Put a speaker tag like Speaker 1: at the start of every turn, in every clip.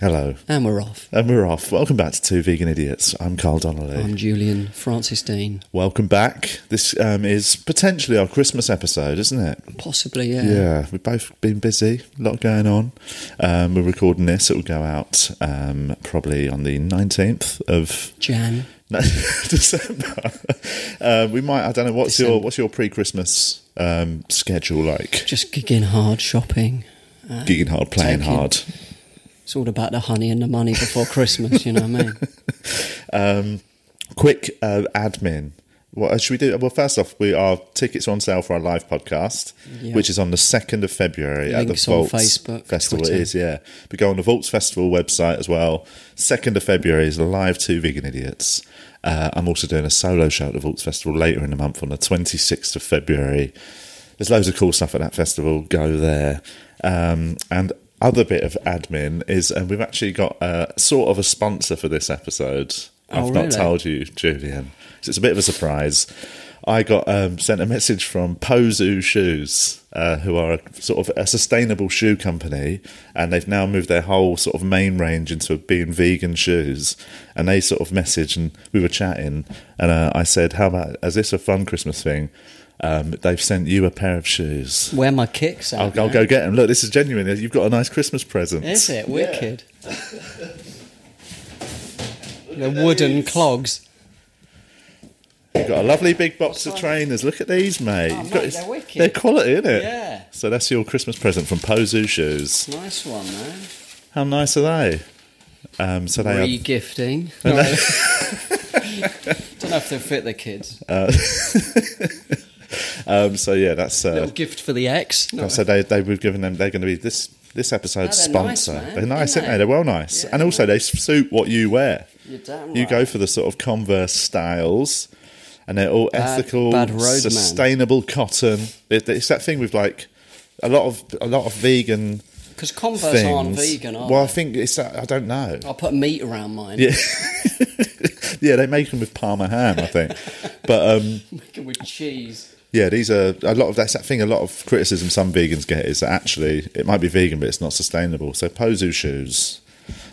Speaker 1: Hello.
Speaker 2: And we're off.
Speaker 1: And we're off. Welcome back to Two Vegan Idiots. I'm Carl Donnelly.
Speaker 2: I'm Julian Francis Dean.
Speaker 1: Welcome back. This um, is potentially our Christmas episode, isn't it?
Speaker 2: Possibly, yeah.
Speaker 1: Yeah, we've both been busy, a lot going on. Um, we're recording this, it'll go out um, probably on the 19th of
Speaker 2: Jan.
Speaker 1: No, December. Uh, we might, I don't know, what's December. your what's your pre Christmas schedule like?
Speaker 2: Just gigging hard, shopping,
Speaker 1: uh, gigging hard, playing taking- hard.
Speaker 2: It's all about the honey and the money before Christmas, you know what
Speaker 1: I mean? Um, quick uh, admin. What uh, should we do? Well, first off, we are tickets are on sale for our live podcast, yep. which is on the second of February
Speaker 2: Links
Speaker 1: at the Vaults
Speaker 2: Facebook,
Speaker 1: Festival. Twitter. It is, yeah. But go on the Vaults Festival website as well. Second of February is live two vegan idiots. Uh, I'm also doing a solo show at the Vaults Festival later in the month on the 26th of February. There's loads of cool stuff at that festival. Go there. Um, and other bit of admin is, and we've actually got uh, sort of a sponsor for this episode.
Speaker 2: Oh,
Speaker 1: I've
Speaker 2: really?
Speaker 1: not told you, Julian. So it's a bit of a surprise. I got um, sent a message from Pozu Shoes, uh, who are a, sort of a sustainable shoe company, and they've now moved their whole sort of main range into being vegan shoes. And they sort of messaged, and we were chatting, and uh, I said, "How about is this a fun Christmas thing?" Um, they've sent you a pair of shoes.
Speaker 2: Where my kicks
Speaker 1: are. I'll, I'll, go get them. Look, this is genuine. You've got a nice Christmas present.
Speaker 2: Is it? Wicked. Yeah. the wooden these. clogs.
Speaker 1: You've got a lovely big box of trainers. Look at these, mate.
Speaker 2: Oh,
Speaker 1: mate
Speaker 2: got, they're wicked.
Speaker 1: They're quality, isn't it?
Speaker 2: Yeah.
Speaker 1: So that's your Christmas present from Pozu Shoes.
Speaker 2: Nice one, man.
Speaker 1: How nice are they?
Speaker 2: Um, so they Re-gifting. Are... No. Don't know if they fit the kids. Uh,
Speaker 1: Um, so yeah, that's
Speaker 2: a uh, little gift for the ex.
Speaker 1: No. So they they were giving them. They're going to be this this episode's no, Oh, they're sponsor. Nice, they're nice, aren't they? They're well nice, yeah, and also they suit what you wear.
Speaker 2: You're damn right.
Speaker 1: You go for the sort of Converse styles, and they're all bad, ethical, bad sustainable man. cotton. It, it's that thing with like a lot of a lot of vegan.
Speaker 2: Because Converse things. aren't vegan, are
Speaker 1: Well,
Speaker 2: they? I
Speaker 1: think it's that. I don't know.
Speaker 2: I'll put meat around mine.
Speaker 1: Yeah. yeah, they make them with Parma ham, I think. but um,
Speaker 2: make them with cheese.
Speaker 1: Yeah, these are a lot of that's that thing. A lot of criticism some vegans get is that actually it might be vegan, but it's not sustainable. So Pozu shoes,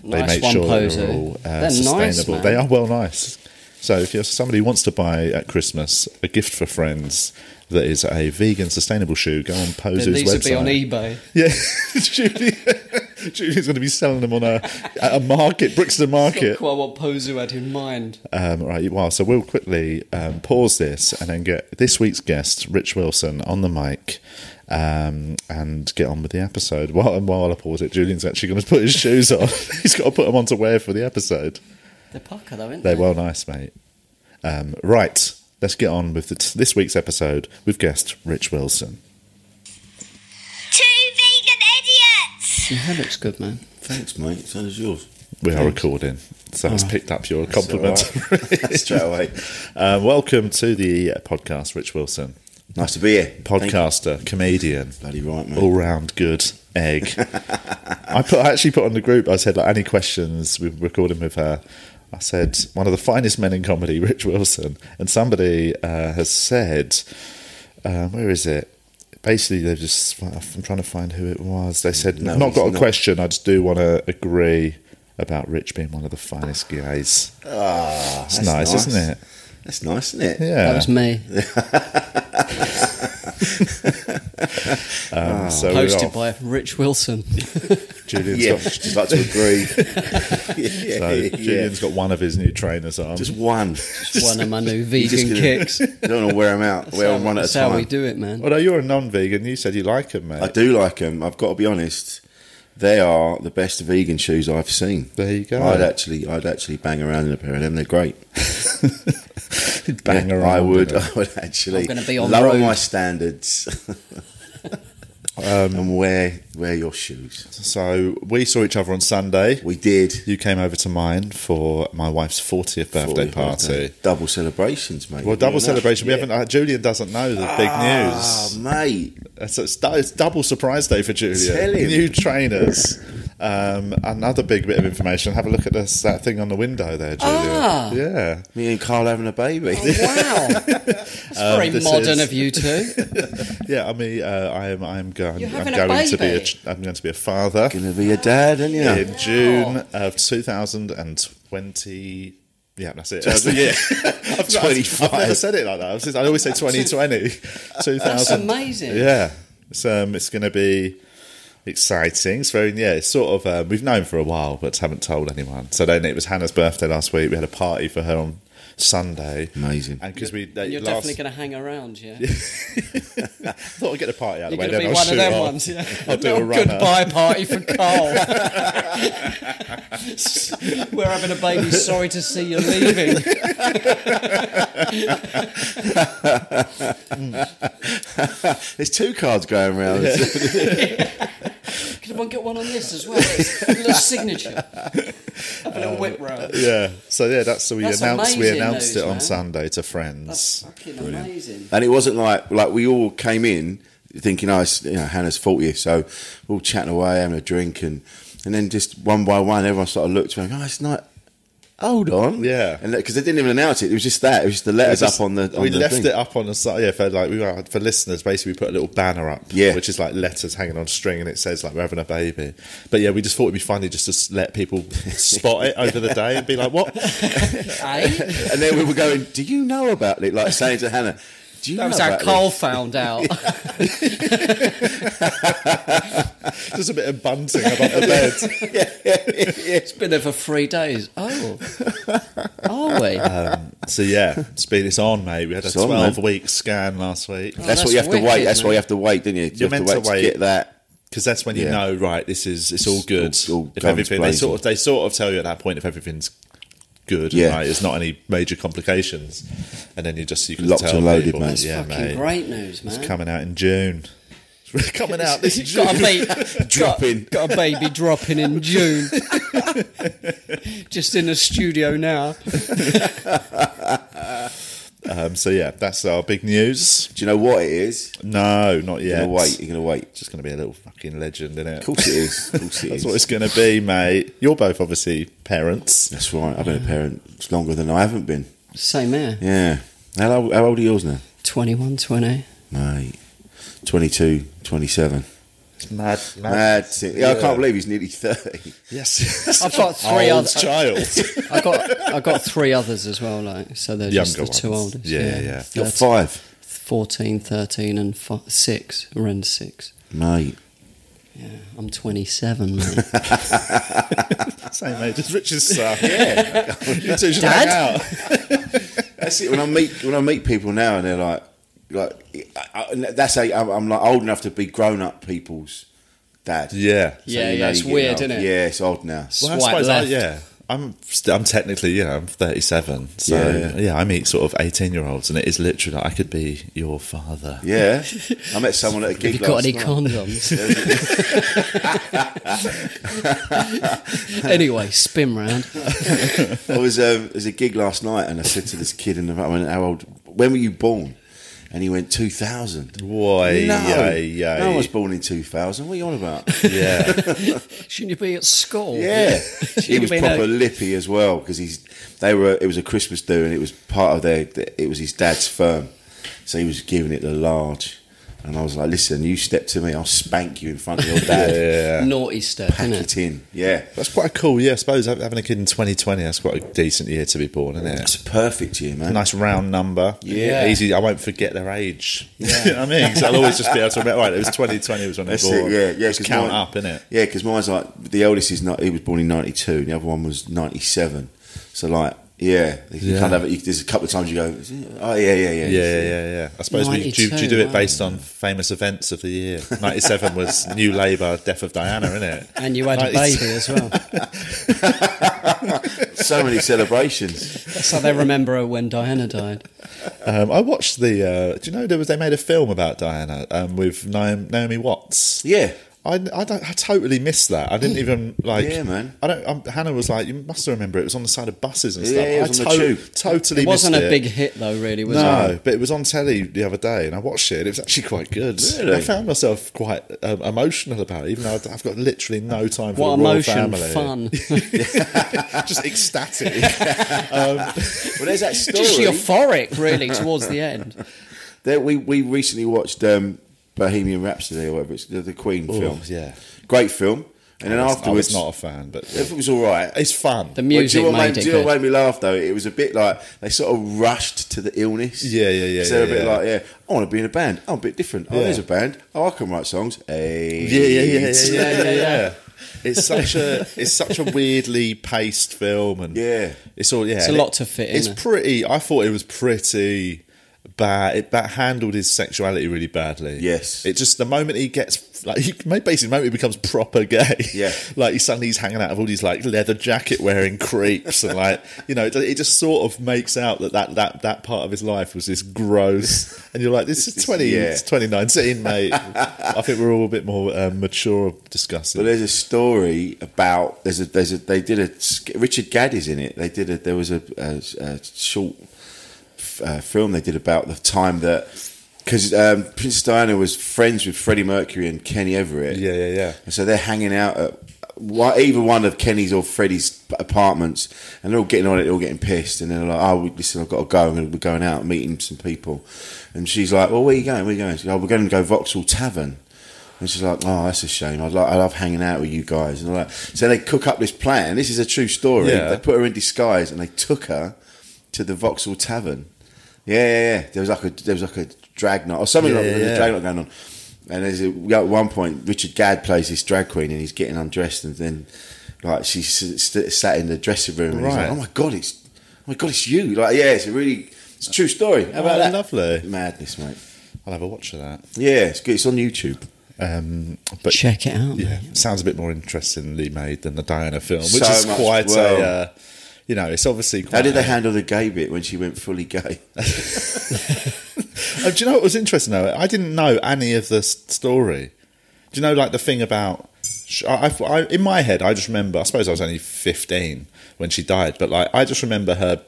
Speaker 2: nice
Speaker 1: they make
Speaker 2: one,
Speaker 1: sure
Speaker 2: Pozu.
Speaker 1: they're all uh,
Speaker 2: they're
Speaker 1: sustainable.
Speaker 2: Nice,
Speaker 1: they are well nice. So if you're, somebody wants to buy at Christmas a gift for friends that is a vegan sustainable shoe, go on Pozu's
Speaker 2: then these
Speaker 1: website.
Speaker 2: These will be on e- eBay.
Speaker 1: Yeah, Julie, Julie's going to be selling them on a at a market, Brixton Market. That's
Speaker 2: quite what Pozu had in mind.
Speaker 1: Um, right, wow. So we'll quickly um, pause this and then get this week's guest, Rich Wilson, on the mic. Um, and get on with the episode. While and while I pause it, Julian's actually going to put his shoes on. He's got to put them on to wear for the episode.
Speaker 2: They're pucker though, aren't
Speaker 1: They're they? well nice, mate. Um, right, let's get on with t- this week's episode with guest Rich Wilson.
Speaker 3: Two vegan idiots.
Speaker 2: Your hair looks good, man.
Speaker 4: Thanks, mate. So does yours.
Speaker 1: We
Speaker 4: Thanks.
Speaker 1: are recording, so it's right. picked up your compliment
Speaker 4: right. straight away.
Speaker 1: Um, welcome to the uh, podcast, Rich Wilson.
Speaker 4: Nice to be here.
Speaker 1: Podcaster, comedian,
Speaker 4: bloody right, mate.
Speaker 1: All round good egg. I put I actually put on the group. I said like any questions. We're recording with her. I said, one of the finest men in comedy, Rich Wilson. And somebody uh, has said, uh, where is it? Basically, they've just, I'm trying to find who it was. They said, no, not got a not. question. I just do want to agree about Rich being one of the finest guys.
Speaker 4: Ah,
Speaker 1: it's nice, nice, isn't it?
Speaker 4: That's nice, isn't it?
Speaker 1: Yeah.
Speaker 2: That was me.
Speaker 1: Um, so we're
Speaker 2: Hosted
Speaker 1: off.
Speaker 2: by Rich Wilson.
Speaker 1: Julian's
Speaker 4: Yeah,
Speaker 1: got
Speaker 4: just like to agree. yeah,
Speaker 1: so
Speaker 4: yeah.
Speaker 1: Julian's got one of his new trainers on.
Speaker 4: just one.
Speaker 2: One of my new
Speaker 4: You're just
Speaker 2: vegan
Speaker 4: gonna-
Speaker 2: kicks.
Speaker 4: You don't want to wear them out. Wear
Speaker 2: That's
Speaker 4: them one
Speaker 2: how-
Speaker 4: at a
Speaker 2: that's how we
Speaker 4: time.
Speaker 2: do it, man.
Speaker 1: Although you're a non-vegan, you said you like them, mate.
Speaker 4: I do like them. I've got to be honest. They are the best vegan shoes I've seen.
Speaker 1: There you go.
Speaker 4: I'd actually, I'd actually bang around in a pair of them. They're great.
Speaker 1: Bang
Speaker 4: Yeah,
Speaker 1: around
Speaker 4: I
Speaker 1: in
Speaker 4: would.
Speaker 1: them.
Speaker 4: I would actually
Speaker 2: I'm gonna be on the
Speaker 4: lower
Speaker 2: road.
Speaker 4: my standards
Speaker 1: Um,
Speaker 4: and wear wear your shoes.
Speaker 1: So we saw each other on Sunday.
Speaker 4: We did
Speaker 1: You came over to mine for my wife's 40th birthday
Speaker 4: Forty
Speaker 1: party.
Speaker 4: double celebrations, mate.
Speaker 1: Well, double
Speaker 4: You're
Speaker 1: celebration.
Speaker 4: nuts.
Speaker 1: We haven't. Uh, Julian doesn't know the big
Speaker 4: Ah,
Speaker 1: news.
Speaker 4: mate.
Speaker 1: That's it's, du- it's double surprise day for Julian.
Speaker 4: Tell him.
Speaker 1: New trainers. Um, another big bit of information. Have a look at this that thing on the window there, Julian.
Speaker 2: Ah.
Speaker 1: Yeah.
Speaker 4: Me and Carl having a baby.
Speaker 1: Oh.
Speaker 2: Wow. That's very
Speaker 1: Um, this
Speaker 2: modern
Speaker 1: is-
Speaker 2: of you two.
Speaker 1: Yeah, I mean, uh, I am. I am going.
Speaker 2: You're
Speaker 1: I'm
Speaker 2: having a
Speaker 1: going to be. A,
Speaker 2: baby.
Speaker 1: ch- I'm going to be a father
Speaker 4: Gonna be a dad, and you know.
Speaker 1: in June of 2020. Yeah, that's it. That's the year. I've, got- I've never
Speaker 4: 25.
Speaker 1: said it like that. I've just- I always say 2020. 2000.
Speaker 2: That's amazing.
Speaker 1: Yeah, it's um, it's going to be exciting. It's very yeah. It's sort of um, we've known for a while, but haven't told anyone. So then it was Hannah's birthday last week. We had a party for her on Sunday.
Speaker 4: Amazing.
Speaker 1: And because we they,
Speaker 2: You're
Speaker 1: last,
Speaker 2: definitely going to hang around, yeah?
Speaker 1: thought I'd get the party out of
Speaker 2: You're
Speaker 1: the way.
Speaker 2: going to
Speaker 1: Then
Speaker 2: be
Speaker 1: I'll
Speaker 2: one
Speaker 1: shoot
Speaker 2: of them
Speaker 1: off.
Speaker 2: ones, yeah?
Speaker 1: I'll do a
Speaker 2: Little
Speaker 1: runner.
Speaker 2: Goodbye party for Carl. We're having a baby. Sorry to see you leaving.
Speaker 4: There's two cards going around.
Speaker 2: Could one get one on this as well? It's a little signature. Have a little whip round.
Speaker 1: Yeah. So yeah, that's so we
Speaker 2: That's
Speaker 1: announced we
Speaker 2: amazing
Speaker 1: announced it
Speaker 2: news,
Speaker 1: on
Speaker 2: man.
Speaker 1: Sunday to friends.
Speaker 2: That's fucking amazing.
Speaker 4: And it wasn't like like we all came in thinking, oh, it's, you know, Hannah's forty, so we're all chatting away, having a drink, and and then just one by one, everyone sort of looked around. Oh, it's not. Hold on,
Speaker 1: Yeah.
Speaker 4: and because they didn't even announce it, it was just that. It was just the letters
Speaker 1: Just-
Speaker 4: up on the. On
Speaker 1: we
Speaker 4: the
Speaker 1: left
Speaker 4: thing.
Speaker 1: it up on the side. Yeah, for like we were, for listeners, basically we put a little banner up,
Speaker 4: Yeah.
Speaker 1: which is like letters hanging on a string, and it says like we're having a baby. But yeah, we just thought it'd be funny just to s- let people spot it over the day and be like, "What?
Speaker 2: Eh?
Speaker 4: and then we were going. Do you know about it? Like saying to Hannah, Do you
Speaker 2: That
Speaker 4: know
Speaker 2: was how
Speaker 4: about
Speaker 2: Carl
Speaker 4: this?"
Speaker 2: found out.
Speaker 1: just a bit of bunting above the bed."
Speaker 2: It's been there for three days. Oh, are we?
Speaker 1: Uh, so yeah, speed it's on, mate. We had a
Speaker 4: It's on,
Speaker 1: twelve
Speaker 4: man.
Speaker 1: week scan last week
Speaker 4: That's,
Speaker 2: Oh,
Speaker 4: what you
Speaker 2: that's
Speaker 4: have to wait.
Speaker 2: wicked,
Speaker 4: That's why
Speaker 2: man.
Speaker 4: you have to wait, didn't you? You
Speaker 1: You're
Speaker 4: have
Speaker 1: meant to
Speaker 4: to
Speaker 1: wait.
Speaker 4: get that.
Speaker 1: because that's when you
Speaker 4: Yeah.
Speaker 1: know, right? This is it's all good.
Speaker 4: It's all
Speaker 1: if
Speaker 4: guns
Speaker 1: everything they
Speaker 4: blazing.
Speaker 1: sort of they sort of tell you at that point if everything's good,
Speaker 4: Yeah.
Speaker 1: right? There's not any major complications, and then you just you can
Speaker 4: Locked
Speaker 1: tell
Speaker 4: and loaded,
Speaker 1: people,
Speaker 4: mate.
Speaker 1: Yeah,
Speaker 2: fucking
Speaker 1: mate.
Speaker 2: great news, man.
Speaker 1: It's coming out in June. It's coming out this
Speaker 2: You've got a
Speaker 1: June.
Speaker 2: baby
Speaker 4: Dropping.
Speaker 2: Got, got a baby dropping in June. Just in the studio now.
Speaker 1: Um, so yeah, that's our big news.
Speaker 4: Do you know what it is?
Speaker 1: No, not
Speaker 4: You're
Speaker 1: yet.
Speaker 4: gonna wait. You're gonna wait.
Speaker 1: It's just going to be a little fucking legend, isn't it?
Speaker 4: Of course it is. Of course it
Speaker 1: That's
Speaker 4: is.
Speaker 1: what it's going to be, mate. You're both obviously parents.
Speaker 4: That's right. I've been a parent it's longer than I haven't been.
Speaker 2: Same here.
Speaker 4: Yeah. How old, how old are yours now?
Speaker 2: 21, 20.
Speaker 4: Mate. 22, 27.
Speaker 1: It's mad,
Speaker 4: Mad. Yeah, I can't believe he's nearly 30.
Speaker 1: Yes,
Speaker 2: I've got three
Speaker 1: Old
Speaker 2: others.
Speaker 1: child.
Speaker 2: I got I got three others as well, like so they're just the
Speaker 1: Younger
Speaker 2: two
Speaker 1: ones.
Speaker 2: oldest.
Speaker 1: Yeah, yeah.
Speaker 4: You're
Speaker 2: Thirteen-
Speaker 4: five.
Speaker 2: 14, 13 and fi- 6. Around 6.
Speaker 4: Mate.
Speaker 2: Yeah, I'm 27, mate.
Speaker 1: Same age as Richard's son. Yeah, you two should
Speaker 2: Dad?
Speaker 1: hang out.
Speaker 4: That's it. When I meet when I meet people now and they're like, like I, I, that's how I'm, I'm like old enough to be grown up people's dad.
Speaker 1: Yeah.
Speaker 2: Yeah, yeah,
Speaker 4: know
Speaker 2: it's
Speaker 4: you're getting
Speaker 2: weird,
Speaker 4: old.
Speaker 2: isn't it?
Speaker 4: Yeah, it's odd now.
Speaker 1: Well, I
Speaker 2: Swipe
Speaker 1: suppose I,
Speaker 2: left.
Speaker 1: yeah. I'm st- I'm technically you know I'm 37, so
Speaker 4: Yeah,
Speaker 1: yeah,
Speaker 4: yeah.
Speaker 1: I meet sort of 18 year olds, and it is literally like, I could be your father.
Speaker 4: Yeah, I met someone at a gig
Speaker 2: Have you got
Speaker 4: last
Speaker 2: any
Speaker 4: night.
Speaker 2: condoms? anyway, spin round.
Speaker 4: I was um, there was a gig last night, and I said to this kid in the van, I went, "How old? When were you born?" And he went, 2000.
Speaker 1: Why?
Speaker 4: no,
Speaker 1: yeah, yeah.
Speaker 4: no, I was born in 2000. What are you on about?
Speaker 1: yeah.
Speaker 2: Shouldn't you be at school?
Speaker 4: Yeah, he
Speaker 2: You've
Speaker 4: was
Speaker 2: been
Speaker 4: proper
Speaker 2: a-
Speaker 4: lippy as well because he's they were it was a Christmas do and it was part of their it was his dad's firm, so he was giving it the large. And I was like, listen, you step to me, I'll spank you in front of your dad.
Speaker 1: yeah.
Speaker 2: Naughty step.
Speaker 4: Pack
Speaker 2: innit?
Speaker 4: it in. Yeah.
Speaker 1: That's quite cool. Yeah, I suppose hav- having a kid in 2020, that's quite a decent year to be born, isn't
Speaker 4: That's
Speaker 1: it?
Speaker 4: a perfect year, man.
Speaker 1: Nice round number.
Speaker 4: Yeah.
Speaker 1: Easy. I won't forget their age. you know what I mean? 'Cause I'll always just be able to remember, right, it was 2020 was when I was
Speaker 4: That's
Speaker 1: born.
Speaker 4: it, yeah, yeah.
Speaker 1: Just
Speaker 4: 'cause
Speaker 1: count
Speaker 4: mine-
Speaker 1: up, innit?
Speaker 4: Yeah, because mine's like the eldest is not. He was born in ninety two. The other one was ninety seven. So like, yeah, you
Speaker 1: Yeah.
Speaker 4: can't have it. You, there's a couple of times you go, oh yeah, yeah, yeah,
Speaker 1: Yeah, yeah, yeah, yeah. I suppose we, do, you- do you do
Speaker 2: 92,
Speaker 1: it based on famous events of the year? 97 was New Labour, Death of Diana, innit?
Speaker 2: And you had a
Speaker 1: 92.
Speaker 2: baby as well.
Speaker 4: So many celebrations.
Speaker 2: That's how they remember her when Diana died.
Speaker 1: Um, I watched the. Uh, do you know there was they made a film about Diana um, with Naomi, Naomi Watts?
Speaker 4: Yeah,
Speaker 1: I, I don't I totally missed that. I didn't even like.
Speaker 4: Yeah, man.
Speaker 1: I don't. Um, Hannah was like, you must remember it was on the side of buses and
Speaker 4: Yeah,
Speaker 1: stuff.
Speaker 4: it was
Speaker 1: I
Speaker 4: on the tube.
Speaker 1: Totally.
Speaker 2: It wasn't
Speaker 1: missed
Speaker 2: a big hit though, really, was
Speaker 1: No,
Speaker 2: it?
Speaker 1: but it was on telly the other day, and I watched it. and It was actually quite good.
Speaker 4: Really?
Speaker 1: I found myself quite um, emotional about it, even though I'd- I've got literally no time for
Speaker 2: What
Speaker 1: the royal
Speaker 2: emotion,
Speaker 1: family.
Speaker 2: fun.
Speaker 1: just ecstatic. um,
Speaker 4: well, there's that story.
Speaker 2: Just euphoric, really, towards the end.
Speaker 4: There, we we recently watched um, Bohemian Rhapsody or whatever. It's the, the Queen
Speaker 1: Oh,
Speaker 4: film.
Speaker 1: yeah.
Speaker 4: great film. And then
Speaker 1: I
Speaker 4: afterwards,
Speaker 1: was not a fan, but
Speaker 4: if it was all right,
Speaker 1: it's fun.
Speaker 2: The
Speaker 4: Well,
Speaker 2: music
Speaker 4: do you know what
Speaker 2: made
Speaker 4: made,
Speaker 2: it
Speaker 4: do you know
Speaker 2: good.
Speaker 4: what made me laugh though? It was a bit like they sort of rushed to the illness.
Speaker 1: Yeah, yeah, yeah,
Speaker 4: So they're
Speaker 1: yeah,
Speaker 4: a bit
Speaker 1: yeah.
Speaker 4: like, yeah, I want to be in a band. I'm a bit different. Oh,
Speaker 1: Yeah.
Speaker 4: there's a band. Oh, I can write songs. Hey.
Speaker 1: yeah, yeah, yeah, yeah, yeah, yeah, yeah. It's such a it's such a weirdly paced film, and
Speaker 4: Yeah.
Speaker 1: it's all yeah.
Speaker 2: It's a lot to fit in
Speaker 1: It's
Speaker 2: there.
Speaker 1: pretty. I thought it was pretty bad. It that handled his sexuality really badly.
Speaker 4: Yes.
Speaker 1: it just the moment he gets like he ma- basically the moment he becomes proper gay.
Speaker 4: Yeah.
Speaker 1: like he suddenly he's hanging out of all these like leather jacket wearing creeps and like you know it, it just sort of makes out that that that that part of his life was this gross, and you're like this is twenty
Speaker 4: Yeah.
Speaker 1: it's 2019, mate. I think we're all a bit more um, mature discussing.
Speaker 4: But there's a story about there's a there's a they did a sk- Richard Gadd is in it. They did a there was a, a, a short f- uh, film they did about the time that because um, Princess Diana was friends with Freddie Mercury and Kenny Everett.
Speaker 1: Yeah, yeah, yeah.
Speaker 4: And so they're hanging out at wha- either one of Kenny's or Freddie's apartments, and they're all getting on it, they're all getting pissed, and they're like, "Oh, we- listen, I've got to go. I'm going to be going out and meeting some people." And she's like, "Well, where you going? Where you going?" She's like, "Oh, we're going to go Vauxhall Tavern." And she's like, "Oh, that's a shame. I like, I love hanging out with you guys." And all that. So they cook up this plan. This is a true story.
Speaker 1: Yeah.
Speaker 4: They put her in disguise and they took her to the Vauxhall Tavern. Yeah, yeah, yeah. There was like a there was like a drag night or something
Speaker 1: Yeah,
Speaker 4: like there was
Speaker 1: yeah.
Speaker 4: a drag night going on. And there's a, at one point Richard Gadd plays this drag queen and he's getting undressed and then like she s- st- sat in the dressing room and he's
Speaker 1: Right.
Speaker 4: like, "Oh my god, it's oh my god, it's you!" Like, yeah, it's a really it's a true story. How about
Speaker 1: Oh,
Speaker 4: that?
Speaker 1: lovely.
Speaker 4: madness, mate.
Speaker 1: I'll have a watch of that.
Speaker 4: Yeah, it's good. It's on YouTube.
Speaker 1: Um, but
Speaker 2: Check it out.
Speaker 1: yeah,
Speaker 2: mate.
Speaker 1: sounds a bit more interestingly made than the Diana film, which
Speaker 4: So
Speaker 1: is
Speaker 4: much-
Speaker 1: quite a.
Speaker 4: well-
Speaker 1: Uh, you know, it's obviously quite.
Speaker 4: How did they handle the gay bit when she went fully gay?
Speaker 1: Oh, do you know what was interesting though? I didn't know any of the s- story. Do you know like the thing about? sh- I, I- I- in my head, I just remember. I suppose I was only fifteen when she died, but like I just remember her,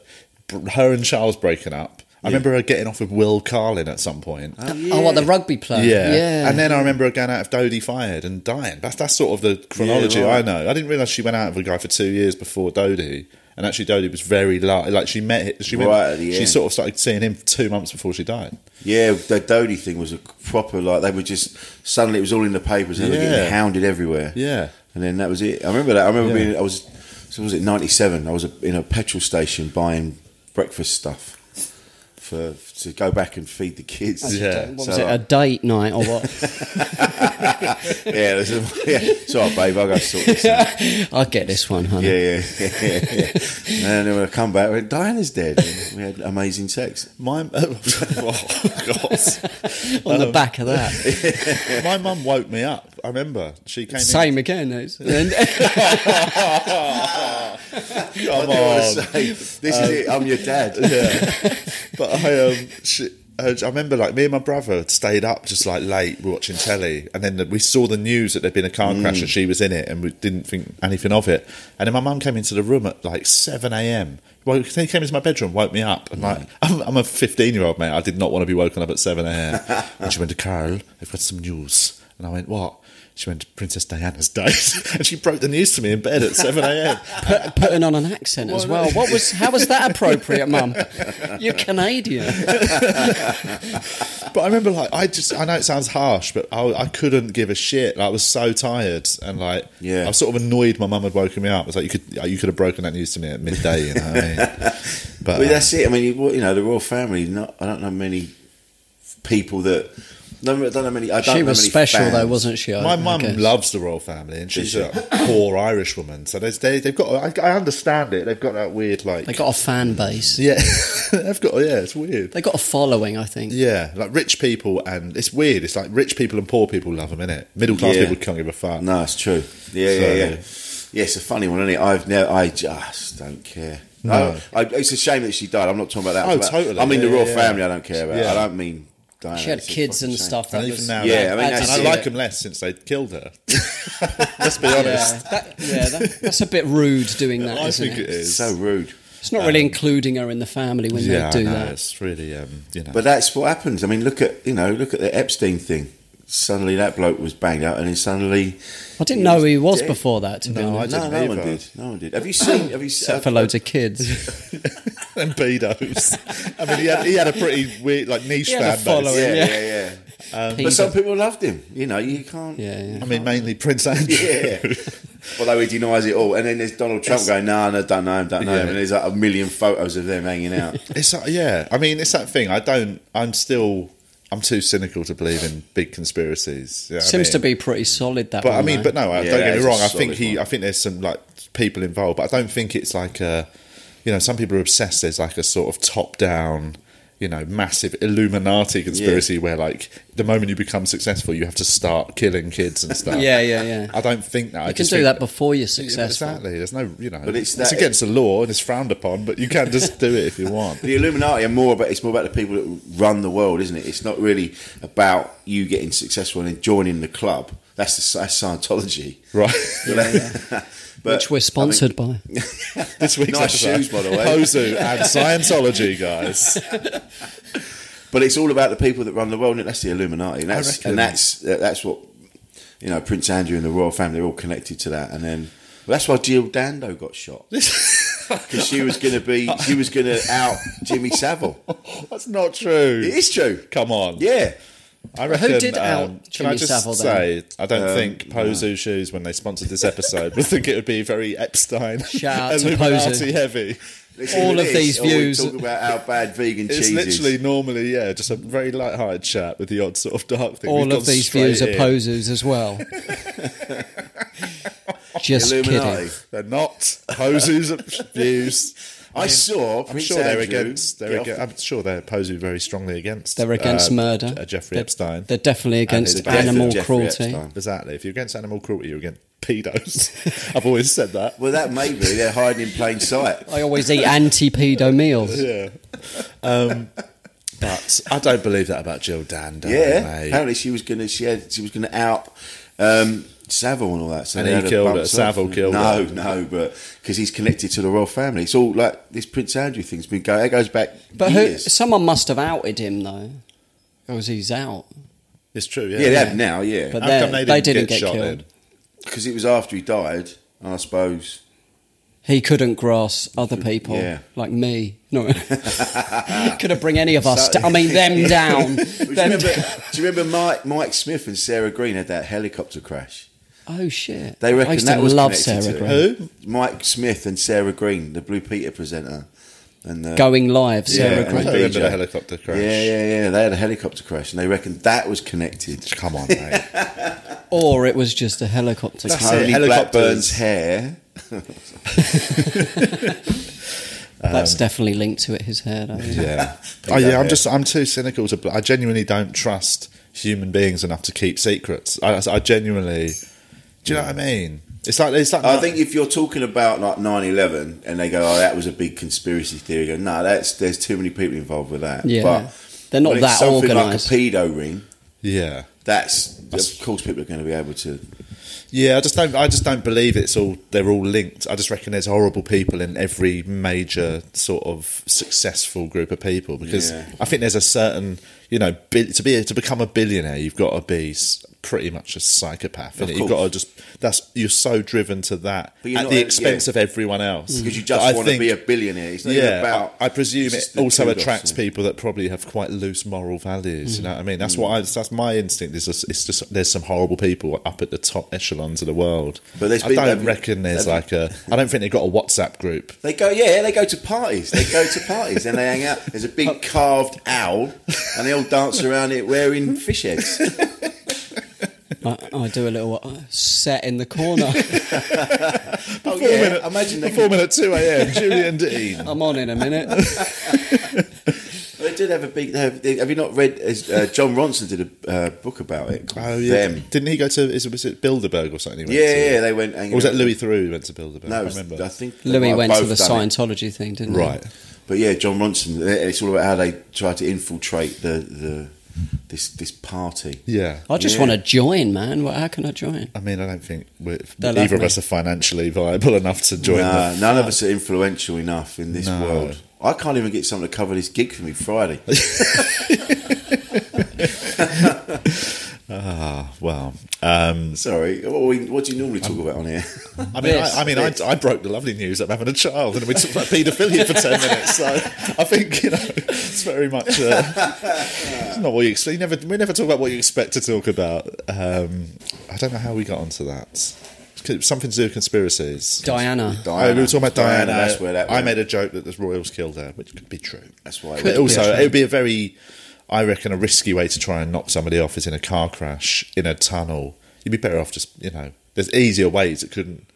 Speaker 1: her and Charles breaking up. I remember her getting off with Will Carlin at some point.
Speaker 2: Oh, what, the rugby
Speaker 4: Uh,
Speaker 2: player?
Speaker 1: Yeah.
Speaker 2: yeah.
Speaker 1: And then I remember her going out of Dodie fired and dying. That's that's sort of the chronology
Speaker 4: Yeah, right.
Speaker 1: I know. I didn't realise she went out with a guy for two years before Dodie. And actually, Dodie was very low. Like she met, hi- she went,
Speaker 4: Right at the
Speaker 1: she
Speaker 4: end.
Speaker 1: sort of started seeing him two months before she died.
Speaker 4: Yeah, the Dodie thing was a proper like they were just suddenly it was all in the papers and they were
Speaker 1: Yeah.
Speaker 4: getting hounded everywhere.
Speaker 1: Yeah.
Speaker 4: and then that was it. I remember that. I remember
Speaker 1: Yeah.
Speaker 4: being I was so was it ninety seven. I was in a petrol station buying breakfast stuff for to go back and feed the kids.
Speaker 1: Yeah.
Speaker 2: What
Speaker 4: So
Speaker 2: was it,
Speaker 4: I-
Speaker 2: a date night or what?
Speaker 4: yeah, this is- yeah. Sorry, babe, I'll go sort this out.
Speaker 2: I'll get this one, honey.
Speaker 4: Yeah, yeah, yeah, yeah, yeah. And then when I come back, I went, Diana's dead. And we had amazing sex.
Speaker 1: My, oh, God.
Speaker 2: On the back of that.
Speaker 1: my mum woke me up. I remember she came
Speaker 2: Same again. it's- and-
Speaker 1: in. Come
Speaker 4: I wanna
Speaker 1: on.
Speaker 4: say, this is it. I'm your dad.
Speaker 1: yeah. But I um, she, I I remember like me and my brother had stayed up just like late watching telly, and then we saw the news that there'd been a car crash and she was in it, and we didn't think anything of it. And then my mum came into the room at like seven a.m. Well, she came into my bedroom, woke me up, and like I'm, I'm a 15 year old mate. I did not want to be woken up at 7 a.m. and she went to Carl, I've got some news, and I went what? She went to Princess Diana's date, and she broke the news to me in bed at seven a.m.
Speaker 2: Put, putting on an accent as well. What was? How was that appropriate, Mum? You're Canadian.
Speaker 1: but I remember, like, I just I know it sounds harsh, but I, I couldn't give a shit. Like, I was so tired, and like,
Speaker 4: Yeah.
Speaker 1: I was sort of annoyed. My mum had woken me up. I was like, you could you could have broken that news to me at midday. You know what I mean? But
Speaker 4: well,
Speaker 1: uh,
Speaker 4: that's it. I mean, you, you know, the royal family. Not, I don't know many people that. No, I don't know many. I don't
Speaker 2: She
Speaker 4: know
Speaker 2: was
Speaker 4: many
Speaker 2: special
Speaker 4: fans.
Speaker 2: though, wasn't she? I-
Speaker 1: uh, My
Speaker 2: I
Speaker 1: mum
Speaker 2: guess.
Speaker 1: loves the royal family, and she's
Speaker 4: Did
Speaker 1: a poor Irish woman. So there's- they, they've got. I, I understand it. They've got that weird like.
Speaker 2: They got a fan base.
Speaker 1: yeah, they've got. Yeah, it's weird.
Speaker 2: They got a following, I think.
Speaker 1: Yeah, like rich people, and it's weird. It's like rich people and poor people love them, innit? Middle class
Speaker 4: Yeah.
Speaker 1: people can't give a fuck.
Speaker 4: No, it's true. Yeah,
Speaker 1: So-
Speaker 4: yeah, yeah. Yeah, it's a funny one, isn't it? I've never. I just don't care. Oh,
Speaker 1: No.
Speaker 4: I, I, it's a shame that she died. I'm not talking about that.
Speaker 1: Oh,
Speaker 4: I'm about-
Speaker 1: totally.
Speaker 4: I mean,
Speaker 1: Yeah,
Speaker 4: the royal
Speaker 1: yeah, yeah.
Speaker 4: family. I don't care about.
Speaker 1: Yeah.
Speaker 4: I don't mean. Diana.
Speaker 2: She had
Speaker 4: It's a
Speaker 2: kids
Speaker 4: fucking
Speaker 2: and
Speaker 4: shame.
Speaker 2: stuff. That
Speaker 1: And even
Speaker 2: was,
Speaker 1: now,
Speaker 4: Yeah, I mean,
Speaker 2: had to
Speaker 4: that's
Speaker 1: and I
Speaker 2: see
Speaker 4: it.
Speaker 1: like
Speaker 2: that.
Speaker 1: them less since they killed her. Let's be honest.
Speaker 2: Yeah, that, yeah that, that's a bit rude doing that.
Speaker 1: I
Speaker 2: isn't
Speaker 1: think it
Speaker 2: it?
Speaker 1: is. Um,
Speaker 4: So rude.
Speaker 2: It's not really including her in the family when
Speaker 1: yeah,
Speaker 2: they
Speaker 1: I
Speaker 2: do
Speaker 1: know,
Speaker 2: that.
Speaker 1: It's really, um, you know.
Speaker 4: But that's what happens. I mean, look at you know, look at the Epstein thing. Suddenly, that bloke was banged out, and then suddenly,
Speaker 2: I didn't know who he was
Speaker 4: Yeah.
Speaker 2: before that. To be
Speaker 1: No, I
Speaker 2: honest,
Speaker 4: no,
Speaker 1: didn't
Speaker 4: no one
Speaker 1: either.
Speaker 4: did. No one did. Have you seen? Have you seen?
Speaker 2: except for loads of kids.
Speaker 1: and pedos. I mean, he had, he had a pretty weird, like niche
Speaker 2: He had
Speaker 1: fan
Speaker 2: a following.
Speaker 1: base.
Speaker 2: yeah.
Speaker 4: yeah, yeah,
Speaker 2: Pedo.
Speaker 4: yeah.
Speaker 1: Um,
Speaker 4: But some people loved him. You know, you can't.
Speaker 2: yeah, yeah.
Speaker 1: I mean, mainly Prince Andrew.
Speaker 4: Yeah. Although he denies it all, and then there's Donald Trump going, "No, no, don't know him, don't know
Speaker 1: Yeah.
Speaker 4: him," and there's like a million photos of them hanging out.
Speaker 1: It's that, yeah. I mean, it's that thing. I don't. I'm still. I'm too cynical to believe in big conspiracies. you know what I
Speaker 2: Seems
Speaker 1: mean?
Speaker 2: to be pretty solid. That.
Speaker 1: But
Speaker 2: one,
Speaker 1: I mean,
Speaker 2: though.
Speaker 1: but no. I
Speaker 4: Yeah,
Speaker 1: don't
Speaker 4: that
Speaker 1: get me
Speaker 4: is a
Speaker 1: wrong. I
Speaker 4: solid
Speaker 1: think he.
Speaker 4: one.
Speaker 1: I think there's some like people involved, but I don't think it's like a. You know, some people are obsessed. There's like a sort of top-down. You know, massive Illuminati conspiracy where, like, the moment you become successful, you have to start killing kids and stuff.
Speaker 2: Yeah, yeah, yeah.
Speaker 1: I don't think that. I
Speaker 2: you can
Speaker 1: just
Speaker 2: do
Speaker 1: think-
Speaker 2: that before
Speaker 1: Yeah,
Speaker 2: you're successful.
Speaker 1: Exactly. There's no, you know,
Speaker 4: But
Speaker 1: it's,
Speaker 4: it's that-
Speaker 1: against the law and it's frowned upon, but you can just do it if you want.
Speaker 4: The Illuminati are more about it's more about the people that run the world, isn't it? It's not really about you getting successful and joining the club. That's the that's Scientology,
Speaker 1: Right.
Speaker 4: But-
Speaker 2: Which we're sponsored by.
Speaker 1: this week's
Speaker 4: Nice
Speaker 1: episode.
Speaker 4: shoes, by the way.
Speaker 1: Hozu and Scientology, guys.
Speaker 4: But it's all about the people that run the world. And that's the Illuminati, and
Speaker 1: I
Speaker 4: that's
Speaker 1: reckon.
Speaker 4: and that's that's what you know. Prince Andrew and the royal family—they're all connected to that. And then well, that's why Jill Dando got shot because she was going to be she was going to out Jimmy Savile.
Speaker 1: That's not true.
Speaker 4: It is true.
Speaker 1: Come on.
Speaker 4: Yeah,
Speaker 1: I reckon.
Speaker 2: did
Speaker 1: um,
Speaker 2: out
Speaker 1: can I
Speaker 2: Jimmy
Speaker 1: just
Speaker 2: Savile then?
Speaker 1: say, I don't
Speaker 4: Um,
Speaker 1: think Pozu Shoes, when they sponsored this episode, would think it would be very Epstein
Speaker 2: Shout out to
Speaker 1: Illuminati
Speaker 2: Pozu.
Speaker 1: heavy.
Speaker 4: Listen,
Speaker 2: All
Speaker 4: it
Speaker 2: of these
Speaker 4: All we
Speaker 2: views-
Speaker 4: talk about how bad vegan
Speaker 1: It's
Speaker 4: cheese
Speaker 1: literally
Speaker 4: is.
Speaker 1: normally, yeah, just a very light-hearted chat with the odd sort of dark thing. We've
Speaker 2: All
Speaker 1: gone
Speaker 2: of these
Speaker 1: straight
Speaker 2: views are
Speaker 1: in.
Speaker 2: posers as well. Just
Speaker 4: Illuminati.
Speaker 2: kidding.
Speaker 1: They're not Pozu's views.
Speaker 4: I saw.
Speaker 1: I'm
Speaker 4: Prince
Speaker 1: sure they're
Speaker 4: Andrew
Speaker 1: against. They're
Speaker 4: get
Speaker 1: against
Speaker 4: off-
Speaker 1: I'm sure they're posing very strongly against.
Speaker 2: They're against
Speaker 1: uh,
Speaker 2: murder.
Speaker 1: uh, Jeffrey
Speaker 2: They're-
Speaker 1: Epstein.
Speaker 2: They're definitely
Speaker 1: his
Speaker 2: against
Speaker 1: death of
Speaker 2: animal
Speaker 4: Jeffrey
Speaker 2: cruelty.
Speaker 4: Epstein.
Speaker 1: exactly. If you're against animal cruelty, you're against pedos. I've always said that.
Speaker 4: Well, that may be they're hiding in plain sight.
Speaker 2: I always eat anti-pedo meals.
Speaker 1: Yeah. Um, but I don't believe that about Jill Dando.
Speaker 4: Yeah,
Speaker 1: mate.
Speaker 4: apparently she was gonna she had she was gonna out um, Savile and all that. So
Speaker 1: And
Speaker 4: they
Speaker 1: he
Speaker 4: had a
Speaker 1: killed
Speaker 4: bump
Speaker 1: her.
Speaker 4: off.
Speaker 1: Savile killed
Speaker 4: no,
Speaker 1: her.
Speaker 4: no, but because he's connected to the royal family. It's all like this Prince Andrew thing's been going. That goes back
Speaker 2: But who,
Speaker 4: years.
Speaker 2: someone must have outed him though, because he's out.
Speaker 1: It's true. Yeah.
Speaker 4: yeah, they have now.
Speaker 2: But
Speaker 4: Yeah,
Speaker 1: How come
Speaker 2: they, they didn't get,
Speaker 1: shot
Speaker 2: killed.
Speaker 1: then?
Speaker 4: because it was after he died. I suppose.
Speaker 2: He couldn't grasp other people
Speaker 4: Yeah.
Speaker 2: like me. No, couldn't bring any of us. down- I mean, them down.
Speaker 4: Do you,
Speaker 2: Them
Speaker 4: remember,
Speaker 2: down.
Speaker 4: do you remember Mike Mike Smith and Sarah Green had that helicopter crash?
Speaker 2: Oh shit!
Speaker 4: They reckon
Speaker 2: I used
Speaker 4: that
Speaker 2: to
Speaker 4: was
Speaker 2: love
Speaker 4: connected
Speaker 2: Sarah
Speaker 4: to it.
Speaker 2: Green.
Speaker 1: Who?
Speaker 4: Mike Smith and Sarah Green, the Blue Peter presenter, and the
Speaker 2: Going live, Sarah
Speaker 4: Yeah,
Speaker 1: I
Speaker 2: Green.
Speaker 4: and
Speaker 1: remember
Speaker 4: DJ.
Speaker 1: the helicopter crash.
Speaker 4: Yeah, yeah, yeah. They had a helicopter crash, and they reckon that was connected.
Speaker 1: Come on, mate.
Speaker 2: Or it was just a helicopter.
Speaker 1: That's
Speaker 2: crash.
Speaker 1: it.
Speaker 4: Tony
Speaker 1: helicopters.
Speaker 4: Blackburn's hair.
Speaker 2: That's definitely linked to it. His hair. Though.
Speaker 1: Yeah.
Speaker 4: Think
Speaker 1: oh
Speaker 4: that
Speaker 1: yeah, I'm
Speaker 4: bit.
Speaker 1: just I'm too cynical to. bel- I genuinely don't trust human beings enough to keep secrets. I, I genuinely. Do you know what I mean? It's like it's like
Speaker 4: I think if you're talking about like 9/11, and they go, "Oh, that was a big conspiracy theory," you go, "No, that's there's too many people involved with that."
Speaker 2: Yeah.
Speaker 4: But
Speaker 2: They're not
Speaker 4: when it's
Speaker 2: that
Speaker 4: something
Speaker 2: organised.
Speaker 4: Like a pedo ring.
Speaker 1: yeah,
Speaker 4: That's of course people are going to be able to.
Speaker 1: Mm, yeah. I just don't. I just don't believe it's all. They're all linked. I just reckon there's horrible people in every major sort of successful group of people because
Speaker 4: Yeah.
Speaker 1: I think there's a certain you know bi- to be to become a billionaire, you've got to be s- pretty much a psychopath, and
Speaker 4: Of
Speaker 1: you've got to
Speaker 4: course.
Speaker 1: just that's you're so driven to that
Speaker 4: But you're
Speaker 1: at
Speaker 4: not
Speaker 1: the
Speaker 4: a-
Speaker 1: expense
Speaker 4: yeah.
Speaker 1: of everyone else
Speaker 4: because you
Speaker 1: But I
Speaker 4: just want to
Speaker 1: think-
Speaker 4: be a billionaire. It's not even
Speaker 1: yeah,
Speaker 4: about.
Speaker 1: I, I presume
Speaker 4: it's
Speaker 1: it
Speaker 4: just the
Speaker 1: also
Speaker 4: kudos
Speaker 1: attracts
Speaker 4: and-
Speaker 1: people that probably have quite loose moral values.
Speaker 4: Mm.
Speaker 1: You know what I mean? That's what I, that's my instinct. Is just, it's just there's some horrible people up at the top echelons of the world.
Speaker 4: But there's
Speaker 1: I
Speaker 4: been-
Speaker 1: don't
Speaker 4: have you-
Speaker 1: reckon there's
Speaker 4: have
Speaker 1: like a. I don't think they've got a WhatsApp group.
Speaker 4: They go, yeah, they go to parties. They go to parties and they hang out. There's a big carved owl, and they all dance around it wearing fish eggs.
Speaker 2: I, I do a little uh, set in the corner.
Speaker 4: Oh
Speaker 1: Performing
Speaker 4: yeah,
Speaker 1: at-
Speaker 4: imagine they, Um,
Speaker 1: Performing at two a.m. Julian Dean.
Speaker 2: I'm on in a minute.
Speaker 4: they did have a big. They have, they, have you not read? as, Uh, John Ronson did a uh, book about it.
Speaker 1: Oh yeah,
Speaker 4: Them.
Speaker 1: didn't he go to? Is it, was it Bilderberg or something? He went
Speaker 4: Yeah,
Speaker 1: to?
Speaker 4: yeah, they went. And,
Speaker 1: Or was that Louis Theroux who went to Bilderberg?
Speaker 4: No,
Speaker 1: I
Speaker 4: it
Speaker 1: can't
Speaker 4: was-
Speaker 1: remember.
Speaker 4: I think they might
Speaker 2: Louis
Speaker 4: have
Speaker 2: went to
Speaker 4: both
Speaker 2: the
Speaker 4: done it.
Speaker 2: Scientology thing, didn't he?
Speaker 1: right.
Speaker 4: But yeah, John Ronson. It's all about how they try to infiltrate the, the this this party.
Speaker 1: Yeah.
Speaker 2: I just
Speaker 4: Yeah.
Speaker 2: want to join, man. Well, how can I join?
Speaker 1: I mean, I don't think we're,
Speaker 2: They'll
Speaker 1: either
Speaker 2: have
Speaker 1: of
Speaker 2: me.
Speaker 1: us are financially viable enough to join.
Speaker 4: Nah,
Speaker 1: the-
Speaker 4: none of us are influential enough in this
Speaker 1: No.
Speaker 4: world. I can't even get someone to cover this gig for me Friday.
Speaker 1: Ah, well. Um,
Speaker 4: Sorry, what, we, what do you normally talk about on here?
Speaker 1: I mean,
Speaker 2: Yes,
Speaker 1: I, I mean, I, I broke the lovely news that I'm having a child, and we talked about paedophilia for ten minutes. So I think you know, it's very much uh, it's not what you expect. You never, we never talk about what you expect to talk about. Um, I don't know how we got onto that. It's Something to do with conspiracies.
Speaker 2: Diana.
Speaker 1: Oh, we were talking about Diana.
Speaker 4: That's where that.
Speaker 1: I
Speaker 4: went.
Speaker 1: made a joke that the royals killed her, which could be true.
Speaker 4: That's why.
Speaker 1: But
Speaker 4: It was,
Speaker 1: also,
Speaker 2: true.
Speaker 1: it would be a very, I reckon, a risky way to try and knock somebody off is in a car crash in a tunnel. You'd be better off just, you know, there's easier ways. It couldn't.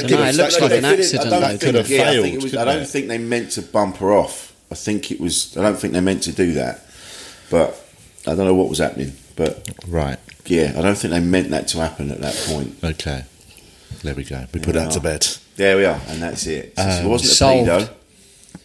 Speaker 1: That
Speaker 2: don't
Speaker 1: could
Speaker 2: know,
Speaker 1: have-
Speaker 2: it looks
Speaker 1: that
Speaker 2: like
Speaker 1: could
Speaker 2: an
Speaker 1: have-
Speaker 2: accident,
Speaker 4: I
Speaker 1: that
Speaker 4: don't,
Speaker 1: could
Speaker 4: think,
Speaker 1: have
Speaker 4: yeah, I,
Speaker 1: failed.
Speaker 4: think it was, I
Speaker 1: couldn't
Speaker 4: don't
Speaker 1: it?
Speaker 4: think they meant to bump her off. I think it was. I don't think they meant to do that. But I don't know what was happening. But
Speaker 1: Right.
Speaker 4: yeah, I don't think they meant that to happen at that point.
Speaker 1: Okay. There we go. We put
Speaker 4: Yeah.
Speaker 1: that to bed.
Speaker 4: There we are, and that's it. So it wasn't a
Speaker 2: Um, Solved.
Speaker 4: pedo,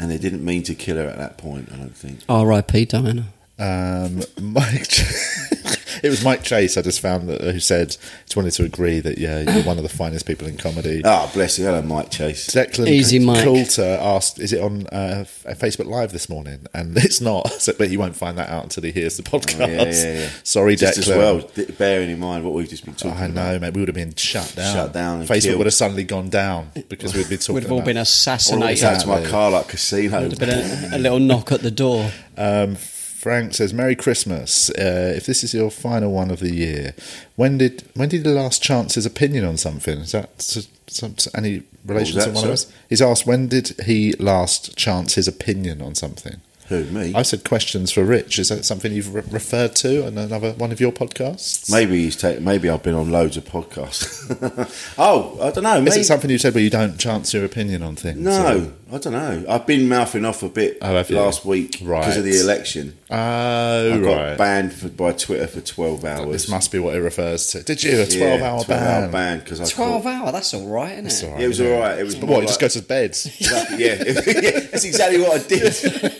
Speaker 4: and they didn't mean to kill her at that point. I don't think.
Speaker 2: R.I.P. Diana.
Speaker 1: Um, Mike, it was Mike Chase. I just found that who said just wanted to agree that yeah, you're one of the finest people in comedy.
Speaker 4: Ah, bless you, hello, Mike Chase.
Speaker 1: Declan
Speaker 2: Easy Mike.
Speaker 1: Coulter asked, "Is it on uh, F- Facebook Live this morning?" And it's not, so, but he won't find that out until he hears the podcast.
Speaker 4: Oh, yeah, yeah, yeah.
Speaker 1: Sorry,
Speaker 4: Just
Speaker 1: Declan.
Speaker 4: as well, d- bearing in mind what we've just been talking
Speaker 1: I
Speaker 4: about.
Speaker 1: know, mate. We would have been shut down.
Speaker 4: Shut down and
Speaker 1: Facebook
Speaker 4: killed.
Speaker 1: would have suddenly gone down because we'd be talking.
Speaker 2: We'd have all
Speaker 1: about-
Speaker 2: been
Speaker 4: Or
Speaker 2: assassinated.
Speaker 4: went out to my
Speaker 1: Exactly.
Speaker 4: car like casino.
Speaker 2: There'd have been a, a little knock at the door.
Speaker 1: Um, Frank says, "Merry Christmas. Uh, if this is your final one of the year, when did when did the last chance's opinion on something? Is that s some, s- any relation
Speaker 4: was
Speaker 1: to
Speaker 4: that,
Speaker 1: one of us?
Speaker 4: sorry?
Speaker 1: He's asked when did he last chance his opinion on something.
Speaker 4: Who me?
Speaker 1: I said questions for Rich. Is that something you've re- referred to on another one of your podcasts?
Speaker 4: Maybe he's taken. Maybe I've been on loads of podcasts. oh, I don't know.
Speaker 1: Is
Speaker 4: Maybe,
Speaker 1: it something you said where you don't chance your opinion on things?
Speaker 4: no, I don't know. I've been mouthing off a bit
Speaker 1: Oh, have you?
Speaker 4: last week because
Speaker 1: Right.
Speaker 4: of the election.
Speaker 1: Or- Oh,
Speaker 4: I got
Speaker 1: right.
Speaker 4: banned for, by Twitter for twelve hours.
Speaker 1: This must be what it refers to. Did you a
Speaker 4: Yeah,
Speaker 1: twelve-hour
Speaker 4: 12
Speaker 1: ban?
Speaker 4: hour ban because I
Speaker 2: 12
Speaker 4: caught-
Speaker 2: hour, that's all right, isn't
Speaker 1: It's
Speaker 2: it?
Speaker 1: all right,
Speaker 4: Yeah, it was
Speaker 1: isn't
Speaker 4: all right. It was
Speaker 1: What?
Speaker 4: more
Speaker 1: you just go
Speaker 4: like-
Speaker 1: to bed.
Speaker 4: Exactly, yeah. yeah, that's exactly what I did.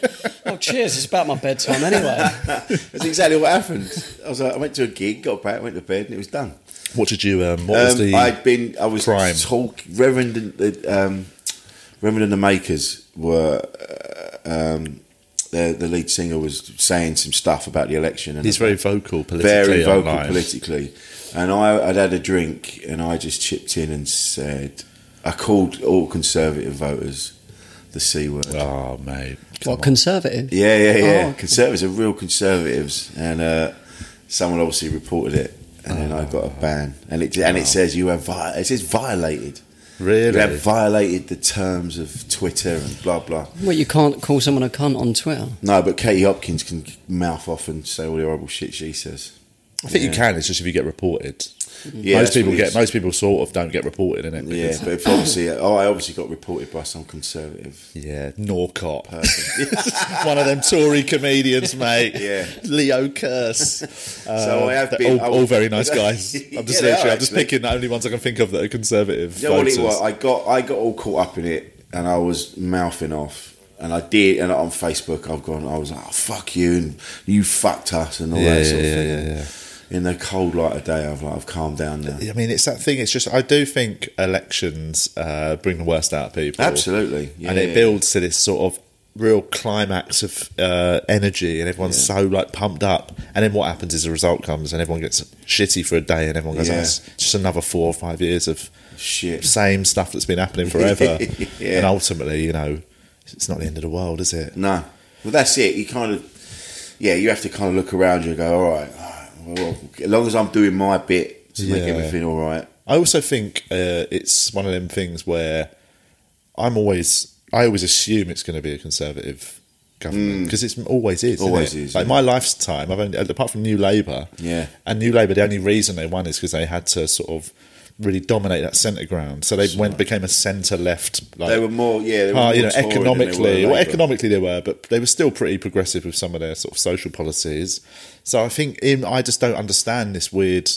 Speaker 2: Oh, cheers, it's about my bedtime anyway.
Speaker 4: That's exactly what happened. I was like, I went to a gig, got back, went to bed, and it was done.
Speaker 1: What did you? Um, what was
Speaker 4: Um,
Speaker 1: the?
Speaker 4: I'd been. I was
Speaker 1: crime?
Speaker 4: talk. Reverend and the um, Reverend and the Makers were. uh, Um, the, the lead singer was saying some stuff about the election. And
Speaker 1: He's very vocal politically.
Speaker 4: very vocal
Speaker 1: online.
Speaker 4: politically. And I, I'd had a drink, and I just chipped in and said, I called all conservative voters the c word.
Speaker 1: Oh mate,
Speaker 2: what, conservative?
Speaker 4: Yeah, yeah, yeah.
Speaker 2: Oh, okay.
Speaker 4: Conservatives are real conservatives, and uh, someone obviously reported it, and then I got a ban, and it and it says you have vi- it says violated. You have
Speaker 1: really?
Speaker 4: violated the terms of Twitter and blah blah.
Speaker 2: Well, you can't call someone a cunt on Twitter.
Speaker 4: No, but Katie Hopkins can mouth off and say all the horrible shit she says.
Speaker 1: I think you
Speaker 4: Yeah.
Speaker 1: can. It's just if you get reported.
Speaker 4: Yeah,
Speaker 1: most
Speaker 4: that's
Speaker 1: people
Speaker 4: what
Speaker 1: get.
Speaker 4: it is.
Speaker 1: Most people sort of don't get reported in it.
Speaker 4: Yeah,
Speaker 1: because-
Speaker 4: but if obviously, oh, I obviously got reported by some conservative.
Speaker 1: yeah. Norcott, one of them Tory comedians, mate.
Speaker 4: Yeah.
Speaker 1: Leo Curse.
Speaker 4: So I have
Speaker 1: they're
Speaker 4: been-
Speaker 1: All,
Speaker 4: I
Speaker 1: all
Speaker 4: was-
Speaker 1: very nice guys.
Speaker 4: Yeah,
Speaker 1: I'm just
Speaker 4: they are,
Speaker 1: literally. I'm just
Speaker 4: actually.
Speaker 1: picking the only ones I can think of that are conservative.
Speaker 4: Yeah, well,
Speaker 1: voters.
Speaker 4: it was. I got I got all caught up in it, and I was mouthing off, and I did, and on Facebook, I've gone. I was like, oh, "Fuck you," and you fucked us, and all
Speaker 1: Yeah,
Speaker 4: that sort
Speaker 1: yeah,
Speaker 4: of
Speaker 1: yeah,
Speaker 4: thing. In the cold light of day, I've like I've calmed down now.
Speaker 1: I mean, it's that thing. It's just I do think elections uh, bring the worst out of people.
Speaker 4: Absolutely, yeah,
Speaker 1: and it
Speaker 4: yeah.
Speaker 1: builds to this sort of real climax of uh, energy and everyone's so like pumped up and then what happens is the result comes and everyone gets shitty for a day and everyone goes
Speaker 4: Yeah.
Speaker 1: oh, it's just another four or five years of
Speaker 4: Shit.
Speaker 1: same stuff that's been happening forever
Speaker 4: Yeah.
Speaker 1: and ultimately you know it's not the end of the world is it
Speaker 4: No. Well, that's it. You kind of, yeah, you have to kind of look around you and go, all right, all right, well, as long as I'm doing my bit to make
Speaker 1: Yeah.
Speaker 4: everything all right.
Speaker 1: I also think uh, it's one of them things where I'm always I always assume it's going to be a conservative government because it's always is. isn't
Speaker 4: Mm. Always
Speaker 1: it?
Speaker 4: is,
Speaker 1: Like
Speaker 4: yeah.
Speaker 1: my lifetime, I've only, apart from New Labour,
Speaker 4: Yeah.
Speaker 1: and New Labour, the only reason they won is because they had to sort of really dominate that centre ground. So they went became a centre left. Like,
Speaker 4: They were more, yeah, they were
Speaker 1: Ah,
Speaker 4: more
Speaker 1: you know,
Speaker 4: Tory than they
Speaker 1: economically,
Speaker 4: were
Speaker 1: well,
Speaker 4: Labour.
Speaker 1: economically they were, but they were still pretty progressive with some of their sort of social policies. So I think in, I just don't understand this weird.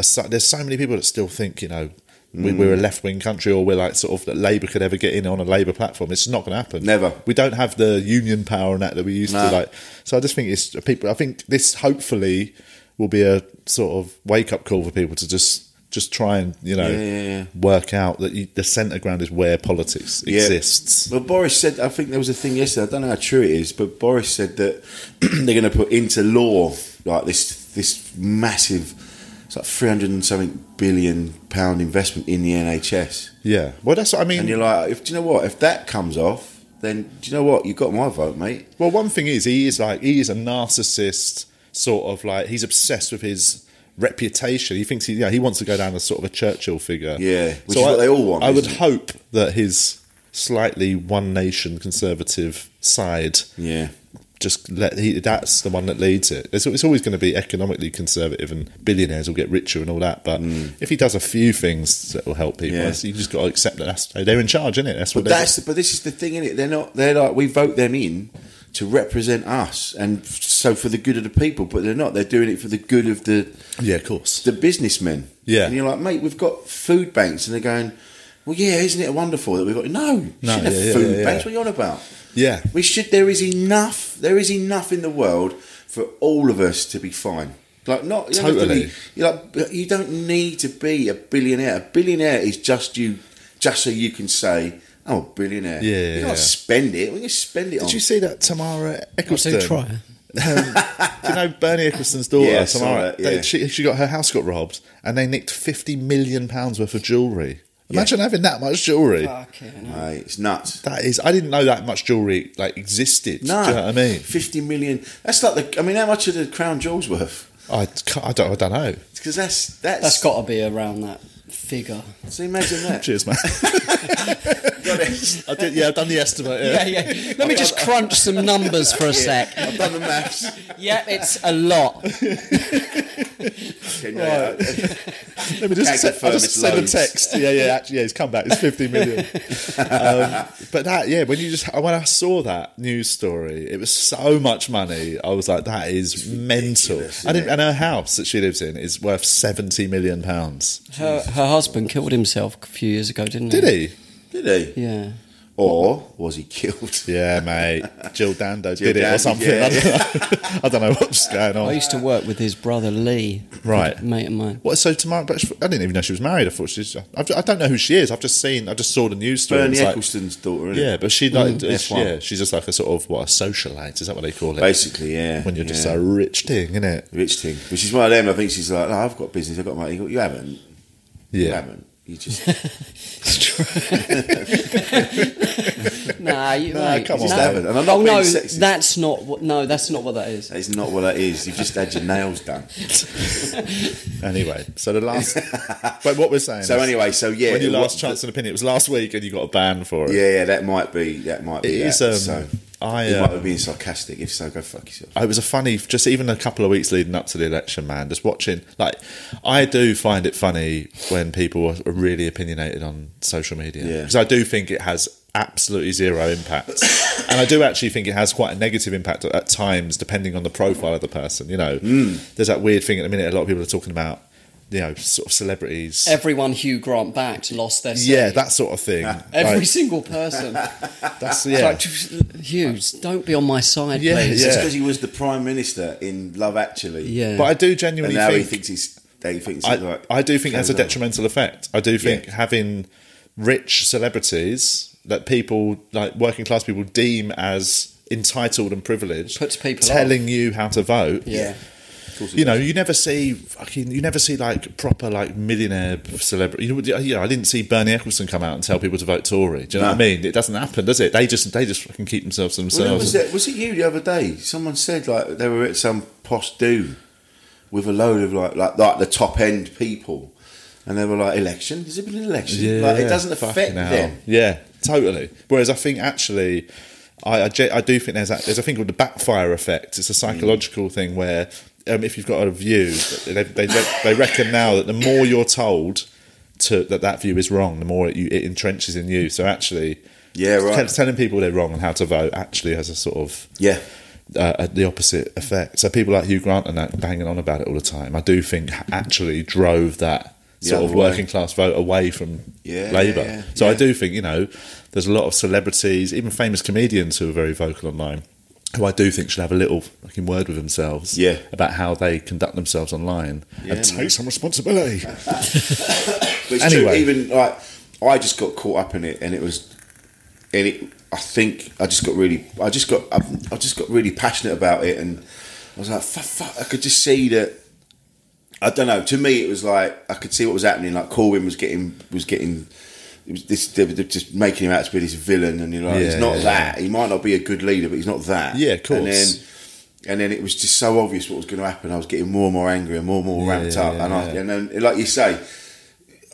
Speaker 1: assi- There's so many people that still think you know we, we're a
Speaker 4: Mm.
Speaker 1: left wing country or we're like sort of that Labour could ever get in on a Labour platform. It's just not going to happen.
Speaker 4: Never.
Speaker 1: We don't have the union power and that that we used
Speaker 4: No.
Speaker 1: to like. So I just think it's people. I think this hopefully will be a sort of wake up call for people to just. Just try and you know
Speaker 4: Yeah, yeah, yeah.
Speaker 1: work out that you, the centre ground is where politics
Speaker 4: Yeah.
Speaker 1: exists.
Speaker 4: Well, Boris said, I think there was a thing yesterday. I don't know how true it is, but Boris said that they're going to put into law like this this massive, it's like three hundred and something billion pound investment in the NHS.
Speaker 1: Yeah. Well, that's what I
Speaker 4: And
Speaker 1: mean.
Speaker 4: you're like, if do you know what? If that comes off, then do you know what? You got my vote, mate.
Speaker 1: Well, one thing is, he is like, he is a narcissist, sort of like, he's obsessed with his reputation. He thinks he, yeah, he wants to go down as sort of a Churchill figure.
Speaker 4: Yeah, which is what they all want,
Speaker 1: I would
Speaker 4: isn't it?
Speaker 1: hope that his slightly one nation conservative side
Speaker 4: Yeah.
Speaker 1: just let he, that's the one that leads it. It's, it's always going to be economically conservative, and billionaires will get richer and all that. But if he does a few things that will help people,
Speaker 4: Hmm. Yeah.
Speaker 1: you just got to accept that that's, they're in charge, is it? That's what
Speaker 4: But
Speaker 1: they're
Speaker 4: that's but this is the thing, is it? They're not. They're like we vote them in to represent us, and f- so for the good of the people. But they're not. They're doing it for the good of the
Speaker 1: yeah, of course.
Speaker 4: the businessmen.
Speaker 1: Yeah.
Speaker 4: and you're like, mate, we've got food banks, and they're going. Well, yeah, isn't it wonderful that we've got no? No,
Speaker 1: No,
Speaker 4: shouldn't have
Speaker 1: yeah, yeah,
Speaker 4: food
Speaker 1: yeah, yeah.
Speaker 4: banks. What are you on about?
Speaker 1: Yeah,
Speaker 4: We should. There is enough. There is enough in the world for all of us to be fine. Like not you don't have to
Speaker 1: Totally.
Speaker 4: be- you're like but you don't need to be a billionaire. A billionaire is just you, just so you can say, "I'm a billionaire."
Speaker 1: Yeah,
Speaker 4: you
Speaker 1: yeah,
Speaker 4: can't
Speaker 1: yeah.
Speaker 4: spend it. We can spend it. on
Speaker 1: Did you see that Tamara Eccleston?
Speaker 2: So try.
Speaker 1: you know Bernie Eccleston's daughter,
Speaker 4: Yeah, I saw
Speaker 1: Tamara.
Speaker 4: that, yeah.
Speaker 1: they- she, she got her house got robbed, and they nicked fifty million pounds worth of jewelry. Imagine having that much jewelry.
Speaker 2: Fucking hell.
Speaker 4: Mate, it's nuts.
Speaker 1: That is, I didn't know that much jewelry like existed.
Speaker 4: No,
Speaker 1: Do you know what I mean?
Speaker 4: Fifty million. That's like the. I mean, how much are the crown jewels worth?
Speaker 1: I, ca- I don't, I don't know.
Speaker 4: Because that's that's.
Speaker 2: That's got to be around that figure.
Speaker 4: So imagine that.
Speaker 1: Cheers, man. I did, yeah, I've done the estimate.
Speaker 2: Yeah,
Speaker 1: Yeah,
Speaker 2: yeah. Let me just crunch some numbers for a sec.
Speaker 4: I've done the maths.
Speaker 2: Yep, it's a lot.
Speaker 4: Can you- uh,
Speaker 1: Let me just,
Speaker 4: Can't
Speaker 1: se-
Speaker 4: confirm
Speaker 1: I'll just
Speaker 4: it's
Speaker 1: send
Speaker 4: loads.
Speaker 1: a text. Yeah, yeah, actually, yeah, it's come back. It's 50 million. um, but that, yeah, when you just, when I saw that news story, it was so much money. I was like, that is mental. I didn't, and her house that she lives in is worth 70 million pounds.
Speaker 4: Hmm.
Speaker 2: Her, her husband killed himself a few years ago, didn't he?
Speaker 1: Did he?
Speaker 4: Did he?
Speaker 2: Yeah.
Speaker 4: Or was he killed?
Speaker 1: Yeah, mate. Jill Dando
Speaker 4: Jill
Speaker 1: did it or
Speaker 4: Dando,
Speaker 1: something.
Speaker 4: yeah,
Speaker 1: I, don't Know. I don't know what's going
Speaker 2: I
Speaker 1: on.
Speaker 2: used to work with his brother Lee,
Speaker 1: Right.
Speaker 2: a mate of mine.
Speaker 1: What, so tomorrow, but I didn't even know she was married. I thought she's. I've, I don't know who she is. I've just seen. I just saw the news story. It
Speaker 4: Bernie
Speaker 1: was like-
Speaker 4: Eccleston's daughter. Isn't
Speaker 1: Yeah, but she like it's-
Speaker 4: F1.
Speaker 1: yeah, she's just like a sort of what a socialite is that what they call it?
Speaker 4: Basically, yeah.
Speaker 1: when you're just
Speaker 4: yeah.
Speaker 1: a rich thing, isn't it?
Speaker 4: rich thing, which is one of them. I think she's like, no, I've got business, I've got money. You go, You haven't. You
Speaker 1: Yeah,
Speaker 4: haven't. You just
Speaker 2: nah, you
Speaker 1: Nah,
Speaker 2: mate,
Speaker 1: come on,
Speaker 2: no.
Speaker 4: Gavin, and I'm not
Speaker 2: oh, no,
Speaker 4: being sexist.
Speaker 2: that's not what. No, that's not what that is.
Speaker 4: it's not what that is. You've just had your nails done.
Speaker 1: Anyway, so the last, but what we're saying.
Speaker 4: So
Speaker 1: is,
Speaker 4: anyway, so yeah,
Speaker 1: when you
Speaker 4: it
Speaker 1: last
Speaker 4: was-
Speaker 1: chance an opinion, it was last week, and you got a ban for it.
Speaker 4: Yeah, yeah, that might be. That might be.
Speaker 1: It is,
Speaker 4: that.
Speaker 1: um,
Speaker 4: so
Speaker 1: I,
Speaker 4: you
Speaker 1: uh,
Speaker 4: might be being sarcastic. If so, go fuck yourself.
Speaker 1: It was a funny, just even a couple of weeks leading up to the election, man. Just watching, like, I do find it funny when people are really opinionated on social media
Speaker 4: Yeah.
Speaker 1: because I do think it has absolutely zero impact, and I do actually think it has quite a negative impact at, at times, depending on the profile of the person. You know, there's that weird thing at the minute. A lot of people are talking about, you know, sort of celebrities.
Speaker 2: Everyone Hugh Grant backed lost their.
Speaker 1: yeah,
Speaker 2: seat.
Speaker 1: that sort of thing.
Speaker 2: Every
Speaker 1: Like,
Speaker 2: single person.
Speaker 1: that's
Speaker 2: It's
Speaker 1: yeah.
Speaker 2: like, "Just- uh, Hughes, don't be on my side,
Speaker 1: Yeah,
Speaker 2: please.
Speaker 1: yeah.
Speaker 4: It's because he was the prime minister in Love Actually.
Speaker 2: Yeah.
Speaker 1: but I do
Speaker 4: and
Speaker 1: genuinely
Speaker 4: now he
Speaker 1: think
Speaker 4: thinks he's. They thinks
Speaker 1: I,
Speaker 4: he's like.
Speaker 1: I do think it has a
Speaker 4: carries on.
Speaker 1: detrimental effect. I do think having rich celebrities that people, like working class people, deem as entitled and privileged,
Speaker 2: Puts people
Speaker 1: telling you how to vote.
Speaker 2: Yeah.
Speaker 1: You know, you never see fucking, you never see like proper like millionaire celebrity. You know, you know, I didn't see Bernie Ecclestone come out and tell people to vote Tory. Do you know what I
Speaker 4: No.
Speaker 1: mean? It doesn't happen, does it? They just they just fucking keep themselves to
Speaker 4: Well, that
Speaker 1: themselves.
Speaker 4: was, it, was it you the other day? Someone said like they were at some posh do with a load of like like like the top end people, and they were like election. Has it been an election? like, it doesn't affect
Speaker 1: fucking hell.
Speaker 4: them.
Speaker 1: Yeah, totally. Whereas I think actually, I I, ge- I do think there's a, there's a thing called the backfire effect. It's a psychological thing where um, if you've got a view, they they, they, they reckon now that the more you're told to that that view is wrong, the more it, you, it entrenches in you. So actually,
Speaker 4: Yeah, right.
Speaker 1: t- telling people they're wrong and how to vote actually has a sort of
Speaker 4: Yeah.
Speaker 1: uh, the opposite effect. So people like Hugh Grant and that banging on about it all the time, I do think actually drove that
Speaker 4: The
Speaker 1: sort of
Speaker 4: other way.
Speaker 1: working class vote away from
Speaker 4: Yeah,
Speaker 1: Labour.
Speaker 4: yeah,
Speaker 1: so I
Speaker 4: yeah.
Speaker 1: do think you know there's a lot of celebrities, even famous comedians who are very vocal online. Who I do think should have a little fucking word with themselves
Speaker 4: Yeah.
Speaker 1: about how they conduct themselves online
Speaker 4: Yeah,
Speaker 1: and take
Speaker 4: man.
Speaker 1: some responsibility.
Speaker 4: But it's
Speaker 1: Anyway.
Speaker 4: true, even like I just got caught up in it, and it was, and it. I think I just got really, I just got, I, I just got really passionate about it, and I was like, fuck, fuck, I could just see that. I don't know. To me, it was like I could see what was happening. Like Corwin was getting, was getting. It was this, they were just making him out to be this villain, and you're like,
Speaker 1: Yeah,
Speaker 4: he's not
Speaker 1: yeah,
Speaker 4: that. He might not be a good leader, but he's not that.
Speaker 1: Yeah, of
Speaker 4: And then,
Speaker 1: course.
Speaker 4: and then it was just so obvious what was going to happen. I was getting more and more angry and more and more
Speaker 1: Yeah,
Speaker 4: ramped up,
Speaker 1: yeah,
Speaker 4: and I,
Speaker 1: yeah.
Speaker 4: and then, like you say,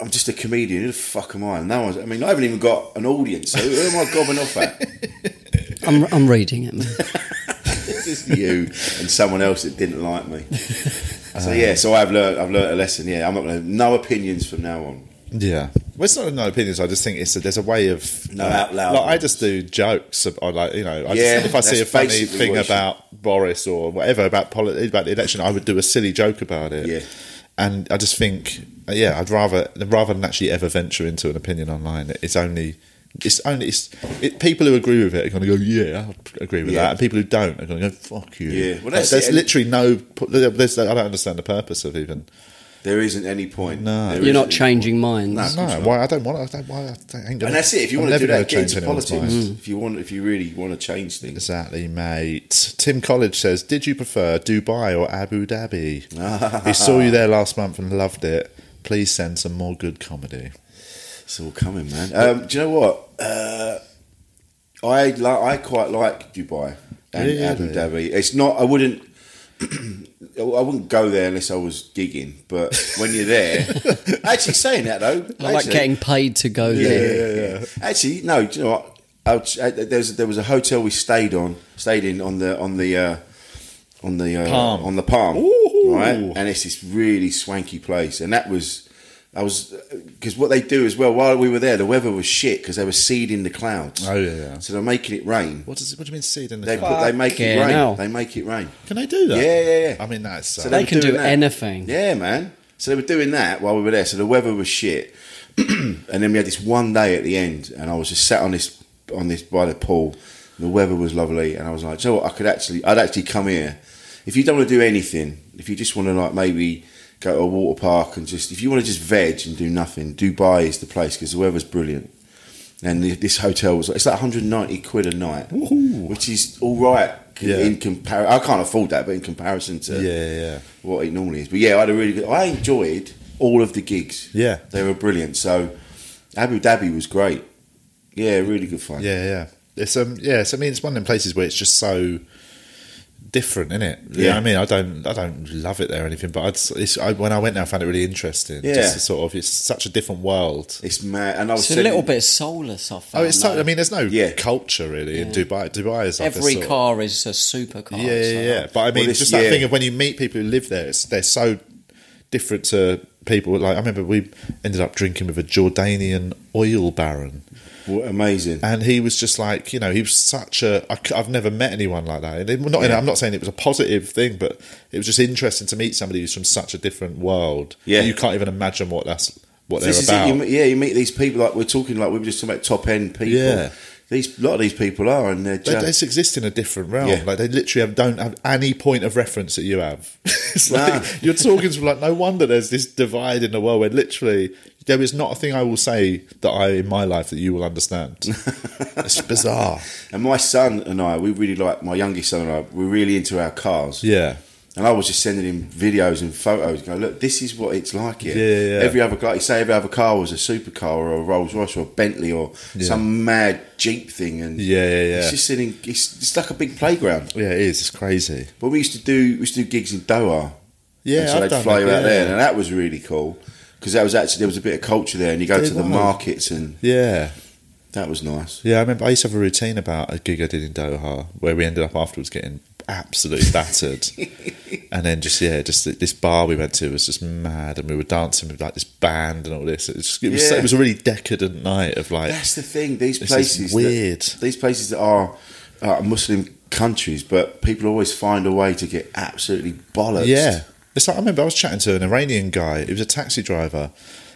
Speaker 4: I'm just a comedian. Who the fuck am I? And that was, I mean, I haven't even got an audience. So who am I gobbing off at?
Speaker 2: I'm, I'm reading it. Man.
Speaker 4: It's just you and someone else that didn't like me. So yeah, so I've learned, I've learned a lesson. Yeah, I'm not gonna no opinions from now on.
Speaker 1: Yeah. Well, it's not no opinions. I just think it's that there's a way of
Speaker 4: No out loud
Speaker 1: Like, I
Speaker 4: ones.
Speaker 1: just do jokes. ab- I like you know. I
Speaker 4: Yeah,
Speaker 1: just, if I see a
Speaker 4: that's
Speaker 1: funny
Speaker 4: basically
Speaker 1: thing
Speaker 4: what you should-
Speaker 1: about Boris or whatever about poli- about the election, I would do a silly joke about it.
Speaker 4: Yeah.
Speaker 1: And I just think, uh, yeah, I'd rather rather than actually ever venture into an opinion online. It's only. It's only it's, it, people who agree with it are going to go, yeah, I agree with
Speaker 4: Yeah.
Speaker 1: that, and people who don't are going to go, fuck you.
Speaker 4: Yeah. Well,
Speaker 1: Like,
Speaker 4: that's
Speaker 1: there's
Speaker 4: it.
Speaker 1: literally no. pu- There's, I don't understand the purpose of even.
Speaker 4: There isn't any point.
Speaker 1: No.
Speaker 4: There
Speaker 1: You're
Speaker 2: You're
Speaker 4: isn't
Speaker 2: not
Speaker 4: any
Speaker 2: changing minds.
Speaker 4: No.
Speaker 1: No, why I don't want. I don't. Why I don't, ain't gonna-
Speaker 4: And that's it. If you
Speaker 1: I'm
Speaker 4: want
Speaker 1: never
Speaker 4: to do
Speaker 1: gonna
Speaker 4: that, get
Speaker 1: change
Speaker 4: into
Speaker 1: anyone's
Speaker 4: politics.
Speaker 1: mind.
Speaker 2: Mm.
Speaker 4: If you want, if you really want to change things,
Speaker 1: Exactly, mate. Tim College says, "Did you prefer Dubai or Abu Dhabi? he saw you there last month and loved it. Please send some more good comedy."
Speaker 4: It's all coming, man. Um, do you know what? Uh, I li- I quite like Dubai and
Speaker 1: Really?
Speaker 4: Abu Dhabi. It's not. I wouldn't. I wouldn't go there unless I was gigging. But when you're there, actually saying that though,
Speaker 2: I like
Speaker 4: actually-
Speaker 2: getting paid to go
Speaker 4: yeah,
Speaker 2: there.
Speaker 4: yeah, yeah. Actually, no. Do you know what? I was, I, there was there was a hotel we stayed on, stayed in on the on the uh, on the uh,
Speaker 1: Palm.
Speaker 4: on the palm,
Speaker 1: Ooh.
Speaker 4: right? And it's this really swanky place, and that was. I was because what they do as well while we were there, the weather was shit because they were seeding the clouds.
Speaker 1: Oh, yeah, yeah.
Speaker 4: So they're making it rain.
Speaker 1: What does? What do you mean, seed in the
Speaker 4: They
Speaker 1: cloud?
Speaker 4: put, they make
Speaker 2: Fucking
Speaker 4: it rain.
Speaker 2: hell.
Speaker 4: They make it rain.
Speaker 1: Can they do that?
Speaker 4: Yeah, yeah, yeah.
Speaker 1: I mean, that's so.
Speaker 2: they
Speaker 4: were
Speaker 2: can do
Speaker 4: doing that.
Speaker 2: anything.
Speaker 4: Yeah, man. So they were doing that while we were there. So the weather was shit, and then we had this one day at the end, and I was just sat on this on this by the pool. The weather was lovely, and I was like, "Do you know what? I could actually, I'd actually come here if you don't want to do anything. If you just want to like maybe go to a water park and just if you want to just veg and do nothing, Dubai is the place because the weather's brilliant." And the, this hotel was it's like 190 quid a night, which is all right
Speaker 1: Yeah.
Speaker 4: in comparison. I can't afford that, but in comparison to
Speaker 1: yeah, yeah, yeah.
Speaker 4: what it normally is. But yeah, I had a really good. I enjoyed all of the gigs.
Speaker 1: Yeah.
Speaker 4: they were brilliant. So Abu Dhabi was great. Yeah, really good fun.
Speaker 1: Yeah, yeah. It's um, yeah. So I mean, it's one of them places where it's just so different, isn't it? Yeah.
Speaker 4: Yeah.
Speaker 1: I mean, I don't, I don't love it there or anything, but I'd, s- it's, I, when I went there, I found it really interesting.
Speaker 4: Yeah.
Speaker 1: Just the sort of, it's such a different world.
Speaker 4: it's mad. And I was
Speaker 2: It's a
Speaker 4: sending-
Speaker 2: little bit soulless off.
Speaker 1: Oh, it's so. I mean, there's no
Speaker 4: Yeah.
Speaker 1: culture really in Dubai. Dubai is like a
Speaker 2: every
Speaker 1: sort of-
Speaker 2: car is a supercar.
Speaker 1: yeah, yeah,
Speaker 2: so-
Speaker 1: yeah. But I mean,
Speaker 4: this-
Speaker 1: just that
Speaker 4: yeah.
Speaker 1: thing of when you meet people who live there, it's, they're so different to people. Like I remember we ended up drinking with a Jordanian oil baron,
Speaker 4: What amazing.
Speaker 1: and he was just like, you know, he was such a. I, have never met anyone like that. And it- not, in-
Speaker 4: Yeah.
Speaker 1: I'm not saying it was a positive thing, but it was just interesting to meet somebody who's from such a different world.
Speaker 4: Yeah.
Speaker 1: you can't even imagine what that's what
Speaker 4: This is
Speaker 1: they're
Speaker 4: it. You,
Speaker 1: about.
Speaker 4: meet- yeah, you meet these people like we're talking like we were just talking about top end people.
Speaker 1: Yeah.
Speaker 4: These a lot of these people are, and they're
Speaker 1: They,
Speaker 4: just
Speaker 1: they just exist in a different realm.
Speaker 4: Yeah.
Speaker 1: Like they literally have, don't have any point of reference that you have. it's
Speaker 4: Nah.
Speaker 1: like you're talking to like no wonder there's this divide in the world where literally There is not a thing I will say that I in my life that you will understand. it's bizarre.
Speaker 4: And my son and I, we really like my youngest son and I. We're really into our cars.
Speaker 1: Yeah.
Speaker 4: And I was just sending him videos and photos. Go look, this is what it's like here.
Speaker 1: Yeah, yeah.
Speaker 4: Every other, like you say, every other car was a supercar or a Rolls Royce or a Bentley or
Speaker 1: Yeah.
Speaker 4: some mad Jeep thing. And
Speaker 1: Yeah, yeah, yeah.
Speaker 4: it's just sitting. It's, it's like a big playground.
Speaker 1: Yeah, it is. It's crazy.
Speaker 4: But we used to do we used to do gigs in Doha.
Speaker 1: Yeah,
Speaker 4: and so
Speaker 1: I've
Speaker 4: they'd
Speaker 1: done
Speaker 4: fly
Speaker 1: that,
Speaker 4: you out
Speaker 1: yeah.
Speaker 4: there, and that was really cool because that was actually there was a bit of culture there, and you go
Speaker 1: There
Speaker 4: to the
Speaker 1: was.
Speaker 4: markets, and
Speaker 1: Yeah.
Speaker 4: that was nice.
Speaker 1: Yeah, I remember I used to have a routine about a gig I did in Doha where we ended up afterwards getting absolutely battered. and then just, yeah, just th- this bar we went to was just mad and we were dancing with like this band and all this. It was, just, it was, so-
Speaker 4: Yeah.
Speaker 1: it was a really decadent night of like,
Speaker 4: That's the thing. These
Speaker 1: This is
Speaker 4: places, that-
Speaker 1: weird.
Speaker 4: these places that are uh, Muslim countries, but people always find a way to get absolutely bollocks.
Speaker 1: yeah. It's like, I remember I was chatting to an Iranian guy, he was a taxi driver.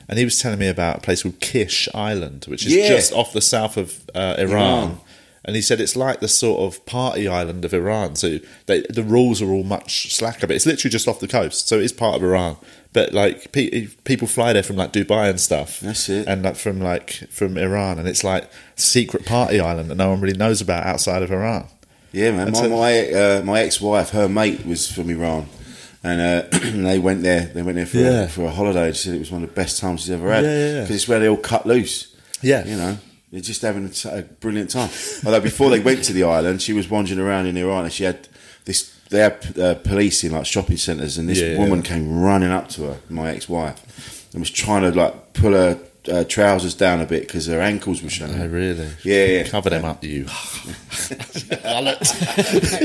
Speaker 1: And he was telling me about a place called Kish Island, which is
Speaker 4: Yeah.
Speaker 1: just off the south of uh, Iran.
Speaker 4: Iran.
Speaker 1: And he said it's like the sort of party island of Iran. So they, the rules are all much slacker, but it's literally just off the coast. So it is part of Iran. But like pe- e, people fly there from like Dubai and stuff.
Speaker 4: That's it.
Speaker 1: And like from like from Iran, and it's like secret party island that no one really knows about outside of Iran.
Speaker 4: Yeah, man.
Speaker 1: And
Speaker 4: My
Speaker 1: so-
Speaker 4: my, uh, my ex wife, her mate was from Iran, and uh, they went there. They went there for
Speaker 1: Yeah.
Speaker 4: a, for a holiday. She said it was one of the best times she's ever had
Speaker 1: Yeah, yeah, yeah.
Speaker 4: it's where they all cut loose.
Speaker 1: Yeah.
Speaker 4: you know. They're just having a t- a brilliant time. Although before they went to the island, she was wandering around in Iran, and she had this. They had uh, police in like shopping centres, and this
Speaker 1: Yeah, yeah.
Speaker 4: woman came running up to her, my ex-wife, and was trying to like pull her uh, trousers down a bit because her ankles were showing.
Speaker 1: Oh, really?
Speaker 4: Yeah, yeah.
Speaker 1: Cover them up, you.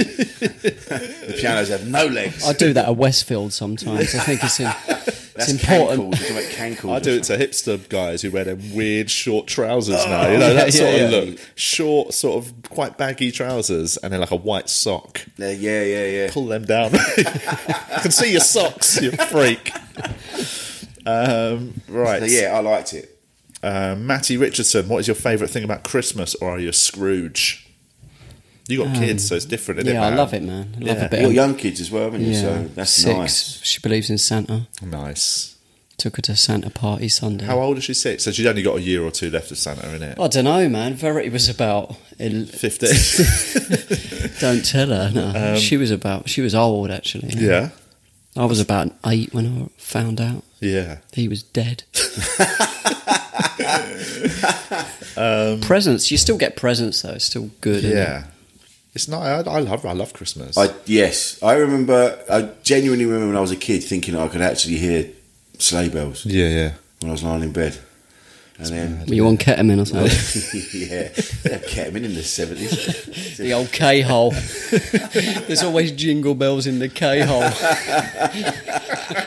Speaker 4: The pianos have no legs.
Speaker 2: I do that at Westfield sometimes. I think it's, in, it's
Speaker 4: That's
Speaker 2: important.
Speaker 4: cankles. You're talking about cankles
Speaker 1: I
Speaker 4: or
Speaker 1: do it
Speaker 4: something.
Speaker 1: to hipster guys who wear them weird short trousers now. You know that
Speaker 2: yeah,
Speaker 1: sort of
Speaker 2: yeah.
Speaker 1: look, short, sort of quite baggy trousers, and then like a white sock.
Speaker 4: Yeah, yeah, yeah, yeah.
Speaker 1: Pull them down. I can see your socks, you freak. Um, right,
Speaker 4: So, yeah, I liked it.
Speaker 1: Uh, Matty Richardson, what is your favourite thing about Christmas, or are you a Scrooge? You got kids, so it's different. Isn't
Speaker 2: Um,
Speaker 1: it,
Speaker 2: yeah, I
Speaker 1: man?
Speaker 2: love it, man. I love
Speaker 1: Yeah.
Speaker 2: a bit.
Speaker 4: You're
Speaker 2: of,
Speaker 4: young kids as well, haven't you?
Speaker 2: yeah,
Speaker 4: So that's
Speaker 2: six.
Speaker 4: nice.
Speaker 2: She believes in Santa.
Speaker 1: Nice.
Speaker 2: Took her to Santa party Sunday.
Speaker 1: How old is she? Six. So she's only got a year or two left of Santa, innit?
Speaker 2: I don't know, man. Verity was about. el-
Speaker 1: Fifteen.
Speaker 2: Don't tell her. No, she was about. She was old actually.
Speaker 1: Um, yeah.
Speaker 2: I was about eight when I found out
Speaker 1: Yeah.
Speaker 2: he was dead. Um, presents. You still get presents though. It's still good. isn't it?
Speaker 1: Yeah, it's not. I, I love. I love Christmas.
Speaker 4: I yes, I remember. I genuinely remember when I was a kid thinking I could actually hear sleigh bells
Speaker 1: yeah, yeah.
Speaker 4: when I was lying in bed, and then
Speaker 2: Were you on ketamine or something?
Speaker 4: yeah, they kept in in the seventies.
Speaker 2: the old K hole. There's always jingle bells in the K hole.
Speaker 4: They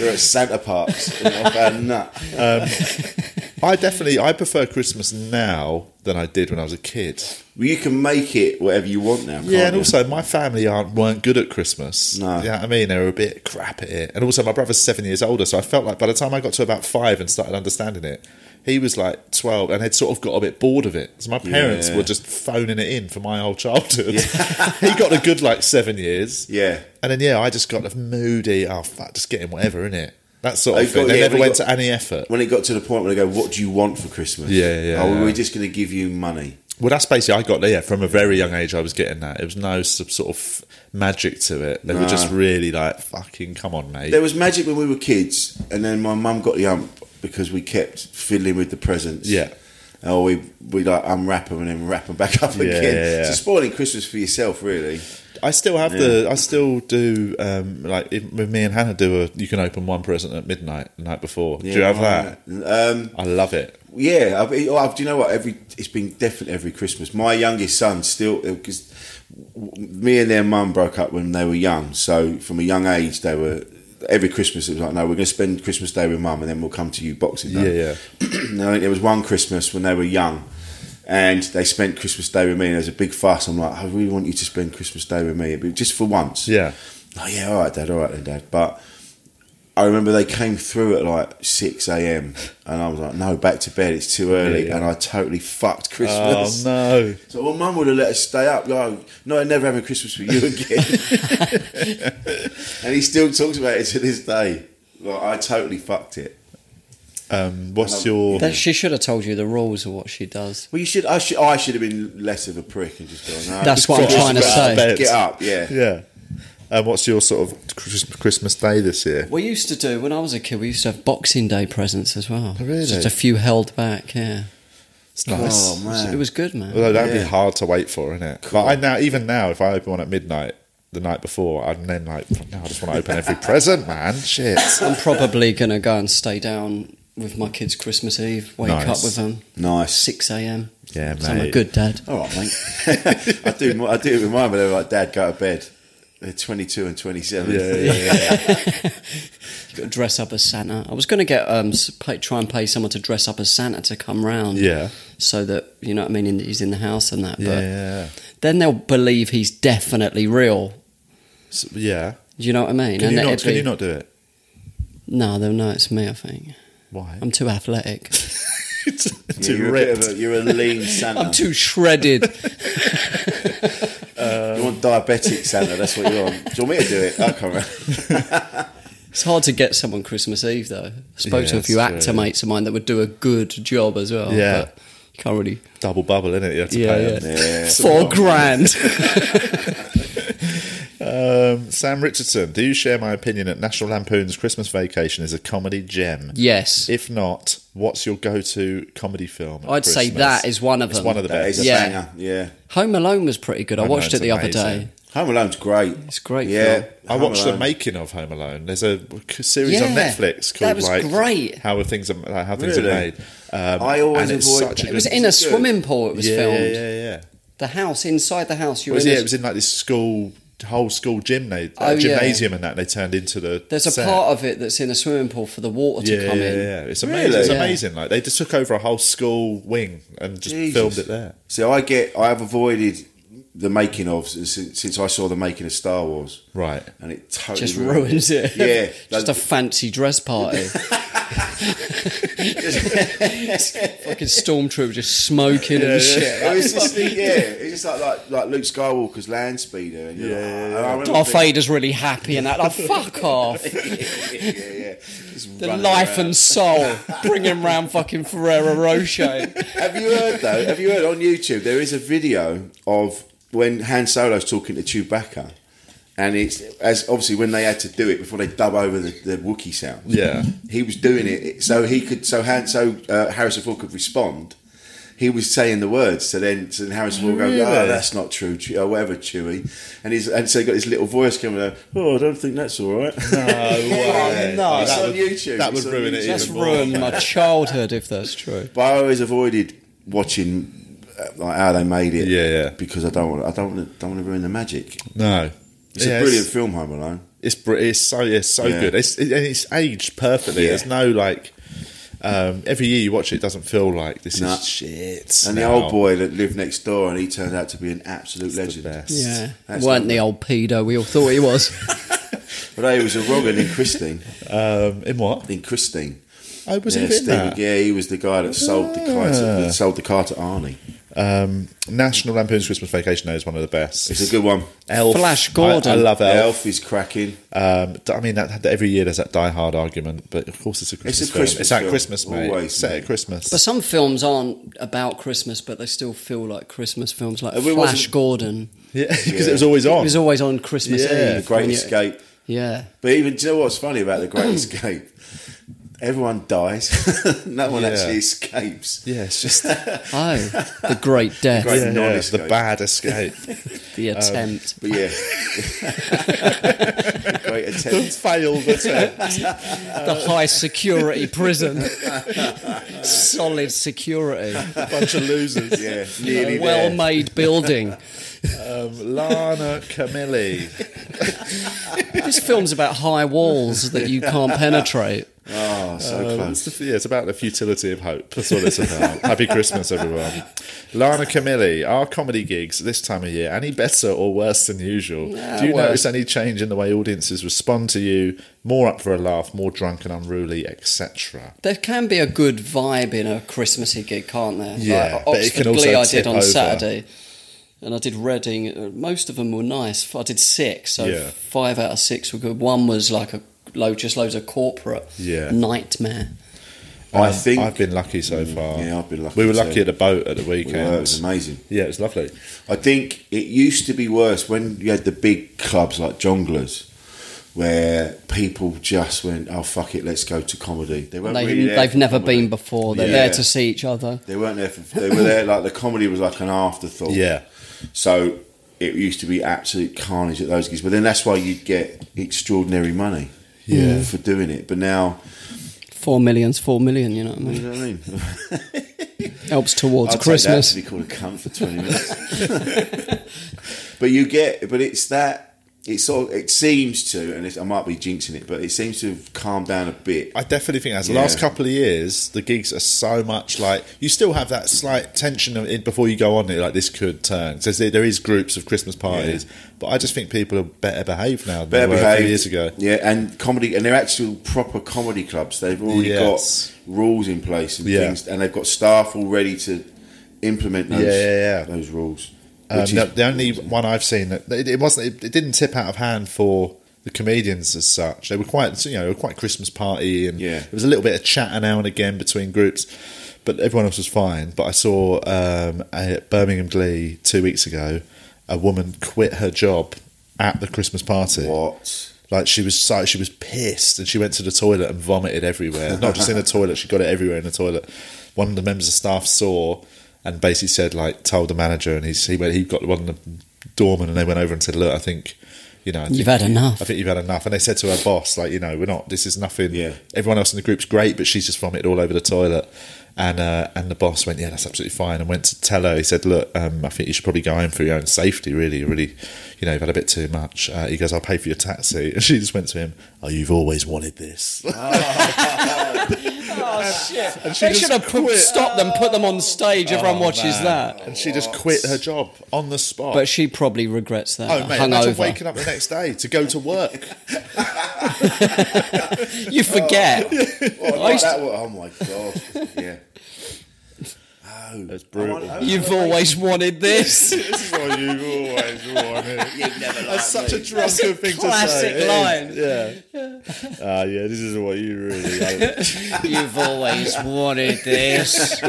Speaker 4: were at Santa Parks. and I found that.
Speaker 1: I definitely. I prefer Christmas now than I did when I was a kid.
Speaker 4: Well, you can make it whatever you want now. Can't
Speaker 1: Yeah, and
Speaker 4: you?
Speaker 1: also my family aren't weren't good at Christmas.
Speaker 4: No.
Speaker 1: you know what I mean. They were a bit crap at it, and also my brother's seven years older, so I felt like by the time I got to about five and started understanding it, he was like twelve and had sort of got a bit bored of it. So my parents
Speaker 4: Yeah.
Speaker 1: were just phoning it in for my whole childhood. he got a good like seven years.
Speaker 4: Yeah.
Speaker 1: and then yeah, I just got a moody. Oh fuck, just getting whatever in it. That sort
Speaker 4: Oh,
Speaker 1: of
Speaker 4: you
Speaker 1: thing.
Speaker 4: got-
Speaker 1: they
Speaker 4: yeah,
Speaker 1: never
Speaker 4: we
Speaker 1: went
Speaker 4: got-
Speaker 1: to any effort.
Speaker 4: When it got to the point where they go, "What do you want for Christmas?"
Speaker 1: Yeah, yeah,
Speaker 4: Oh,
Speaker 1: yeah.
Speaker 4: we're just going to give you money.
Speaker 1: Well, that's basically I got yeah from a very young age. I was getting that. It was no s- sort of magic to it. They were just
Speaker 4: No.
Speaker 1: really like, "Fucking come on, mate."
Speaker 4: There was magic when we were kids, and then my mum got the ump because we kept fiddling with the presents.
Speaker 1: Yeah.
Speaker 4: Or we we like unwrap them and then wrap them back up again.
Speaker 1: yeah, yeah.
Speaker 4: So spoiling Christmas for yourself, really.
Speaker 1: I still have the. I still do. Um, like if, with me and Hannah do a. You can open one present at midnight the night before. do you have that?
Speaker 4: that? Um,
Speaker 1: I love it.
Speaker 4: yeah. I've, oh, I've, do you know what? Every it's been different every Christmas. My youngest son still because me and their mum broke up when they were young. So from a young age, they were. Every Christmas it was like, no, we're going to spend Christmas Day with Mum, and then we'll come to you Boxing Day.
Speaker 1: Yeah, yeah.
Speaker 4: no, there was one Christmas when they were young, and they spent Christmas Day with me, and there was a big fuss. I'm like, I really want you to spend Christmas Day with me, but just for once.
Speaker 1: Yeah.
Speaker 4: Oh yeah, all right, Dad. All right, then, Dad. But I remember they came through at like six a.m. and I was like, no, back to bed. It's too early,
Speaker 1: yeah.
Speaker 4: and I totally fucked
Speaker 1: Oh
Speaker 4: Christmas.
Speaker 1: no!
Speaker 4: So well, Mum would have let us stay up. No, no, I'm never having Christmas with you again. and he still talks about it to this day. Like I totally fucked it.
Speaker 1: Um, what's your?
Speaker 2: That she should have told you the rules of what she does.
Speaker 4: Well, you should. I should. I should have been less of a prick and just gone. No,
Speaker 2: That's
Speaker 4: just
Speaker 2: what I'm
Speaker 4: get
Speaker 2: trying to
Speaker 4: up,
Speaker 2: say.
Speaker 1: bed.
Speaker 4: Get up, yeah.
Speaker 1: Yeah. Um, what's your sort of Chris- Christmas day this year?
Speaker 2: We used to do when I was a kid. We used to have Boxing Day presents as well.
Speaker 1: Oh, really?
Speaker 2: Just a few held back. Yeah,
Speaker 1: It's nice.
Speaker 4: Oh man,
Speaker 2: it was good, man.
Speaker 1: Although that'd
Speaker 4: Yeah.
Speaker 1: be hard to wait for, isn't it? But I now, even now, if I open one at midnight the night before, I'm then like, "Fuck, no, I just want to open every present, man. Shit.
Speaker 2: I'm probably gonna go and stay down with my kids Christmas Eve. Wake
Speaker 1: Nice.
Speaker 2: up with them
Speaker 4: nice.
Speaker 2: six a.m.
Speaker 1: Yeah,
Speaker 2: 'cause I'm a
Speaker 1: mate.
Speaker 2: good dad.
Speaker 4: All right, mate. I do. I do it with mine, but they were like, "Dad, go to bed." They're twenty-two and twenty-seven.
Speaker 1: Yeah, yeah, yeah.
Speaker 2: Got to dress up as Santa. I was gonna get um s- pay, try and pay someone to dress up as Santa to come round.
Speaker 1: Yeah.
Speaker 2: so that you know what I mean. and He's in the house and that. But
Speaker 1: yeah, yeah.
Speaker 2: then they'll believe he's definitely real.
Speaker 1: So, yeah.
Speaker 2: Do you know what I mean?
Speaker 1: Can you,
Speaker 2: then
Speaker 1: not,
Speaker 2: it'd
Speaker 1: can
Speaker 2: be-
Speaker 1: you not do it?
Speaker 2: No, they'll know it's me. I think
Speaker 1: Why?
Speaker 2: I'm too athletic.
Speaker 1: It's
Speaker 4: Yeah,
Speaker 1: too
Speaker 4: you're, a bit
Speaker 1: ripped.
Speaker 4: of a, you're a lean Santa.
Speaker 2: I'm too shredded.
Speaker 4: you want diabetic Santa? That's what you want. Do you want me to do it? I can't remember.
Speaker 2: It's hard to get someone Christmas Eve though. I spoke
Speaker 1: Yeah,
Speaker 2: to a few
Speaker 1: that's
Speaker 2: actor
Speaker 1: true.
Speaker 2: mates of mine that would do a good job as well.
Speaker 1: Yeah.
Speaker 2: but you can't really.
Speaker 1: Double bubble, isn't it? You have to
Speaker 2: Yeah,
Speaker 1: pay
Speaker 2: yeah.
Speaker 1: them.
Speaker 4: Yeah.
Speaker 2: Four grand.
Speaker 1: Um, Sam Richardson, do you share my opinion that National Lampoon's Christmas Vacation is a comedy gem?
Speaker 2: yes.
Speaker 1: If not, what's your go-to comedy film? at
Speaker 2: I'd say
Speaker 1: Christmas?
Speaker 2: that is one of
Speaker 1: It's
Speaker 2: them.
Speaker 1: one of the
Speaker 4: That
Speaker 1: best.
Speaker 4: is a
Speaker 2: Yeah.
Speaker 4: banger. Yeah.
Speaker 2: Home Alone was pretty good. I,
Speaker 1: Home
Speaker 2: watched it
Speaker 1: Alone's
Speaker 2: the other
Speaker 1: amazing.
Speaker 2: day.
Speaker 4: Home Alone's great.
Speaker 2: It's a great.
Speaker 4: Yeah.
Speaker 2: film.
Speaker 1: I
Speaker 4: Home
Speaker 1: watched the
Speaker 4: Alone.
Speaker 1: making of Home Alone. There's a series on
Speaker 2: Yeah,
Speaker 1: Netflix
Speaker 2: that
Speaker 1: called
Speaker 2: was
Speaker 1: like
Speaker 2: great.
Speaker 1: How are things are, like, how things
Speaker 4: Really?
Speaker 1: are made. Um,
Speaker 4: I always
Speaker 1: and it's
Speaker 4: avoid-
Speaker 1: such a
Speaker 2: It was
Speaker 1: good-
Speaker 2: in a
Speaker 4: Is it good?
Speaker 2: swimming pool. It was
Speaker 1: yeah,
Speaker 2: filmed.
Speaker 1: Yeah, yeah, yeah.
Speaker 2: The house inside the house. You
Speaker 1: It was,
Speaker 2: were in
Speaker 1: yeah,
Speaker 2: a-
Speaker 1: it was in like this school, whole school gym, they,
Speaker 2: Oh, yeah.
Speaker 1: gymnasium, and that they turned into the.
Speaker 2: There's a
Speaker 1: set.
Speaker 2: part of it that's in a swimming pool for the water to
Speaker 1: yeah,
Speaker 2: come
Speaker 1: yeah,
Speaker 2: in.
Speaker 1: yeah. It's amazing.
Speaker 4: Really?
Speaker 1: It's
Speaker 2: Yeah.
Speaker 1: amazing. Like they just took over a whole school wing and just
Speaker 4: Jesus.
Speaker 1: filmed it there.
Speaker 4: So I get. I have avoided the making of since, since I saw the making of Star Wars.
Speaker 1: Right.
Speaker 4: And it totally
Speaker 2: Just
Speaker 4: ruined
Speaker 2: ruins it.
Speaker 4: Yeah.
Speaker 2: Just a fancy dress party. Fucking stormtrooper just smoking and shit.
Speaker 4: It was just, yeah, it's just like, like like Luke Skywalker's land speeder. And you're like, oh, I remember
Speaker 2: Darth
Speaker 4: thinking-
Speaker 2: Vader's really happy and that. Like, fuck off.
Speaker 4: yeah, yeah. Just
Speaker 2: The
Speaker 4: running
Speaker 2: life
Speaker 4: around.
Speaker 2: and soul. Bring him round fucking Ferrero Rocher.
Speaker 4: Have you heard though? Have you heard on YouTube? There is a video of when Han Solo's talking to Chewbacca, and it's as obviously when they had to do it before they dub over the, the Wookiee sound.
Speaker 1: Yeah.
Speaker 4: he was doing it so he could so Han so uh, Harrison Ford could respond. He was saying the words, so then so then Harrison Ford goes, "Oh,
Speaker 1: Really?
Speaker 4: that's not true, Chewie, or whatever, Chewie." And he's and so he got this little voice coming out. Oh, I don't think that's all right.
Speaker 1: way.
Speaker 2: no.
Speaker 4: It's
Speaker 1: That
Speaker 4: on
Speaker 1: would-
Speaker 4: YouTube.
Speaker 1: that
Speaker 4: It's
Speaker 1: would
Speaker 4: on
Speaker 1: ruin it
Speaker 4: YouTube.
Speaker 2: That's
Speaker 1: even more.
Speaker 2: ruined my childhood if that's true.
Speaker 4: But I always avoided watching uh, like how they made it.
Speaker 1: Yeah, yeah.
Speaker 4: Because I don't want I don't want to, don't want to ruin the magic.
Speaker 1: No.
Speaker 4: It's
Speaker 1: Yeah,
Speaker 4: a brilliant film, Home Alone.
Speaker 1: It's br- it's so it's so
Speaker 4: Yeah.
Speaker 1: good. It's it, and it's aged perfectly.
Speaker 4: Yeah.
Speaker 1: There's no like um, every year you watch it, it doesn't feel like this
Speaker 4: Nah.
Speaker 1: is shit.
Speaker 4: And
Speaker 1: now.
Speaker 4: the old boy that lived next door, and he turned out to be an absolute
Speaker 1: It's the
Speaker 4: legend.
Speaker 1: best.
Speaker 2: Yeah.
Speaker 4: That's
Speaker 2: Weren't
Speaker 4: not
Speaker 2: the old pedo we all thought he was.
Speaker 4: But he was a Rogan in Christine.
Speaker 1: Um, in what?
Speaker 4: In Christine.
Speaker 1: I was
Speaker 4: yeah,
Speaker 1: even in
Speaker 4: Stephen-
Speaker 1: that.
Speaker 4: yeah, he was the guy that sold the car to,
Speaker 1: Ah.
Speaker 4: that sold the car to Arnie.
Speaker 1: Um, National Lampoon's Christmas Vacation though, is one of the best.
Speaker 4: It's a good one.
Speaker 1: Elf.
Speaker 2: Flash
Speaker 1: I-
Speaker 2: Gordon.
Speaker 1: I, love
Speaker 4: The
Speaker 1: Elf.
Speaker 4: Elf is cracking.
Speaker 1: Um, d- I mean, that, that- every year there's that Die Hard argument, but of course it's a Christmas.
Speaker 4: a
Speaker 1: film.
Speaker 4: Christmas
Speaker 1: It's at
Speaker 4: film,
Speaker 1: Christmas, mate.
Speaker 4: always,
Speaker 1: Set
Speaker 4: mate.
Speaker 1: at Christmas.
Speaker 2: But some films aren't about Christmas, but they still feel like Christmas films, like
Speaker 4: It wasn't-
Speaker 2: Flash Gordon.
Speaker 1: yeah, because it was always on.
Speaker 2: It was always on Christmas
Speaker 1: Yeah.
Speaker 2: Eve.
Speaker 4: The Great
Speaker 2: when you-
Speaker 4: Escape.
Speaker 2: Yeah.
Speaker 4: But even do you know what's funny about the Great Escape? Everyone dies. no one
Speaker 1: Yeah.
Speaker 4: actually escapes.
Speaker 1: yeah, it's just
Speaker 2: Oh, the Great Death,
Speaker 4: Great-
Speaker 1: yeah,
Speaker 4: non-escape.
Speaker 1: the bad escape.
Speaker 2: the attempt.
Speaker 4: But yeah, The great
Speaker 1: the
Speaker 4: attempt.
Speaker 1: failed attempt.
Speaker 4: Oh.
Speaker 2: the high security prison. Solid security.
Speaker 1: bunch of losers.
Speaker 4: Yeah, nearly
Speaker 2: A well
Speaker 4: there.
Speaker 2: made building.
Speaker 1: Um, Lana Camilli.
Speaker 2: This film's about high walls that you can't penetrate.
Speaker 4: Oh, so
Speaker 1: Um,
Speaker 4: close.
Speaker 1: it's, the- yeah, it's about the futility of hope. That's what it's about. Happy Christmas, everyone. Lana Camilli, are comedy gigs this time of year any better or worse than usual? Do you
Speaker 2: worse.
Speaker 1: notice any change in the way audiences respond to you? More up for a laugh, more drunk and unruly, etc.
Speaker 2: There can be a good vibe in a Christmassy gig, can't there?
Speaker 1: Yeah,
Speaker 2: like,
Speaker 1: but
Speaker 2: Oxford
Speaker 1: it can also
Speaker 2: Glee I
Speaker 1: tip
Speaker 2: did on
Speaker 1: over.
Speaker 2: Saturday, and I did Reading. uh, Most of them were nice. I did six, so
Speaker 1: Yeah.
Speaker 2: five out of six were good. One was like a load, just loads of corporate
Speaker 1: Yeah.
Speaker 2: nightmare.
Speaker 4: I think
Speaker 1: Um,
Speaker 4: Mm,
Speaker 1: I've been lucky so far.
Speaker 4: Yeah, I've been lucky
Speaker 1: We were
Speaker 4: too.
Speaker 1: lucky at the boat at the
Speaker 4: We
Speaker 1: weekend.
Speaker 4: were, it was amazing.
Speaker 1: Yeah, it was lovely.
Speaker 4: I think it used to be worse when you had the big clubs like Jonglers, where people just went, "Oh fuck it, let's go to comedy." They weren't
Speaker 2: They've,
Speaker 4: really there
Speaker 2: they've
Speaker 4: for
Speaker 2: never
Speaker 4: comedy.
Speaker 2: been before. They're
Speaker 4: Yeah.
Speaker 2: there to see each other.
Speaker 4: They weren't there. For, they were there like the comedy was like an afterthought.
Speaker 1: Yeah.
Speaker 4: So it used to be absolute carnage at those gigs, but then that's why you'd get extraordinary money.
Speaker 1: Yeah.
Speaker 4: For doing it, but now
Speaker 2: Four million's four million. You know what I
Speaker 4: you
Speaker 2: mean?
Speaker 4: know what I mean.
Speaker 2: Helps towards
Speaker 4: I'll
Speaker 2: Christmas.
Speaker 4: Take that to be called a cunt for twenty minutes. but you get, but it's that. It sort of, it seems to, and it's, I might be jinxing it, but it seems to have calmed down a bit.
Speaker 1: I definitely think as the
Speaker 4: Yeah.
Speaker 1: last couple of years, the gigs are so much like you still have that slight tension of it before you go on. It like this could turn. So there there is groups of Christmas parties, but I just think people are better behaved now than
Speaker 4: Better
Speaker 1: they were a few
Speaker 4: behaved.
Speaker 1: years ago.
Speaker 4: Yeah, and comedy, and they're actual proper comedy clubs. They've already
Speaker 1: Yes.
Speaker 4: got rules in place and
Speaker 1: Yeah.
Speaker 4: things, and they've got staff all ready to implement those,
Speaker 1: Yeah, yeah, yeah.
Speaker 4: those rules.
Speaker 1: Um,
Speaker 4: Which
Speaker 1: no,
Speaker 4: is-
Speaker 1: the only one I've seen that it, it wasn't. It, it didn't tip out of hand for the comedians as such. They were quite, you know, they were quite Christmas party, and
Speaker 4: Yeah.
Speaker 1: there was a little bit of chatter now and again between groups, but everyone else was fine. But I saw um, at Birmingham Glee two weeks ago, a woman quit her job at the Christmas party.
Speaker 4: what?
Speaker 1: Like she was so she was pissed, and she went to the toilet and vomited everywhere. Not just in the toilet, she got it everywhere in the toilet. One of the members of staff saw and basically said, like, told the manager, and he he went, he got one of the doorman, and they went over and said, look, I think. You know, I
Speaker 2: You've
Speaker 1: think-
Speaker 2: had enough.
Speaker 1: I think you've had enough. And they said to her boss, like, you know, we're not. This is nothing.
Speaker 4: Yeah.
Speaker 1: Everyone else in the group's great, but she's just vomited all over the toilet. And uh, and the boss went, yeah, that's absolutely fine. And went to tell her. He said, look, um, I think you should probably go home for your own safety. Really, really, you know, you've had a bit too much. Uh, he goes, I'll pay for your taxi. And she just went to him, oh, you've always wanted this.
Speaker 2: Oh shit!
Speaker 1: she
Speaker 2: They
Speaker 1: just
Speaker 2: should have put,
Speaker 1: quit.
Speaker 2: stopped them, put them on stage. Everyone
Speaker 1: Oh,
Speaker 2: watches
Speaker 1: man.
Speaker 2: that.
Speaker 1: And she just quit her job on the spot.
Speaker 2: But she probably regrets that.
Speaker 1: oh mate, imagine
Speaker 2: hungover.
Speaker 1: waking up the next day to go to work.
Speaker 2: You forget.
Speaker 4: Oh,
Speaker 2: I used
Speaker 4: that one- oh my god! yeah. Oh,
Speaker 1: That's brutal.
Speaker 2: You've always wanted this.
Speaker 1: this is what you've always wanted.
Speaker 4: never
Speaker 1: That's such a drunken
Speaker 2: That's a
Speaker 1: thing
Speaker 2: classic
Speaker 1: to say.
Speaker 2: line.
Speaker 1: Yeah. Ah, yeah. This is what you really. Like.
Speaker 2: You've always wanted this.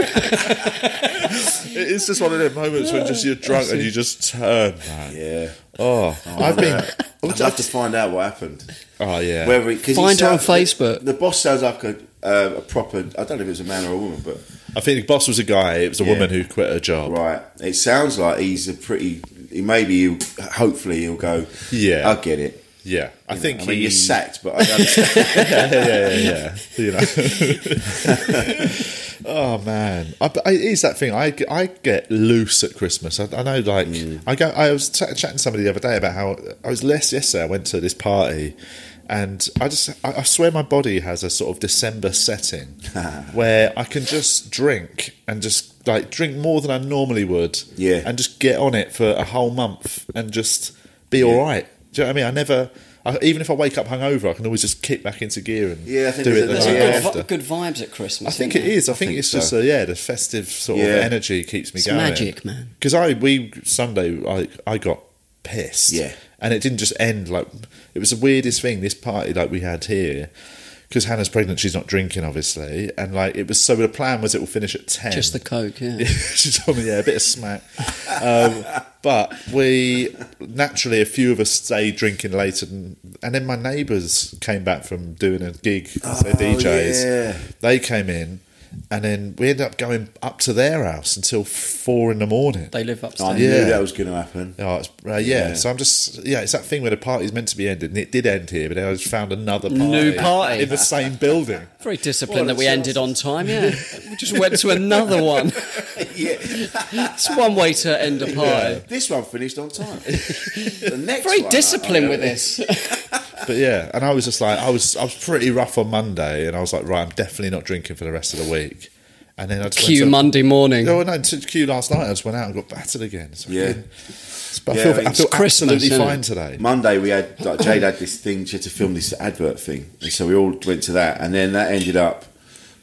Speaker 1: it's just one of those moments when just you're drunk and you just turn. Man.
Speaker 4: Yeah.
Speaker 1: Oh, I've been.
Speaker 4: I'd love to find out what happened.
Speaker 1: Oh yeah.
Speaker 4: Whether it, 'cause
Speaker 2: Find
Speaker 4: he
Speaker 2: her on
Speaker 4: sounds-
Speaker 2: Facebook.
Speaker 4: The, the boss sounds like a, uh, a proper. I don't know if it was a man or a woman, but
Speaker 1: I think the boss was a guy. It was a
Speaker 4: Yeah.
Speaker 1: woman who quit her job.
Speaker 4: right. It sounds like he's a pretty. He maybe he'll, hopefully he'll go.
Speaker 1: Yeah.
Speaker 4: I get it.
Speaker 1: Yeah. I
Speaker 4: You know,
Speaker 1: think
Speaker 4: I mean,
Speaker 1: he
Speaker 4: you're sacked, but I don't understand.
Speaker 1: yeah, yeah, yeah, yeah. You know. oh man, I, but it is that thing. I, get- I get loose at Christmas. I, I know, like I go. I was ch- chatting to somebody the other day about how I was less yesterday. I went to this party. And I just, I, I swear my body has a sort of December setting where I can just drink and just like drink more than I normally would.
Speaker 4: Yeah.
Speaker 1: And just get on it for a whole month and just be all right. Do you know what I mean? I never, I, even if I wake up hungover, I can always just kick back into gear and
Speaker 4: Yeah, I think
Speaker 1: do it the
Speaker 4: there's
Speaker 2: There's
Speaker 4: a-
Speaker 1: night
Speaker 4: Yeah.
Speaker 2: a
Speaker 1: after.
Speaker 2: good, vi- good vibes at Christmas.
Speaker 1: I think it
Speaker 2: isn't
Speaker 1: is. I think
Speaker 4: think
Speaker 1: it's
Speaker 4: so.
Speaker 1: just a, yeah, the festive sort
Speaker 4: Yeah.
Speaker 1: of energy keeps me
Speaker 2: It's
Speaker 1: going.
Speaker 2: magic, man.
Speaker 1: Because I we Sunday I I got pissed.
Speaker 4: Yeah.
Speaker 1: and it didn't just end like it was the weirdest thing. This party like we had here. Because Hannah's pregnant, she's not drinking, obviously, and like it was. So the plan was it will finish at ten.
Speaker 2: Just the coke, yeah.
Speaker 1: she told me, yeah, a bit of smack. Um, but we naturally, a few of us stayed drinking later, than, and then my neighbours came back from doing a gig, so DJs.
Speaker 4: Oh, yeah.
Speaker 1: They came in, and then we ended up going up to their house until four in the morning.
Speaker 2: They live
Speaker 4: I
Speaker 2: upstairs.
Speaker 4: knew
Speaker 1: Oh, Yeah.
Speaker 4: that was going to happen.
Speaker 1: Oh, it's, uh, yeah.
Speaker 4: Yeah.
Speaker 1: So I'm just yeah, it's that thing where the party's meant to be ended, and it did end here, but then I just found another party
Speaker 2: New party.
Speaker 1: in the same building.
Speaker 2: Very disciplined
Speaker 1: What a
Speaker 2: that we ended on time, yeah. we just went to another one.
Speaker 4: yeah.
Speaker 2: It's one way to end a party.
Speaker 4: This one finished on time. the next
Speaker 2: Very
Speaker 4: one,
Speaker 2: disciplined
Speaker 4: I- I-
Speaker 2: with this.
Speaker 1: But yeah, and I was just like, I was I was pretty rough on Monday, and I was like, right, I'm definitely not drinking for the rest of the week. And then I just
Speaker 2: Cue
Speaker 1: went
Speaker 2: Monday morning.
Speaker 1: to, Oh, no, no, to Q last night. I just went out and got battered again. It's like,
Speaker 4: Yeah.
Speaker 1: but I
Speaker 4: Yeah,
Speaker 1: feel, I
Speaker 4: it's
Speaker 1: feel
Speaker 2: Christmas,
Speaker 1: absolutely
Speaker 2: isn't it?
Speaker 1: fine today.
Speaker 4: Monday we had like Jade had this thing she had to film this advert thing, and so we all went to that, and then that ended up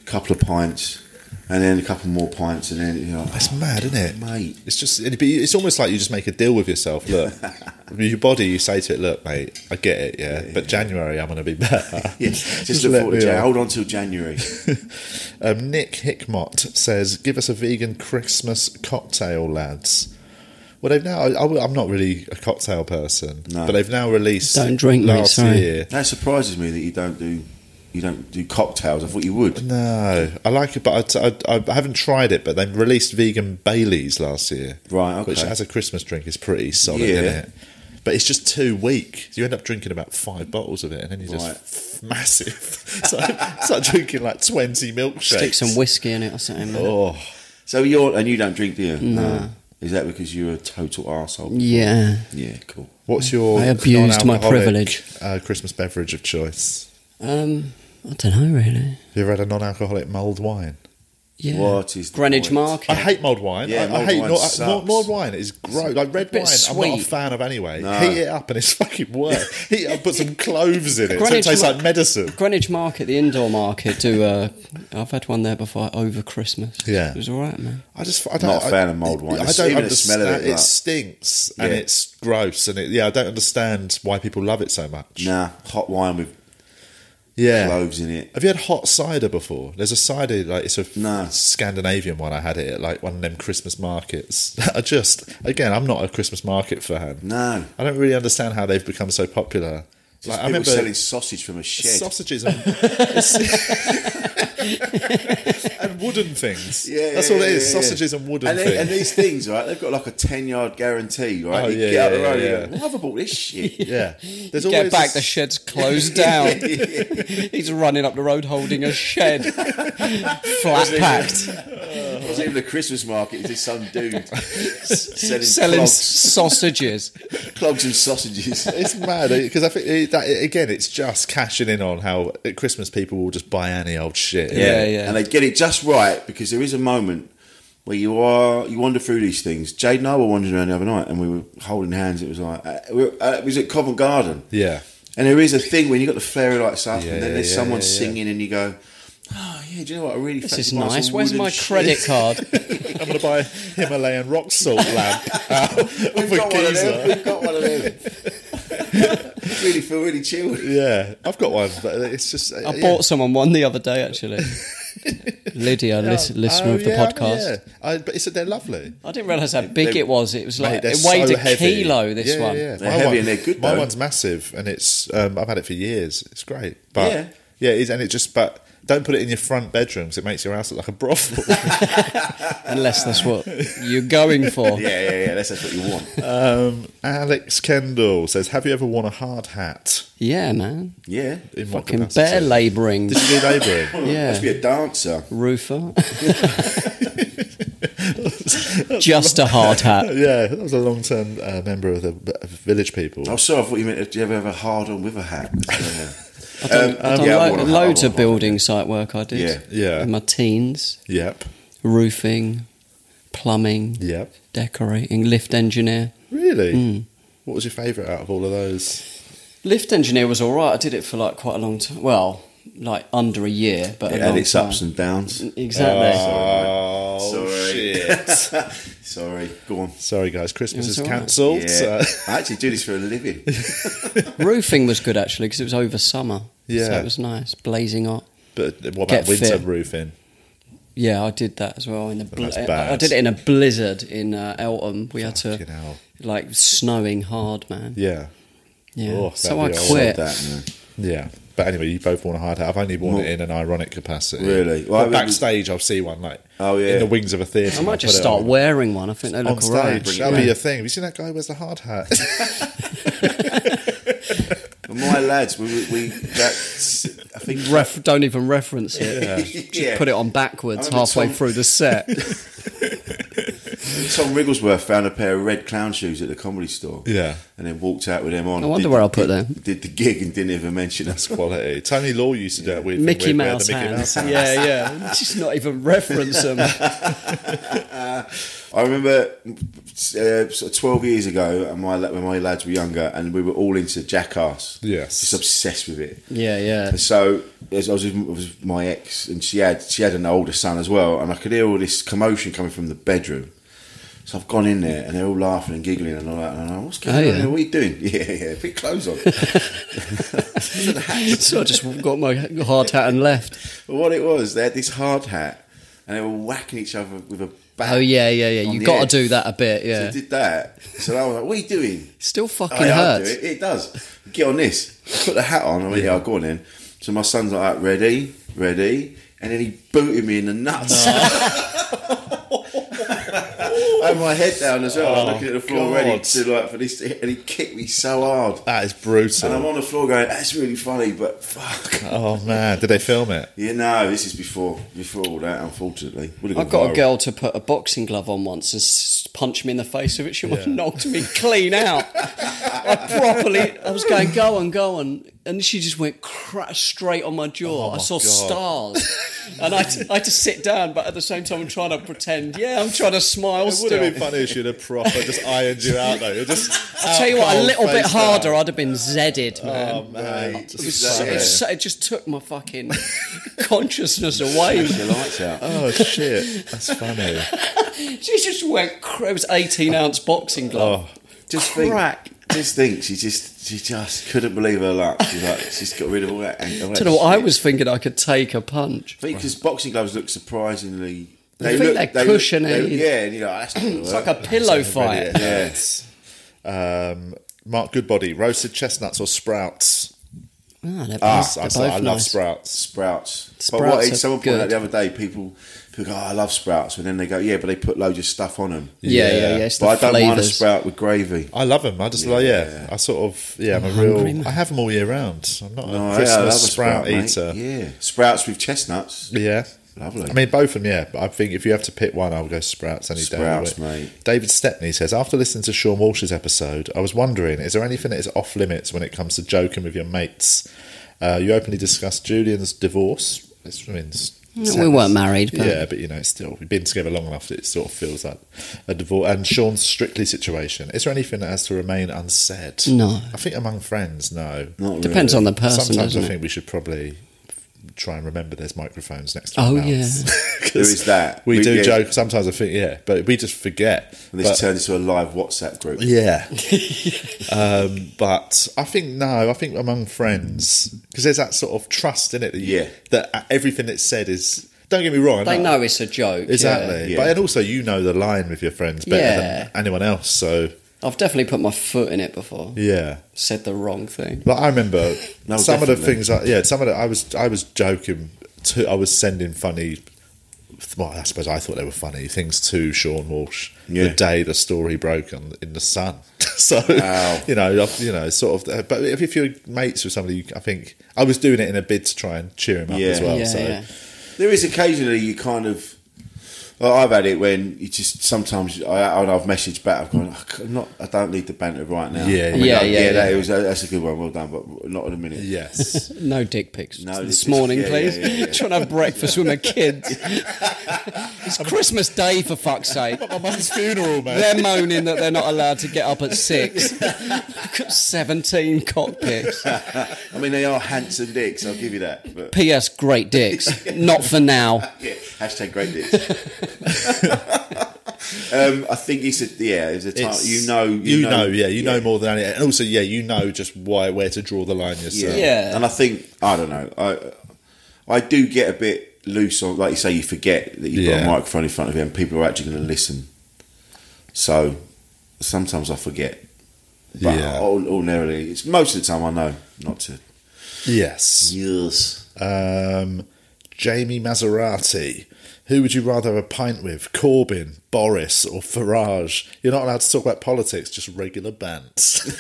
Speaker 4: a couple of pints, and then a couple more pints, and then you know,
Speaker 1: It's mad, isn't it,
Speaker 4: mate.
Speaker 1: It's just it'd be, it's almost like you just make a deal with yourself. Look, your body, you say to it, "Look, mate, I get it, yeah, but January, I'm going to be better."
Speaker 4: Yes, just look
Speaker 1: let
Speaker 4: forward
Speaker 1: me
Speaker 4: to Jan-
Speaker 1: off.
Speaker 4: Hold on till January.
Speaker 1: Um, Nick Hickmott says, "Give us a vegan Christmas cocktail, lads." Well, they've now. I, am not really a cocktail person,
Speaker 4: No.
Speaker 1: but they've now released.
Speaker 2: Don't drink, mate,
Speaker 1: last
Speaker 2: sorry.
Speaker 1: year.
Speaker 4: that surprises me that you don't do you don't do cocktails. I thought you would.
Speaker 1: No, I like it, but I, I- I haven't tried it. But they released vegan Baileys last year,
Speaker 4: Right, okay.
Speaker 1: Which as a Christmas drink is pretty solid,
Speaker 4: Yeah.
Speaker 1: isn't it? But it's just too weak. You end up drinking about five bottles of it, and then you're
Speaker 4: Right.
Speaker 1: just massive. it's, like, it's like drinking like twenty milkshakes.
Speaker 2: Stick some whiskey in it or something. mate.
Speaker 1: Oh,
Speaker 4: So you're and you don't drink, do you? No. Is that because you're a total arsehole?
Speaker 2: Yeah.
Speaker 4: Yeah, cool.
Speaker 1: What's your
Speaker 2: I abused my
Speaker 1: non-alcoholic,
Speaker 2: privilege.
Speaker 1: Uh, Christmas beverage of choice.
Speaker 2: Um, I don't know really.
Speaker 1: Have you ever had a non-alcoholic mulled wine?
Speaker 2: Yeah.
Speaker 4: What is the
Speaker 2: Greenwich
Speaker 4: point?
Speaker 2: Market?
Speaker 1: I hate mulled wine.
Speaker 4: Yeah,
Speaker 1: I, I
Speaker 4: mulled
Speaker 1: hate
Speaker 4: wine
Speaker 1: nor- I-
Speaker 4: sucks.
Speaker 1: nor- mulled wine is gross. Like red
Speaker 2: bit
Speaker 1: wine, I'm not a
Speaker 2: sweet.
Speaker 1: fan of anyway.
Speaker 4: No.
Speaker 1: Heat it up and it's fucking worse. Heat it up, put some cloves in it, so it
Speaker 2: Greenwich
Speaker 1: tastes
Speaker 2: Mar-
Speaker 1: like medicine.
Speaker 2: Greenwich Market, the indoor market, do uh, I've had one there before over Christmas.
Speaker 1: Yeah.
Speaker 2: It was all right, man.
Speaker 1: I just, I don't,
Speaker 4: Not a
Speaker 1: I-
Speaker 4: fan of mulled wine.
Speaker 1: I
Speaker 4: It's
Speaker 1: don't
Speaker 4: even the smell
Speaker 1: understand.
Speaker 4: of it,
Speaker 1: it
Speaker 4: like-
Speaker 1: stinks and
Speaker 4: Yeah.
Speaker 1: it's gross and it, yeah, I don't understand why people love it so much.
Speaker 4: Nah, hot wine with
Speaker 1: Yeah.
Speaker 4: cloves in it.
Speaker 1: Have you had hot cider before? There's a cider like it's a
Speaker 4: No.
Speaker 1: Scandinavian one. I had it at like one of them Christmas markets. I just again, I'm not a Christmas market fan.
Speaker 4: No.
Speaker 1: I don't really understand how they've become so popular.
Speaker 4: Just
Speaker 1: Like, I
Speaker 4: people
Speaker 1: remember
Speaker 4: selling sausage from a shed.
Speaker 1: sausages and, and wooden things. that's all it is.
Speaker 4: yeah, yeah.
Speaker 1: sausages and wooden
Speaker 4: and, they-
Speaker 1: things.
Speaker 4: and these things, right? They've got like a ten-yard guarantee, right?
Speaker 1: Oh,
Speaker 4: you
Speaker 1: yeah,
Speaker 4: get out
Speaker 1: yeah,
Speaker 4: the road,
Speaker 1: yeah,
Speaker 4: you go, "Why have I bought this shit?"
Speaker 1: yeah, there's
Speaker 2: Get
Speaker 1: always
Speaker 2: back,
Speaker 1: this-
Speaker 2: the shed's closed down. He's running up the road holding a shed. Flat packed.
Speaker 4: It wasn't even a Christmas market. It's just some dude s- selling,
Speaker 2: Selling
Speaker 4: clogs,
Speaker 2: sausages.
Speaker 4: clogs and sausages.
Speaker 1: It's mad because I think it, that, again, it's just cashing in on how at Christmas people will just buy any old shit. isn't
Speaker 2: Yeah,
Speaker 1: it?
Speaker 2: yeah.
Speaker 4: And they get it just right because there is a moment where you are you wander through these things. Jade and I were wandering around the other night, and we were holding hands. It was like uh, we were, uh, it was at Covent Garden,
Speaker 1: yeah.
Speaker 4: and there is a thing when you got the flare lights up,
Speaker 1: Yeah,
Speaker 4: and then
Speaker 1: yeah,
Speaker 4: there's
Speaker 1: yeah,
Speaker 4: someone
Speaker 1: yeah, yeah.
Speaker 4: singing, and you go. Oh yeah, do you know what? I really
Speaker 2: This
Speaker 4: fancy
Speaker 2: is
Speaker 4: buying some
Speaker 2: nice. Where's
Speaker 4: wooden
Speaker 2: my
Speaker 4: shit."
Speaker 2: credit card?
Speaker 1: I'm gonna buy a Himalayan rock salt lamp out
Speaker 4: We've
Speaker 1: of a
Speaker 4: got, one of them.
Speaker 1: geezer.
Speaker 4: We've got one of them. really feel really chilled.
Speaker 1: Yeah, I've got one, but it's just
Speaker 2: I bought someone one the other day, actually. Lydia, lis- listener of the podcast.
Speaker 1: Oh, I, but it's they're lovely.
Speaker 2: I didn't realise how big
Speaker 4: They-
Speaker 2: it was. It was
Speaker 1: Mate,
Speaker 2: like
Speaker 1: they're
Speaker 2: it weighed
Speaker 1: so
Speaker 2: a
Speaker 1: heavy.
Speaker 2: kilo. This
Speaker 1: Yeah,
Speaker 2: one.
Speaker 1: yeah.
Speaker 4: They're heavy and they're good,
Speaker 1: My
Speaker 4: though.
Speaker 1: one's massive, and it's um, I've had it for years. It's great, but
Speaker 4: Yeah.
Speaker 1: yeah, it is, and it just but. Don't put it in your front bedroom 'cause it makes your house look like a brothel.
Speaker 2: Unless that's what you're going for.
Speaker 4: Yeah, yeah, yeah. That's, that's what you want.
Speaker 1: um, Alex Kendall says, "Have you ever worn a hard hat
Speaker 2: Yeah, man.
Speaker 4: Yeah.
Speaker 1: in what
Speaker 2: Fucking
Speaker 1: capacity?
Speaker 2: bear labouring.
Speaker 1: Did you do labouring?
Speaker 2: Yeah.
Speaker 4: Must be a dancer.
Speaker 2: Roofer. Just a hard
Speaker 4: Um,
Speaker 2: hat.
Speaker 1: yeah, that was a long-term uh, member of the of Village People.
Speaker 4: Oh, sorry. I thought you meant. Do you ever have a hard on with a hat?
Speaker 2: I done,
Speaker 4: Um,
Speaker 2: I done
Speaker 4: yeah, I
Speaker 2: lo-
Speaker 4: want a hard
Speaker 2: loads
Speaker 4: one,
Speaker 2: of
Speaker 4: I want
Speaker 2: building site work I did.
Speaker 4: Yeah,
Speaker 1: yeah.
Speaker 2: In my teens.
Speaker 1: Yep,
Speaker 2: Roofing, plumbing,
Speaker 1: yep.
Speaker 2: decorating, lift engineer.
Speaker 1: Really?
Speaker 2: Hmm.
Speaker 1: What was your favourite out of all of those?
Speaker 2: Lift engineer was all right. I did it for like quite a long time. Well, like under a year, but
Speaker 4: It
Speaker 2: a
Speaker 4: had
Speaker 2: long
Speaker 4: its
Speaker 2: time.
Speaker 4: ups and downs.
Speaker 2: Exactly.
Speaker 1: Oh,
Speaker 4: Sorry.
Speaker 1: shit.
Speaker 4: Sorry, go on.
Speaker 1: Sorry, guys. Christmas
Speaker 2: It
Speaker 1: is
Speaker 2: was all right.
Speaker 1: cancelled.
Speaker 4: Yeah.
Speaker 1: so-
Speaker 4: I actually do this for a living.
Speaker 2: Roofing was good actually because it was over summer. So
Speaker 1: Yeah.
Speaker 2: it was nice, blazing hot.
Speaker 1: But what about
Speaker 2: Get
Speaker 1: winter
Speaker 2: fit.
Speaker 1: roofing?
Speaker 2: Yeah, I did that as well in the. Bl-
Speaker 1: Oh, That's
Speaker 2: I,
Speaker 1: bad.
Speaker 2: I did it in a blizzard in uh, Eltham. We had to
Speaker 1: Fucking hell.
Speaker 2: like snowing hard, man. Yeah.
Speaker 1: Yeah. Oh,
Speaker 2: so I
Speaker 1: that'd be all
Speaker 2: quit.
Speaker 4: That, man.
Speaker 1: Yeah. But anyway, you both worn a hard hat. I've only worn
Speaker 4: Well-
Speaker 1: it in an ironic capacity.
Speaker 4: Really?
Speaker 1: Well,
Speaker 4: Well, I mean-
Speaker 1: backstage, I'll see one like
Speaker 4: Oh, yeah.
Speaker 1: in the wings of a theatre.
Speaker 2: I might
Speaker 1: I'll
Speaker 2: just
Speaker 1: put it
Speaker 2: start
Speaker 1: on.
Speaker 2: wearing one. I think they
Speaker 1: on
Speaker 2: look alright.
Speaker 1: stage. That'll be a thing. Have you seen that guy who wears the hard hat?
Speaker 4: But my lads, we, we, we that's, I think
Speaker 2: Ref- don't even reference it. Just
Speaker 4: Yeah.
Speaker 2: put it on
Speaker 4: I
Speaker 2: backwards
Speaker 4: remember
Speaker 2: halfway
Speaker 4: Tom-
Speaker 2: through the set.
Speaker 4: Tom Rigglesworth found a pair of red clown shoes at the comedy store.
Speaker 1: Yeah.
Speaker 4: And then walked out with them on.
Speaker 2: I wonder where I'll put
Speaker 4: did-
Speaker 2: them.
Speaker 4: Did the gig and didn't even mention us.
Speaker 1: That's quality. Tony Law used to do that with
Speaker 2: Mickey
Speaker 1: with,
Speaker 2: Mouse
Speaker 1: the Mickey
Speaker 2: hands.
Speaker 1: Mouse hands.
Speaker 2: Yeah, yeah. Just not even reference them.
Speaker 4: I remember uh, sort of 12 years ago, and my, la- when my lads were younger, and we were all into Jackass.
Speaker 1: Yes.
Speaker 4: Just obsessed with it.
Speaker 2: yeah, yeah.
Speaker 4: And so as I was, with, I was with my ex, and she had she had an older son as well, and I could hear all this commotion coming from the bedroom. So I've gone in there and they're all laughing and giggling and all that. And I'm like, what's going oh, on? Yeah. What are you doing? Yeah, yeah, big clothes on.
Speaker 2: so I just got my hard hat and left.
Speaker 4: But what it was, they had this hard hat and they were whacking each other with a bat.
Speaker 2: Oh, yeah, yeah, yeah. You've got to do that a bit, yeah.
Speaker 4: So I did that. So I was like, what are you doing?
Speaker 2: Still fucking oh, yeah, hurts.
Speaker 4: Do it. it. does. Get on this. I put the hat on. I went, yeah, I'll go on then. So my son's like, ready, ready. And then he booted me in the nuts.
Speaker 2: Oh.
Speaker 4: I had my head down as well. I was
Speaker 1: Oh,
Speaker 4: looking at the floor
Speaker 1: God.
Speaker 4: ready to like for this, and he kicked me so hard.
Speaker 1: That is brutal.
Speaker 4: And I'm on the floor going, "That's really funny, but fuck."
Speaker 1: Oh man, did they film it?
Speaker 4: You know, this is before before all that. Unfortunately, Would've
Speaker 2: I
Speaker 4: gone
Speaker 2: got
Speaker 4: viral.
Speaker 2: a girl to put a boxing glove on once and s- punch me in the face with it. She yeah. knocked me clean out. I properly, I was going, go on, go on. And she just went cra- straight on my jaw.
Speaker 1: Oh,
Speaker 2: I
Speaker 1: my
Speaker 2: saw
Speaker 1: God.
Speaker 2: stars. and I had to- I had to sit down, but at the same time, I'm trying to pretend, yeah, I'm trying to smile
Speaker 1: It would
Speaker 2: still.
Speaker 1: have been funny if she'd have proper just ironed you out though. You're Just
Speaker 2: I'll tell you what, a little bit harder, I'd have been zedded, man.
Speaker 1: Oh man,
Speaker 2: It, was so, it, was so- it just took my fucking consciousness away.
Speaker 4: Your lights out.
Speaker 1: Oh shit, that's funny.
Speaker 2: She just went. cra- It was eighteen ounce boxing glove.
Speaker 1: Oh,
Speaker 4: just
Speaker 2: Crack.
Speaker 4: think, just think, she just she just couldn't believe her luck. She's like, she's got rid of all that. All
Speaker 2: I don't know what I was thinking. I could take a punch.
Speaker 4: because boxing gloves look surprisingly.
Speaker 2: I think they're
Speaker 4: look-
Speaker 2: cushiony.
Speaker 4: they- yeah, and you know that's not gonna
Speaker 2: It's
Speaker 4: work.
Speaker 2: like a pillow fight.
Speaker 1: brilliant. Um, Mark Goodbody, roasted chestnuts or sprouts?
Speaker 2: Ah, they're both-
Speaker 1: I, I
Speaker 2: they're both
Speaker 1: love
Speaker 2: nice.
Speaker 1: sprouts.
Speaker 4: sprouts. but
Speaker 2: Sprouts
Speaker 4: what
Speaker 2: are
Speaker 4: someone pointed out
Speaker 2: good.
Speaker 4: the other day, people people go, oh, "I love sprouts," and then they go, "Yeah, but they put loads of stuff on them."
Speaker 2: Yeah, yeah, yeah. it's
Speaker 4: but I
Speaker 2: the
Speaker 4: don't mind a
Speaker 2: flavours.
Speaker 4: sprout with gravy.
Speaker 1: I love them. I just like yeah. I sort of yeah. I'm, a real.
Speaker 2: hungry, man.
Speaker 1: I have them all year round. I'm not
Speaker 4: No, Oh, yeah,
Speaker 1: a
Speaker 4: I
Speaker 1: Christmas
Speaker 4: love a
Speaker 1: sprout,
Speaker 4: mate.
Speaker 1: eater.
Speaker 4: Yeah, sprouts with chestnuts.
Speaker 1: Yeah.
Speaker 4: Lovely.
Speaker 1: I mean, both of them, yeah. But I think if you have to pick one, I would go Sprouts any
Speaker 4: Sprouts,
Speaker 1: day. of the week.
Speaker 4: mate.
Speaker 1: David Stepney says, after listening to Sean Walsh's episode, I was wondering, is there anything that is off limits when it comes to joking with your mates? Uh, you openly discussed Julian's divorce. It's, I mean, it's-
Speaker 2: No, we weren't married, but-
Speaker 1: yeah, but you know, it's still we've been together long enough that it sort of feels like a divorce. And Sean's strictly situation. Is there anything that has to remain unsaid?
Speaker 2: No.
Speaker 1: I think among friends, no.
Speaker 4: Not
Speaker 2: Depends
Speaker 4: really.
Speaker 2: on Mm. the person,
Speaker 1: Sometimes I
Speaker 2: doesn't
Speaker 1: think
Speaker 2: it?
Speaker 1: we should probably try and remember there's microphones next to
Speaker 2: Oh,
Speaker 1: our
Speaker 2: yeah.
Speaker 1: mouths.
Speaker 4: There is that.
Speaker 1: We, do
Speaker 4: yeah,
Speaker 1: joke sometimes. I think yeah, but we just forget.
Speaker 4: And this
Speaker 1: But-
Speaker 4: turned into a live WhatsApp group.
Speaker 1: yeah, um, but I think no. I think among friends because there's that sort of trust in it. That you,
Speaker 4: Yeah.
Speaker 1: that everything that's said is. Don't get me wrong. I
Speaker 2: They know it's a joke. yeah.
Speaker 1: uh, exactly,
Speaker 4: yeah.
Speaker 1: but and also you know the line with your friends better
Speaker 2: Yeah.
Speaker 1: than anyone else. So
Speaker 2: I've definitely put my foot in it before.
Speaker 1: yeah,
Speaker 2: Said the wrong thing.
Speaker 1: Like I remember
Speaker 4: No,
Speaker 1: some of the
Speaker 4: definitely.
Speaker 1: things. I, yeah, some of the I was I was joking. To, I was sending funny. Well, I suppose I thought they were funny things to Sean Walsh
Speaker 4: Yeah.
Speaker 1: the day the story broke on, in the Sun. so
Speaker 4: Wow.
Speaker 1: you know, I've- you know, sort of. But if, if you're mates with somebody, I think I was doing it in a bid to try and cheer him up
Speaker 4: Yeah.
Speaker 1: as well.
Speaker 2: yeah,
Speaker 1: so
Speaker 2: yeah.
Speaker 4: There is occasionally you kind of. Well, I've had it when you just sometimes I, and I've messaged back. I've gone, I'm not. I don't need the banter right now.
Speaker 1: Yeah,
Speaker 4: I mean,
Speaker 2: yeah,
Speaker 4: like,
Speaker 2: yeah,
Speaker 4: That
Speaker 2: yeah.
Speaker 4: was that's a good one. Well done, but not in a minute.
Speaker 1: yes,
Speaker 2: No dick pics
Speaker 4: No dick
Speaker 2: this
Speaker 4: pics.
Speaker 2: morning,
Speaker 4: Yeah,
Speaker 2: please.
Speaker 4: yeah, yeah, yeah.
Speaker 2: Trying to have breakfast with my kids. it's Christmas Day, for fuck's sake.
Speaker 1: my mum's funeral, man.
Speaker 2: They're moaning that they're not allowed to get up at six. I've got 17 cockpits.
Speaker 4: I mean, they are handsome dicks. I'll give you that. But
Speaker 2: P.S. Great dicks. Not for now.
Speaker 4: yeah, hashtag great dicks. um, I think it's a yeah. It's a time,
Speaker 1: It's-
Speaker 4: you know.
Speaker 1: you, know, yeah, you know more than anyone, and also, yeah, you know just why where to draw the line yourself.
Speaker 2: Yeah.
Speaker 4: And I think I don't know. I I do get a bit loose on, like you say, you forget that you've got
Speaker 1: Yeah.
Speaker 4: a microphone in front of you, and people are actually going to listen. So sometimes I forget. But
Speaker 1: Yeah.
Speaker 4: ord- ordinarily, it's most of the time I know not to.
Speaker 1: Yes,
Speaker 4: Yes.
Speaker 1: Um, Jamie Maserati. Who would you rather have a pint with? Corbyn, Boris, or Farage? You're not allowed to talk about politics, just regular bants.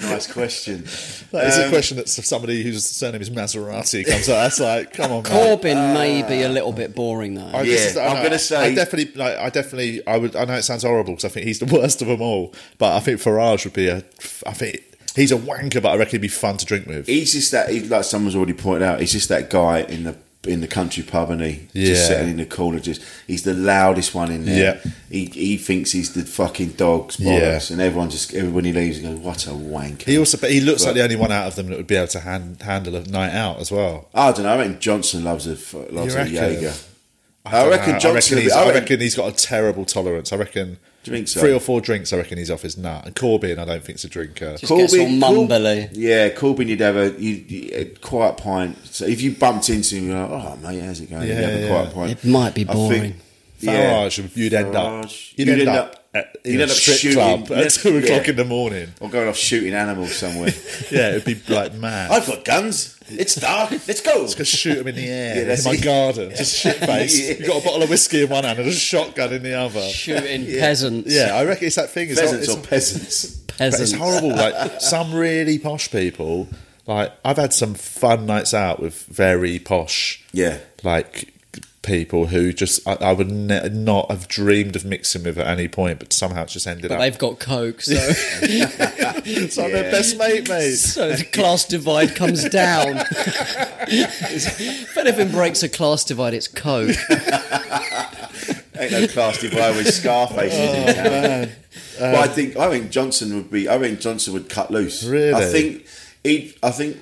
Speaker 4: Nice question.
Speaker 1: That is a
Speaker 4: Um,
Speaker 1: question that somebody whose surname is Maserati comes out. That's like, come on, man.
Speaker 2: Corbyn may be a little bit boring, though.
Speaker 1: Uh, I-
Speaker 4: Yeah,
Speaker 1: this is- I
Speaker 4: I'm
Speaker 1: know,
Speaker 4: gonna say-
Speaker 1: I definitely, like, I definitely, I would. I know it sounds horrible because I think he's the worst of them all, but I think Farage would be a. I think he's a wanker, but I reckon he'd be fun to drink with.
Speaker 4: He's just that, he, like someone's already pointed out, he's just that guy in the in the country pub, and he
Speaker 1: Yeah.
Speaker 4: just sitting in the corner. Just he's the loudest one in there.
Speaker 1: Yeah.
Speaker 4: He he thinks he's the fucking dog's bollocks, and everyone just everyone he leaves goes, "What a wanker."
Speaker 1: He also, but he looks
Speaker 4: But-
Speaker 1: like the only one out of them that would be able to hand, handle a night out as well.
Speaker 4: I don't know. I mean, Johnson loves a f-
Speaker 1: You
Speaker 4: loves a
Speaker 1: reckon?
Speaker 4: Jaeger. I,
Speaker 1: don't
Speaker 4: reckon
Speaker 1: know.
Speaker 4: Johnson.
Speaker 1: I reckon, he's,
Speaker 4: I
Speaker 1: I
Speaker 4: reckon-
Speaker 1: reckon he's got a terrible tolerance. I reckon
Speaker 4: Do you think so?
Speaker 1: three or four drinks. I reckon he's off his nut. And Corbyn, I don't think's a drinker.
Speaker 2: Just gets all
Speaker 4: Cor-
Speaker 2: mumbly.
Speaker 4: yeah, Corbyn, you'd have a, you a quiet pint. So if you bumped into him, you're like, oh, mate, how's it going?
Speaker 1: Yeah,
Speaker 4: you'd have
Speaker 1: yeah.
Speaker 4: a quiet pint.
Speaker 2: It might be
Speaker 4: I think-
Speaker 2: boring.
Speaker 1: Farage, you'd end up.
Speaker 4: Farage.
Speaker 1: You'd, end, up. at, in
Speaker 4: you'd
Speaker 1: a
Speaker 4: end up
Speaker 1: strip
Speaker 4: shooting-
Speaker 1: club at
Speaker 4: Yes,
Speaker 1: two o'clock
Speaker 4: yeah.
Speaker 1: in the morning.
Speaker 4: Or going off shooting animals somewhere.
Speaker 1: Yeah, it'd be like mad.
Speaker 4: I've got guns. It's dark. Let's go.
Speaker 1: Just shoot him in the air
Speaker 4: Yeah,
Speaker 1: in
Speaker 4: that's
Speaker 1: my
Speaker 4: it.
Speaker 1: garden. Just shit face.
Speaker 4: Yeah.
Speaker 1: You've got a bottle of whiskey in one hand and a shotgun in the other.
Speaker 2: Shooting peasants.
Speaker 1: Yeah, I reckon it's that thing. It's,
Speaker 4: Peasants
Speaker 1: it's,
Speaker 4: or peasants.
Speaker 1: but
Speaker 2: Peasants.
Speaker 1: it's horrible. Like some really posh people. Like I've had some fun nights out with very posh,
Speaker 4: Yeah.
Speaker 1: like people who just I, I would ne- not have dreamed of mixing with at any point, but somehow it's just ended
Speaker 2: But
Speaker 1: up.
Speaker 2: they've got coke, so
Speaker 1: It's like their best mate, mate.
Speaker 2: so the class divide comes down. if anything breaks a class divide, it's coke.
Speaker 4: Ain't no class divide with Scarface. in town. but I think I think Johnson would be. I think Johnson would cut loose.
Speaker 1: Really?
Speaker 4: I think he'd. I think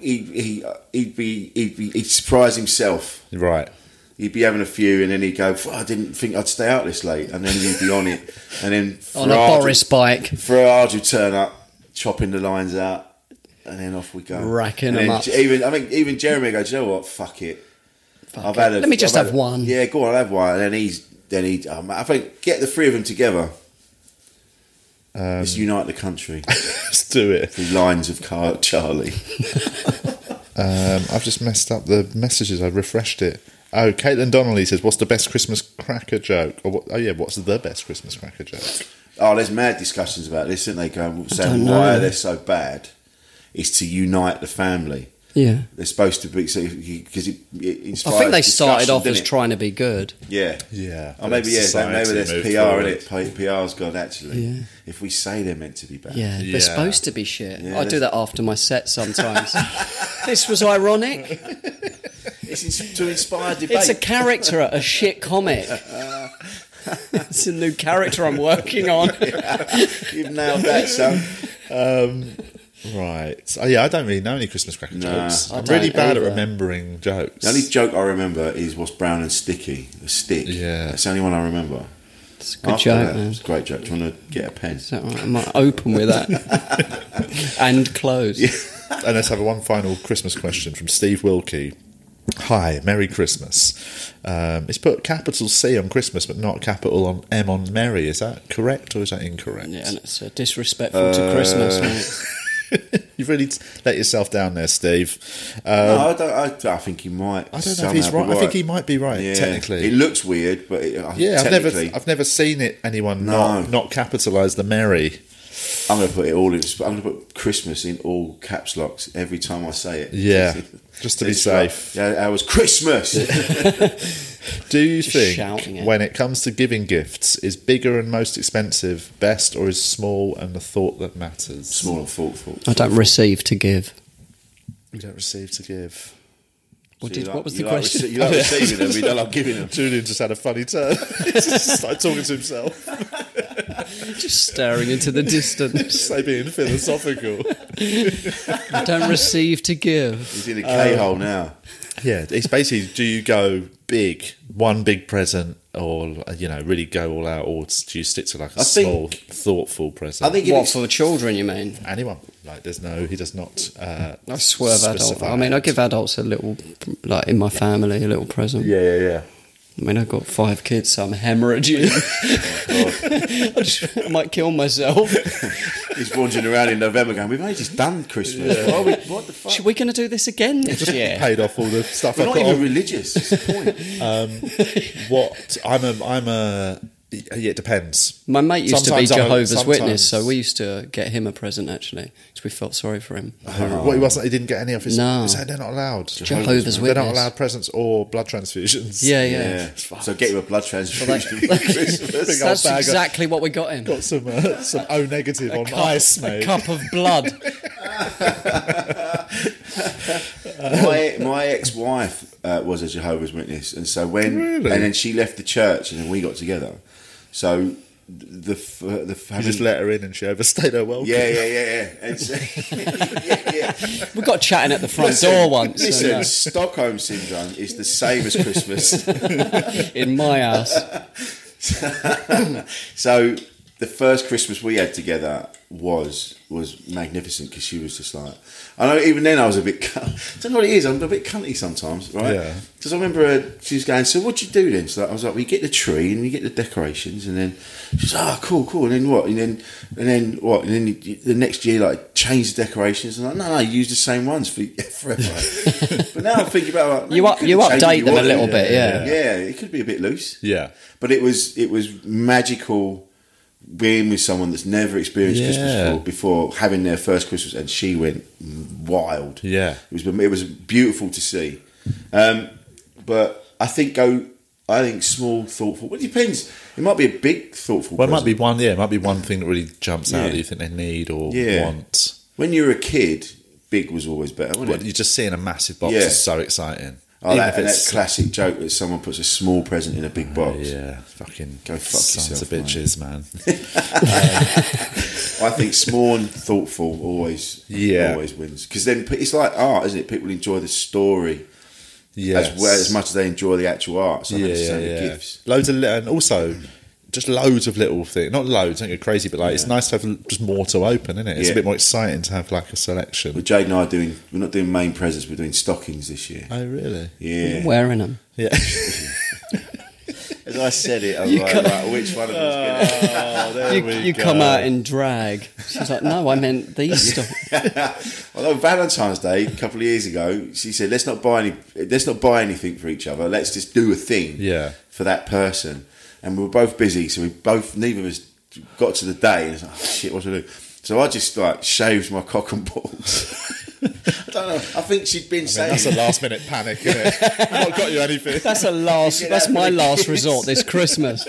Speaker 4: he he he'd be he'd be he'd surprise himself.
Speaker 1: Right.
Speaker 4: He'd be having a few, and then he'd go. "F- I didn't think I'd stay out this late, and then he'd be on it, and then
Speaker 2: On a
Speaker 4: Farage-
Speaker 2: Boris bike.
Speaker 4: Farage would turn up, chopping the lines out, and then off we go,
Speaker 2: Racking
Speaker 4: And
Speaker 2: them
Speaker 4: then
Speaker 2: up.
Speaker 4: Even I think even Jeremy goes, you know what? Fuck it. I've had. A,
Speaker 2: Let me just
Speaker 4: I've
Speaker 2: have
Speaker 4: had a-
Speaker 2: one.
Speaker 4: Yeah, go on, I'll have one. And then he's then he. Um, I think get the three of them together.
Speaker 2: Um,
Speaker 4: Let's unite the country.
Speaker 1: Let's do it.
Speaker 4: the lines of Car- Charlie.
Speaker 1: Um, I've just messed up the messages. I've refreshed it. Oh, Caitlin Donnelly says, "What's the best Christmas cracker joke?" Or what, oh yeah, what's the best Christmas cracker joke?
Speaker 4: Oh, there's mad discussions about this, isn't they? Going
Speaker 2: don't
Speaker 4: saying
Speaker 2: know.
Speaker 4: why they're so bad is to unite the family.
Speaker 2: Yeah.
Speaker 4: They're supposed to be because so, you- 'cause it, it
Speaker 2: I
Speaker 4: inspires
Speaker 2: think they
Speaker 4: discussion,
Speaker 2: started off
Speaker 4: didn't
Speaker 2: as
Speaker 4: it?
Speaker 2: trying to be good.
Speaker 4: Yeah.
Speaker 1: Yeah.
Speaker 4: Oh, maybe, yeah, so
Speaker 1: Society
Speaker 4: maybe there's
Speaker 1: moved
Speaker 4: PR in
Speaker 1: forward.
Speaker 4: it. P- PR's gone, actually.
Speaker 2: Yeah.
Speaker 4: If we say they're meant to be bad.
Speaker 2: Yeah,
Speaker 1: Yeah.
Speaker 2: they're supposed to be shit.
Speaker 4: Yeah,
Speaker 2: I do
Speaker 4: that's-
Speaker 2: that after my set sometimes. this was ironic.
Speaker 4: It's ins- to inspire debate.
Speaker 2: It's a character at a shit comic. it's a new character I'm working on.
Speaker 4: You've nailed that, son.
Speaker 1: Right. Oh, yeah, I don't really know any Christmas cracker
Speaker 4: Nah.
Speaker 1: jokes.
Speaker 2: I
Speaker 1: I'm really
Speaker 2: don't
Speaker 1: bad
Speaker 2: either.
Speaker 1: at remembering jokes.
Speaker 4: The only joke I remember is what's brown and sticky? A stick.
Speaker 1: Yeah.
Speaker 4: That's the only one I remember.
Speaker 2: It's a good
Speaker 4: After
Speaker 2: joke,
Speaker 4: that,
Speaker 2: man.
Speaker 4: It's a great joke. Do you want to get a pen?
Speaker 2: Is that right? I might open with that and close.
Speaker 1: And let's have one final Christmas question from Steve Wilkie. Hi, Merry Christmas. Um, it's put capital C on Christmas, but not capital on M on Merry. Is that correct or is that incorrect?
Speaker 2: Yeah, and it's uh, disrespectful to
Speaker 4: Uh,
Speaker 2: Christmas. Mate.
Speaker 1: You've really t- let yourself down there, Steve. Um,
Speaker 4: no, I, don't, I, I think he might.
Speaker 1: I don't know if he's right. I think he might be right,
Speaker 4: Yeah.
Speaker 1: technically.
Speaker 4: It looks weird, but it, I-
Speaker 1: yeah, I've never,
Speaker 4: technically,
Speaker 1: I've never seen it. Anyone
Speaker 4: No.
Speaker 1: not not capitalise the Merry.
Speaker 4: I'm going to put it all in. I'm going to put Christmas in all caps locks every time I say it.
Speaker 1: Yeah, just to be
Speaker 4: It's like,
Speaker 1: safe.
Speaker 4: yeah, I was Christmas.
Speaker 1: Do you
Speaker 2: Just shouting
Speaker 1: think
Speaker 2: it.
Speaker 1: when it comes to giving gifts, is bigger and most expensive best, or is small and the thought that matters?
Speaker 4: Small and thoughtful.
Speaker 2: I don't receive to give.
Speaker 1: We don't receive to give.
Speaker 2: What,
Speaker 4: So you
Speaker 2: did,
Speaker 4: like-
Speaker 2: what was
Speaker 4: you
Speaker 2: the
Speaker 4: like
Speaker 2: question?
Speaker 4: rece- you like receiving them, you don't like giving them.
Speaker 1: Julian just had a funny turn. He just started talking to himself.
Speaker 2: Just staring into the distance.
Speaker 1: Just like being philosophical.
Speaker 2: I don't receive to give.
Speaker 4: He's in a K hole now.
Speaker 1: Yeah, it's basically do you go big, one big present, or you know, really go all out, or do you stick to like a
Speaker 4: I think-
Speaker 1: small, thoughtful present?
Speaker 4: I think
Speaker 2: What for the children? You mean?
Speaker 1: anyone like there's no he does not. Uh,
Speaker 2: I swerve adults.
Speaker 1: specify
Speaker 2: I mean, I
Speaker 1: it.
Speaker 2: give adults a little, like in my family, a little present.
Speaker 4: yeah, yeah.
Speaker 2: I mean, I've got five kids, so I'm hemorrhaging. Oh, I, just- I might kill myself.
Speaker 4: He's wandering around in November going, we've only just done Christmas. Why are we, what the fuck?
Speaker 2: Should we going to do this again this year?
Speaker 1: paid off all the stuff.
Speaker 4: We're
Speaker 1: I
Speaker 4: not
Speaker 1: put
Speaker 4: even
Speaker 1: on.
Speaker 4: religious. It's the point.
Speaker 1: what I'm a I'm a yeah, it depends.
Speaker 2: My mate used
Speaker 1: Sometimes
Speaker 2: to
Speaker 1: I'm
Speaker 2: be
Speaker 1: a-
Speaker 2: Jehovah's Witness, so
Speaker 1: sometimes-
Speaker 2: we used to get him a present actually, because we felt sorry for him.
Speaker 4: Uh-huh.
Speaker 1: What he wasn't, he didn't get any of his.
Speaker 2: No.
Speaker 1: is that they're not allowed.
Speaker 2: Jehovah's
Speaker 1: They're not
Speaker 2: Witness.
Speaker 1: allowed presents or blood transfusions.
Speaker 2: Yeah, yeah.
Speaker 4: yeah. So get him a blood transfusion
Speaker 2: Well,
Speaker 4: for
Speaker 2: that-
Speaker 4: Christmas.
Speaker 1: Big old
Speaker 2: That's
Speaker 1: bag of-
Speaker 2: exactly what we got him.
Speaker 1: got some uh, some O negative on ice,
Speaker 2: a
Speaker 1: mate.
Speaker 2: cup of blood.
Speaker 4: my my ex wife uh, was a Jehovah's Witness, and so when
Speaker 1: Really?
Speaker 4: and then she left the church, and then we got together. So the f- the f-
Speaker 1: You just let her in and she overstayed her welcome.
Speaker 4: yeah yeah yeah yeah. And so- yeah, yeah.
Speaker 2: We got chatting at the front
Speaker 4: Listen,
Speaker 2: door once and,
Speaker 4: Listen,
Speaker 2: uh,
Speaker 4: Stockholm syndrome is the same as Christmas.
Speaker 2: uh, in my house.
Speaker 4: so the first Christmas we had together was was magnificent because she was just like I know even then I was a bit cu- I don't know what it is I'm a bit cunty sometimes right
Speaker 1: Yeah.
Speaker 4: because I remember her, she was going so what do you do then so I was like we get the tree and you get the decorations and then she's like, oh cool cool and then what and then and then what and then you- the next year like change the decorations and I'm like no no you use the same ones for forever but now I'm thinking about like, no,
Speaker 2: You up-
Speaker 4: could
Speaker 2: you
Speaker 4: have changed
Speaker 2: update
Speaker 4: it
Speaker 2: them a
Speaker 4: wanted.
Speaker 2: little bit, yeah.
Speaker 4: yeah it could be a bit loose
Speaker 1: Yeah.
Speaker 4: but it was it was magical being with someone that's never experienced
Speaker 1: Yeah.
Speaker 4: Christmas before, before having their first Christmas, and she went wild.
Speaker 1: Yeah.
Speaker 4: it was it was beautiful to see. Um, but I think go. I think small, thoughtful. Well, it depends. It might be a big, thoughtful.
Speaker 1: Well, it might be
Speaker 4: present.
Speaker 1: one. Yeah, it might be one thing that really jumps out
Speaker 4: Yeah.
Speaker 1: that you think they need or
Speaker 4: Yeah.
Speaker 1: want.
Speaker 4: when you were a kid. Big was always better, wasn't
Speaker 1: But
Speaker 4: it?
Speaker 1: you're just seeing a massive box
Speaker 4: Yeah.
Speaker 1: is so exciting.
Speaker 4: Oh,
Speaker 1: Even
Speaker 4: that,
Speaker 1: if
Speaker 4: and that
Speaker 1: it's-
Speaker 4: classic joke that someone puts a small present in a big box.
Speaker 1: Yeah, fucking
Speaker 4: Go fuck
Speaker 1: sons
Speaker 4: yourself,
Speaker 1: of bitches, man.
Speaker 4: I think small and thoughtful always,
Speaker 1: Yeah.
Speaker 4: always wins because then it's like art, isn't it? People enjoy the story
Speaker 1: Yes.
Speaker 4: as well as much as they enjoy the actual art. So
Speaker 1: Yeah,
Speaker 4: yeah,
Speaker 1: yeah, yeah.
Speaker 4: the gifts.
Speaker 1: Loads of li- and also just loads of little things. Not loads, don't go crazy, but like it's nice to have just more to open, isn't it? It's
Speaker 4: Yeah.
Speaker 1: a bit more exciting to have like a selection.
Speaker 4: But Jade and I are doing. We're not doing main presents. We're doing stockings this year.
Speaker 1: Oh really?
Speaker 4: Yeah.
Speaker 2: Wearing them.
Speaker 1: Yeah.
Speaker 4: As I said it, I was like, right, which one of us? is gonna-
Speaker 1: Oh,
Speaker 2: You, you come out in drag. She's like, no, I meant these stuff.
Speaker 4: Although Valentine's Day a couple of years ago, she said, "Let's not buy any. Let's not buy anything for each other. Let's just do a thing."
Speaker 1: Yeah.
Speaker 4: for that person. And we were both busy, so we both neither of us got to the day. And it's like, oh, shit, what do I do? So I just like shaved my cock and balls. I don't know. I think she'd been saying
Speaker 1: That's a last minute panic, isn't it? I've not got you anything.
Speaker 2: That's a last.
Speaker 4: Get
Speaker 2: That's
Speaker 4: out
Speaker 2: my
Speaker 4: of the
Speaker 2: last
Speaker 4: kids.
Speaker 2: resort this Christmas.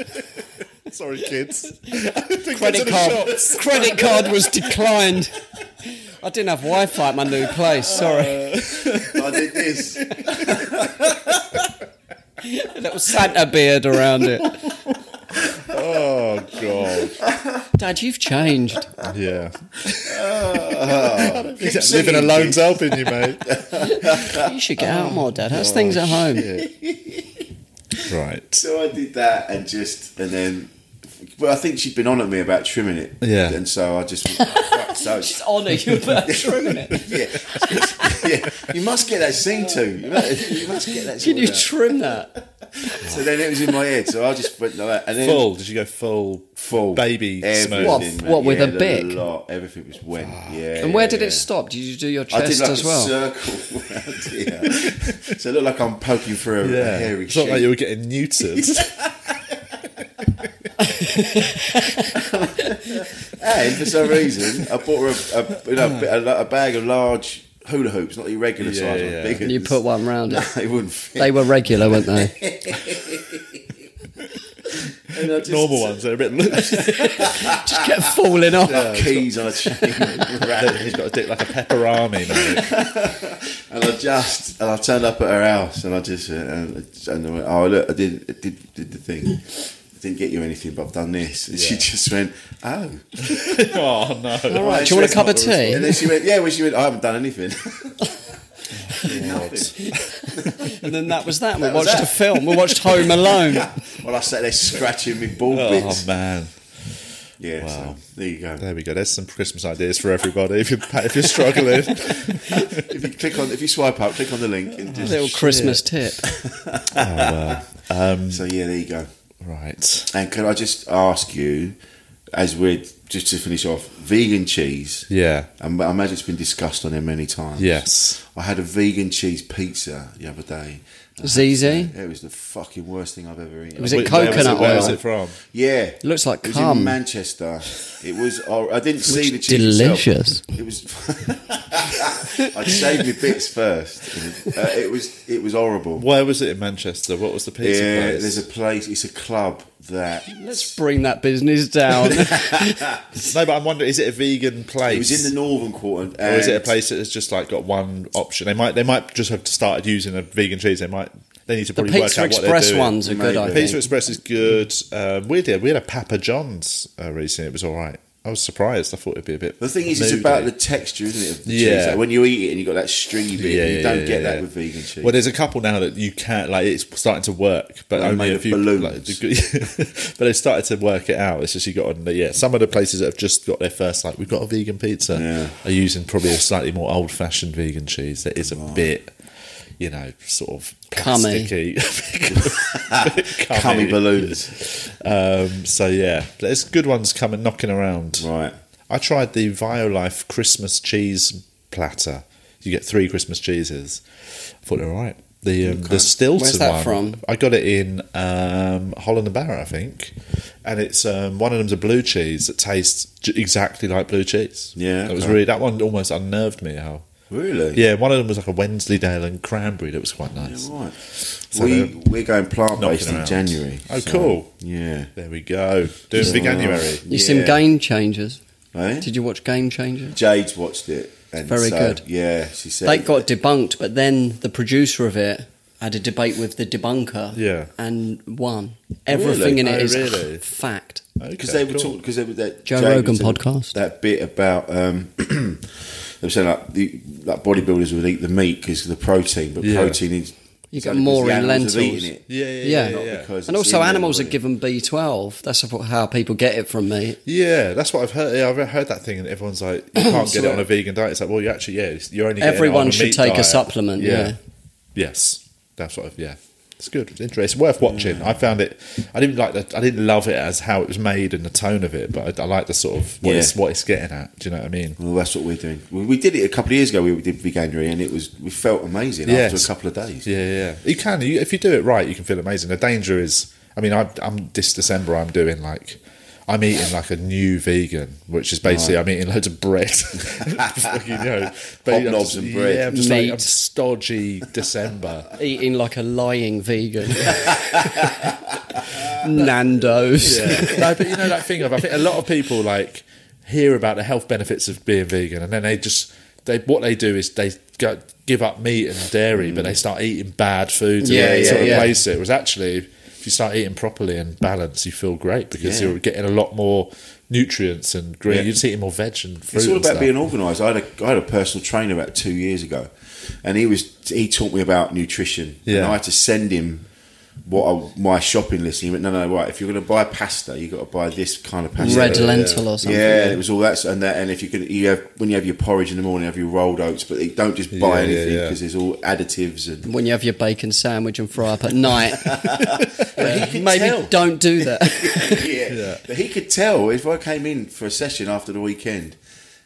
Speaker 1: Sorry, kids. Credit
Speaker 2: Credit card. Credit card was declined. I didn't have Wi-Fi at my new place.
Speaker 4: Uh.
Speaker 2: Sorry,
Speaker 4: I did this.
Speaker 2: a little Santa beard around it.
Speaker 1: Oh god.
Speaker 2: Dad, you've changed.
Speaker 1: Yeah. Ah.
Speaker 4: Keep
Speaker 1: Living
Speaker 4: singing,
Speaker 1: alone's
Speaker 4: kid.
Speaker 1: helping you, mate.
Speaker 2: You should get
Speaker 4: Oh,
Speaker 2: out more, Dad. How's things at home?
Speaker 1: right.
Speaker 4: So I did that and just and then. But I think she'd been on at me about trimming it.
Speaker 1: Yeah.
Speaker 4: And so I just. Fuck, so
Speaker 2: She's honour you about trimming it.
Speaker 4: yeah. yeah. You must get that scene too. You must, you must get that.
Speaker 2: Can you
Speaker 4: sorted out.
Speaker 2: trim that?
Speaker 4: so then it was in my head. So I just went like that. And then
Speaker 1: Full. Did you go full?
Speaker 4: full
Speaker 1: Baby
Speaker 4: everything,
Speaker 1: smooth.
Speaker 2: What,
Speaker 4: mate.
Speaker 2: what, with a
Speaker 4: the
Speaker 2: bic?
Speaker 4: lot, everything was wet. Yeah.
Speaker 2: And where
Speaker 4: yeah,
Speaker 2: did
Speaker 4: yeah.
Speaker 2: it stop? Did you do your
Speaker 4: I did
Speaker 2: chest
Speaker 4: like
Speaker 2: as
Speaker 4: a
Speaker 2: well?
Speaker 4: circle round here, so it looked like I'm poking through a, a
Speaker 1: Yeah.
Speaker 4: hairy
Speaker 1: It's not like
Speaker 4: sheet.
Speaker 1: you were getting neutered.
Speaker 4: And for some reason, I bought her a, a, you know, a, a- a bag of large hula hoops, not the regular
Speaker 1: Yeah,
Speaker 4: size,
Speaker 1: yeah.
Speaker 4: but bigger.
Speaker 2: And you put one round
Speaker 4: No,
Speaker 2: it.
Speaker 4: it wouldn't fit.
Speaker 2: They were regular, weren't they?
Speaker 4: And I just-
Speaker 1: Normal ones. They're a bit loose.
Speaker 2: Just kept falling off.
Speaker 4: Keys on a chain,
Speaker 1: He's
Speaker 4: wrapped.
Speaker 1: got a dick like a pepperami, mate.
Speaker 4: and I just and I turned up at her house, and I just uh, and, and I went, oh look, I did I did did the thing. I didn't get you anything, but I've done this, and she
Speaker 1: Yeah.
Speaker 4: just went, oh.
Speaker 1: oh no.
Speaker 2: All right, do you
Speaker 4: And she
Speaker 2: want
Speaker 4: went,
Speaker 2: a cup of
Speaker 4: "Not the result."
Speaker 2: tea?
Speaker 4: And then she went, yeah, well, she went, I haven't done anything. Nothing.
Speaker 2: And then that was that. We
Speaker 4: That was
Speaker 2: watched a
Speaker 4: that.
Speaker 2: film. We watched Home Alone.
Speaker 4: well, I sat there scratching me ball
Speaker 1: Oh
Speaker 4: bits.
Speaker 1: man.
Speaker 4: Yeah,
Speaker 1: Wow.
Speaker 4: so there you go.
Speaker 1: There we go. There's some Christmas ideas for everybody. If you're if you're struggling,
Speaker 4: If you click on, if you swipe up, click on the link. And just,
Speaker 2: Little Christmas tip.
Speaker 4: so yeah, there you go.
Speaker 1: right?
Speaker 4: And can I just ask you, as we're just to finish off, vegan cheese.
Speaker 1: Yeah.
Speaker 4: I'm- I imagine it's been discussed on here many times.
Speaker 1: Yes.
Speaker 4: I had a vegan cheese pizza the other day.
Speaker 2: ZZ?
Speaker 4: It was the fucking worst thing I've ever eaten.
Speaker 2: Was it
Speaker 1: Wait, where was
Speaker 2: coconut
Speaker 1: it- Where was
Speaker 2: oil?
Speaker 1: it from?
Speaker 4: Yeah,
Speaker 2: It looks like
Speaker 4: it was
Speaker 2: cum.
Speaker 4: in Manchester. It was. hor- I didn't see the
Speaker 2: Looks
Speaker 4: cheese. itself.
Speaker 2: delicious.
Speaker 4: It was. I'd saved my bits first. Uh, it was. It was horrible.
Speaker 1: Where was it in Manchester? What was the pizza
Speaker 4: yeah,
Speaker 1: place?
Speaker 4: there's a place. It's a club that.
Speaker 2: Let's bring that business down.
Speaker 1: No, but I'm wondering, is it a vegan place?
Speaker 4: It was in the northern quarter.
Speaker 1: or is it a place that has just like got one option? They might they might just have started using a vegan cheese. They might They need to
Speaker 2: The
Speaker 1: probably work
Speaker 2: Pizza
Speaker 1: out what they're
Speaker 2: Express
Speaker 1: doing.
Speaker 2: ones are good, I
Speaker 4: Maybe.
Speaker 2: think.
Speaker 1: Pizza Express is good. Uh, we did. We had a Papa John's uh, recently. It was all right. I was surprised. I thought it'd be a bit.
Speaker 4: The thing is,
Speaker 1: moody.
Speaker 4: it's about the texture, isn't it? Of the
Speaker 1: Yeah.
Speaker 4: cheese. Like, when you eat it and you got that stringy bit,
Speaker 1: Yeah,
Speaker 4: you
Speaker 1: yeah,
Speaker 4: don't
Speaker 1: yeah,
Speaker 4: get
Speaker 1: yeah.
Speaker 4: that with vegan cheese.
Speaker 1: Well, there's a couple now that you can't like. It's starting to work, but
Speaker 4: They're
Speaker 1: only
Speaker 4: made
Speaker 1: a
Speaker 4: of
Speaker 1: few.
Speaker 4: balloons.
Speaker 1: Like, the good- but they started to work it out. It's just you got on. The, yeah, some of the places that have just got their first like we've got a vegan pizza
Speaker 4: Yeah.
Speaker 1: are using probably a slightly more old fashioned vegan cheese that is a bit, you know, sort of
Speaker 2: Cummy.
Speaker 1: plasticky, cummy,
Speaker 4: Cummy balloons.
Speaker 1: Um, so yeah, there's good ones coming knocking around.
Speaker 4: right.
Speaker 1: I tried the Violife Christmas cheese platter. You get three Christmas cheeses. I thought they were all right. The um, the Stilton
Speaker 2: Where's that
Speaker 1: one.
Speaker 2: from?
Speaker 1: I got it in um, Holland and Barrett, I think, and it's um, one of them's a blue cheese that tastes j- exactly like blue cheese.
Speaker 4: Yeah,
Speaker 1: that was
Speaker 4: okay.
Speaker 1: really that one almost unnerved me. How
Speaker 4: Really?
Speaker 1: yeah, one of them was like a Wensleydale and cranberry that was quite nice.
Speaker 4: Right.
Speaker 1: So
Speaker 4: we,
Speaker 1: they're
Speaker 4: we're going plant based
Speaker 1: knocking
Speaker 4: in
Speaker 1: around.
Speaker 4: January.
Speaker 1: Oh, cool.
Speaker 4: Yeah.
Speaker 1: There we go. Doing big January.
Speaker 2: You seen Game Changers?
Speaker 4: Eh?
Speaker 2: Did you watch Game Changers?
Speaker 4: Jade's watched it. And
Speaker 2: Very
Speaker 4: so,
Speaker 2: good.
Speaker 4: Yeah, she said.
Speaker 2: They got debunked, but then the producer of it had a debate with the debunker
Speaker 1: Yeah.
Speaker 2: and won. Everything in it
Speaker 1: Oh,
Speaker 2: is
Speaker 1: really?
Speaker 2: fact.
Speaker 4: because
Speaker 1: Okay,
Speaker 4: they were
Speaker 1: cool.
Speaker 4: talking because they were that
Speaker 2: Joe
Speaker 4: Jade was
Speaker 2: Rogan
Speaker 4: talking-
Speaker 2: podcast.
Speaker 4: that bit about um, they were saying like the like bodybuilders would eat the meat because of the protein, but
Speaker 1: Yeah.
Speaker 4: protein is
Speaker 2: You
Speaker 4: it's
Speaker 2: get
Speaker 4: only 'cause
Speaker 2: more
Speaker 4: the
Speaker 2: in
Speaker 4: animals have
Speaker 2: lentils.
Speaker 4: eaten it.
Speaker 1: Yeah,
Speaker 2: Yeah.
Speaker 1: yeah, yeah.
Speaker 4: Not
Speaker 1: yeah.
Speaker 4: because
Speaker 2: And
Speaker 4: it's
Speaker 2: also,
Speaker 4: in
Speaker 2: animals are
Speaker 4: there,
Speaker 2: given B12. That's how people get it from me.
Speaker 1: Yeah, that's what I've heard. Yeah, I've heard that thing, and everyone's like, "You can't get it on a vegan diet." It's like, well, you actually, yeah, it's- you're only. getting it on
Speaker 2: Everyone
Speaker 1: a
Speaker 2: should
Speaker 1: meat
Speaker 2: take a
Speaker 1: diet.
Speaker 2: supplement. Yeah.
Speaker 1: Yes, that's what. I've, yeah, it's good. It's interesting. It's worth watching. I found it. I didn't like the. I didn't love it as how it was made and the tone of it, but I, I like the sort of what,
Speaker 4: Yeah.
Speaker 1: it's, what it's getting at. Do you know what I mean?
Speaker 4: Well, that's what we're doing. We, we did it a couple of years ago. We did veganuary, and it was we felt amazing after
Speaker 1: Yes.
Speaker 4: a couple of days.
Speaker 1: Yeah, yeah. You can you, if you do it right, you can feel amazing. The danger is, I mean, I, I'm this December. I'm doing like. I'm eating like a new vegan, which is basically I'm eating loads of bread, Fucking, you know, but I'm
Speaker 4: Hobnobs
Speaker 1: just-
Speaker 4: and bread.
Speaker 1: Yeah, I'm just like I'm
Speaker 2: Meat.
Speaker 1: stodgy December.
Speaker 2: Eating like a lying vegan. Nando's.
Speaker 1: no, but you know that thing of I think a lot of people like hear about the health benefits of being vegan, and then they just they what they do is they go, give up meat and dairy, but they
Speaker 4: Mm.
Speaker 1: start eating bad foods.
Speaker 2: Yeah,
Speaker 1: and they
Speaker 2: yeah,
Speaker 1: sort of
Speaker 2: yeah.
Speaker 1: replace it. Whereas actually, if you start eating properly and balanced, you feel great because
Speaker 4: Yeah.
Speaker 1: you're getting a lot more nutrients and green.
Speaker 4: Yeah.
Speaker 1: You're just eating more veg and fruit.
Speaker 4: It's all
Speaker 1: and
Speaker 4: about
Speaker 1: stuff.
Speaker 4: being organised. I had a I had a personal trainer about two years ago, and he was he taught me about nutrition. And
Speaker 1: Yeah.
Speaker 4: I had to send him what I, my shopping list. And he went, no, no, right. If you're going to buy pasta, you got to buy this kind of pasta.
Speaker 2: Red lentil or something.
Speaker 4: Yeah, it was all that and that. And if you can, you have when you have your porridge in the morning, have your rolled oats, but you don't just buy
Speaker 1: Yeah, yeah,
Speaker 4: anything
Speaker 1: yeah.
Speaker 4: because there's all additives and.
Speaker 2: When you have your bacon sandwich and fry up at night. Yeah.
Speaker 4: can
Speaker 2: Maybe
Speaker 4: tell.
Speaker 2: don't do that.
Speaker 4: yeah. but he could tell if I came in for a session after the weekend,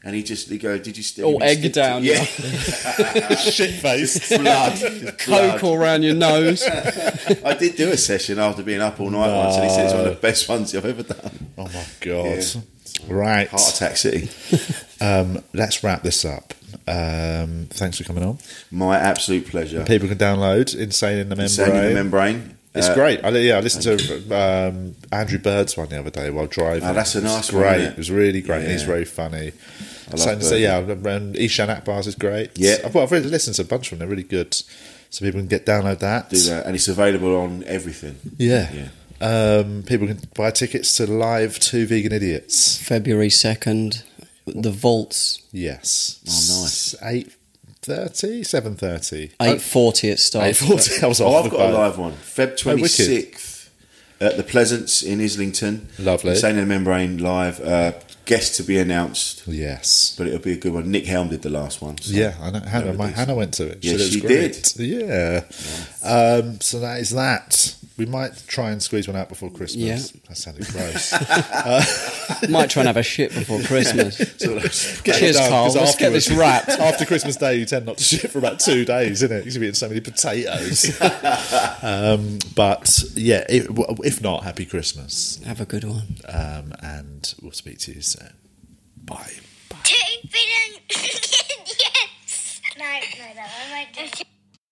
Speaker 4: and he just he go, did you still
Speaker 2: All egg down,
Speaker 4: Yeah,
Speaker 1: shit faced.
Speaker 4: blood, just
Speaker 2: Coke
Speaker 4: blood.
Speaker 2: all round your nose.
Speaker 4: I did do a session after being up all night once, and he said it's one of the best ones I've ever done.
Speaker 1: Oh my god!
Speaker 4: Yeah.
Speaker 1: Right,
Speaker 4: Heart Attack City,
Speaker 1: um, let's wrap this up. Um, thanks for coming on.
Speaker 4: my absolute pleasure.
Speaker 1: People can download Insane in the Membrane.
Speaker 4: Insane in the membrane.
Speaker 1: It's
Speaker 4: Uh,
Speaker 1: great. I, li- yeah, I listened to um, Andrew Bird's one the other day while driving.
Speaker 4: Oh, that's a
Speaker 1: It was
Speaker 4: nice one,
Speaker 1: great.
Speaker 4: isn't it?
Speaker 1: It was really great. He's
Speaker 4: Yeah.
Speaker 1: very funny.
Speaker 4: love
Speaker 1: so, so,
Speaker 4: Bird.
Speaker 1: yeah, and Ishan Akbar's is great.
Speaker 4: Yeah.
Speaker 1: I've, well, I've really listened to a bunch of them. They're really good. So people can get download that.
Speaker 4: Do that, and it's available on everything.
Speaker 1: Yeah. Um, people can buy tickets to live two vegan idiots.
Speaker 2: February 2nd, The Vaults,
Speaker 1: Yes.
Speaker 4: Oh, nice.
Speaker 1: Eight thirty, seven thirty.
Speaker 2: 8.40 it
Speaker 1: I
Speaker 2: starts.
Speaker 1: thought I was
Speaker 4: Oh,
Speaker 1: off
Speaker 4: I've
Speaker 1: the
Speaker 4: got a
Speaker 1: boat.
Speaker 4: live one. Feb
Speaker 1: Oh,
Speaker 4: twenty
Speaker 1: wicked.
Speaker 4: sixth at the Pleasance in Islington.
Speaker 1: Lovely.
Speaker 4: Insane in the membrane live. Uh, guest to be announced,
Speaker 1: Yes.
Speaker 4: but it'll be a good one. Nick Helm did the last one. so-
Speaker 1: Yeah, I know. Hannah,
Speaker 4: Very
Speaker 1: my
Speaker 4: decent.
Speaker 1: Hannah went to it.
Speaker 4: Yes,
Speaker 1: said it was
Speaker 4: she
Speaker 1: great. Yeah. Um, so that is that. We might try and squeeze one out before Christmas.
Speaker 2: Yeah.
Speaker 1: That sounded gross.
Speaker 2: Might try and have a shit before Christmas.
Speaker 4: So that's-
Speaker 1: Get it
Speaker 2: Cheers,
Speaker 1: done,
Speaker 2: Carl.
Speaker 1: 'cause
Speaker 2: Let's get
Speaker 1: afterwards-
Speaker 2: this wrapped.
Speaker 1: After Christmas Day, you tend not to shit for about two days, isn't it? Because you're eating so many potatoes. um, but yeah, if, if not, happy Christmas.
Speaker 2: Have a good one.
Speaker 1: Um, and we'll speak to you soon. Bye.
Speaker 3: Two billion idiots. No, no, no. I won't do it.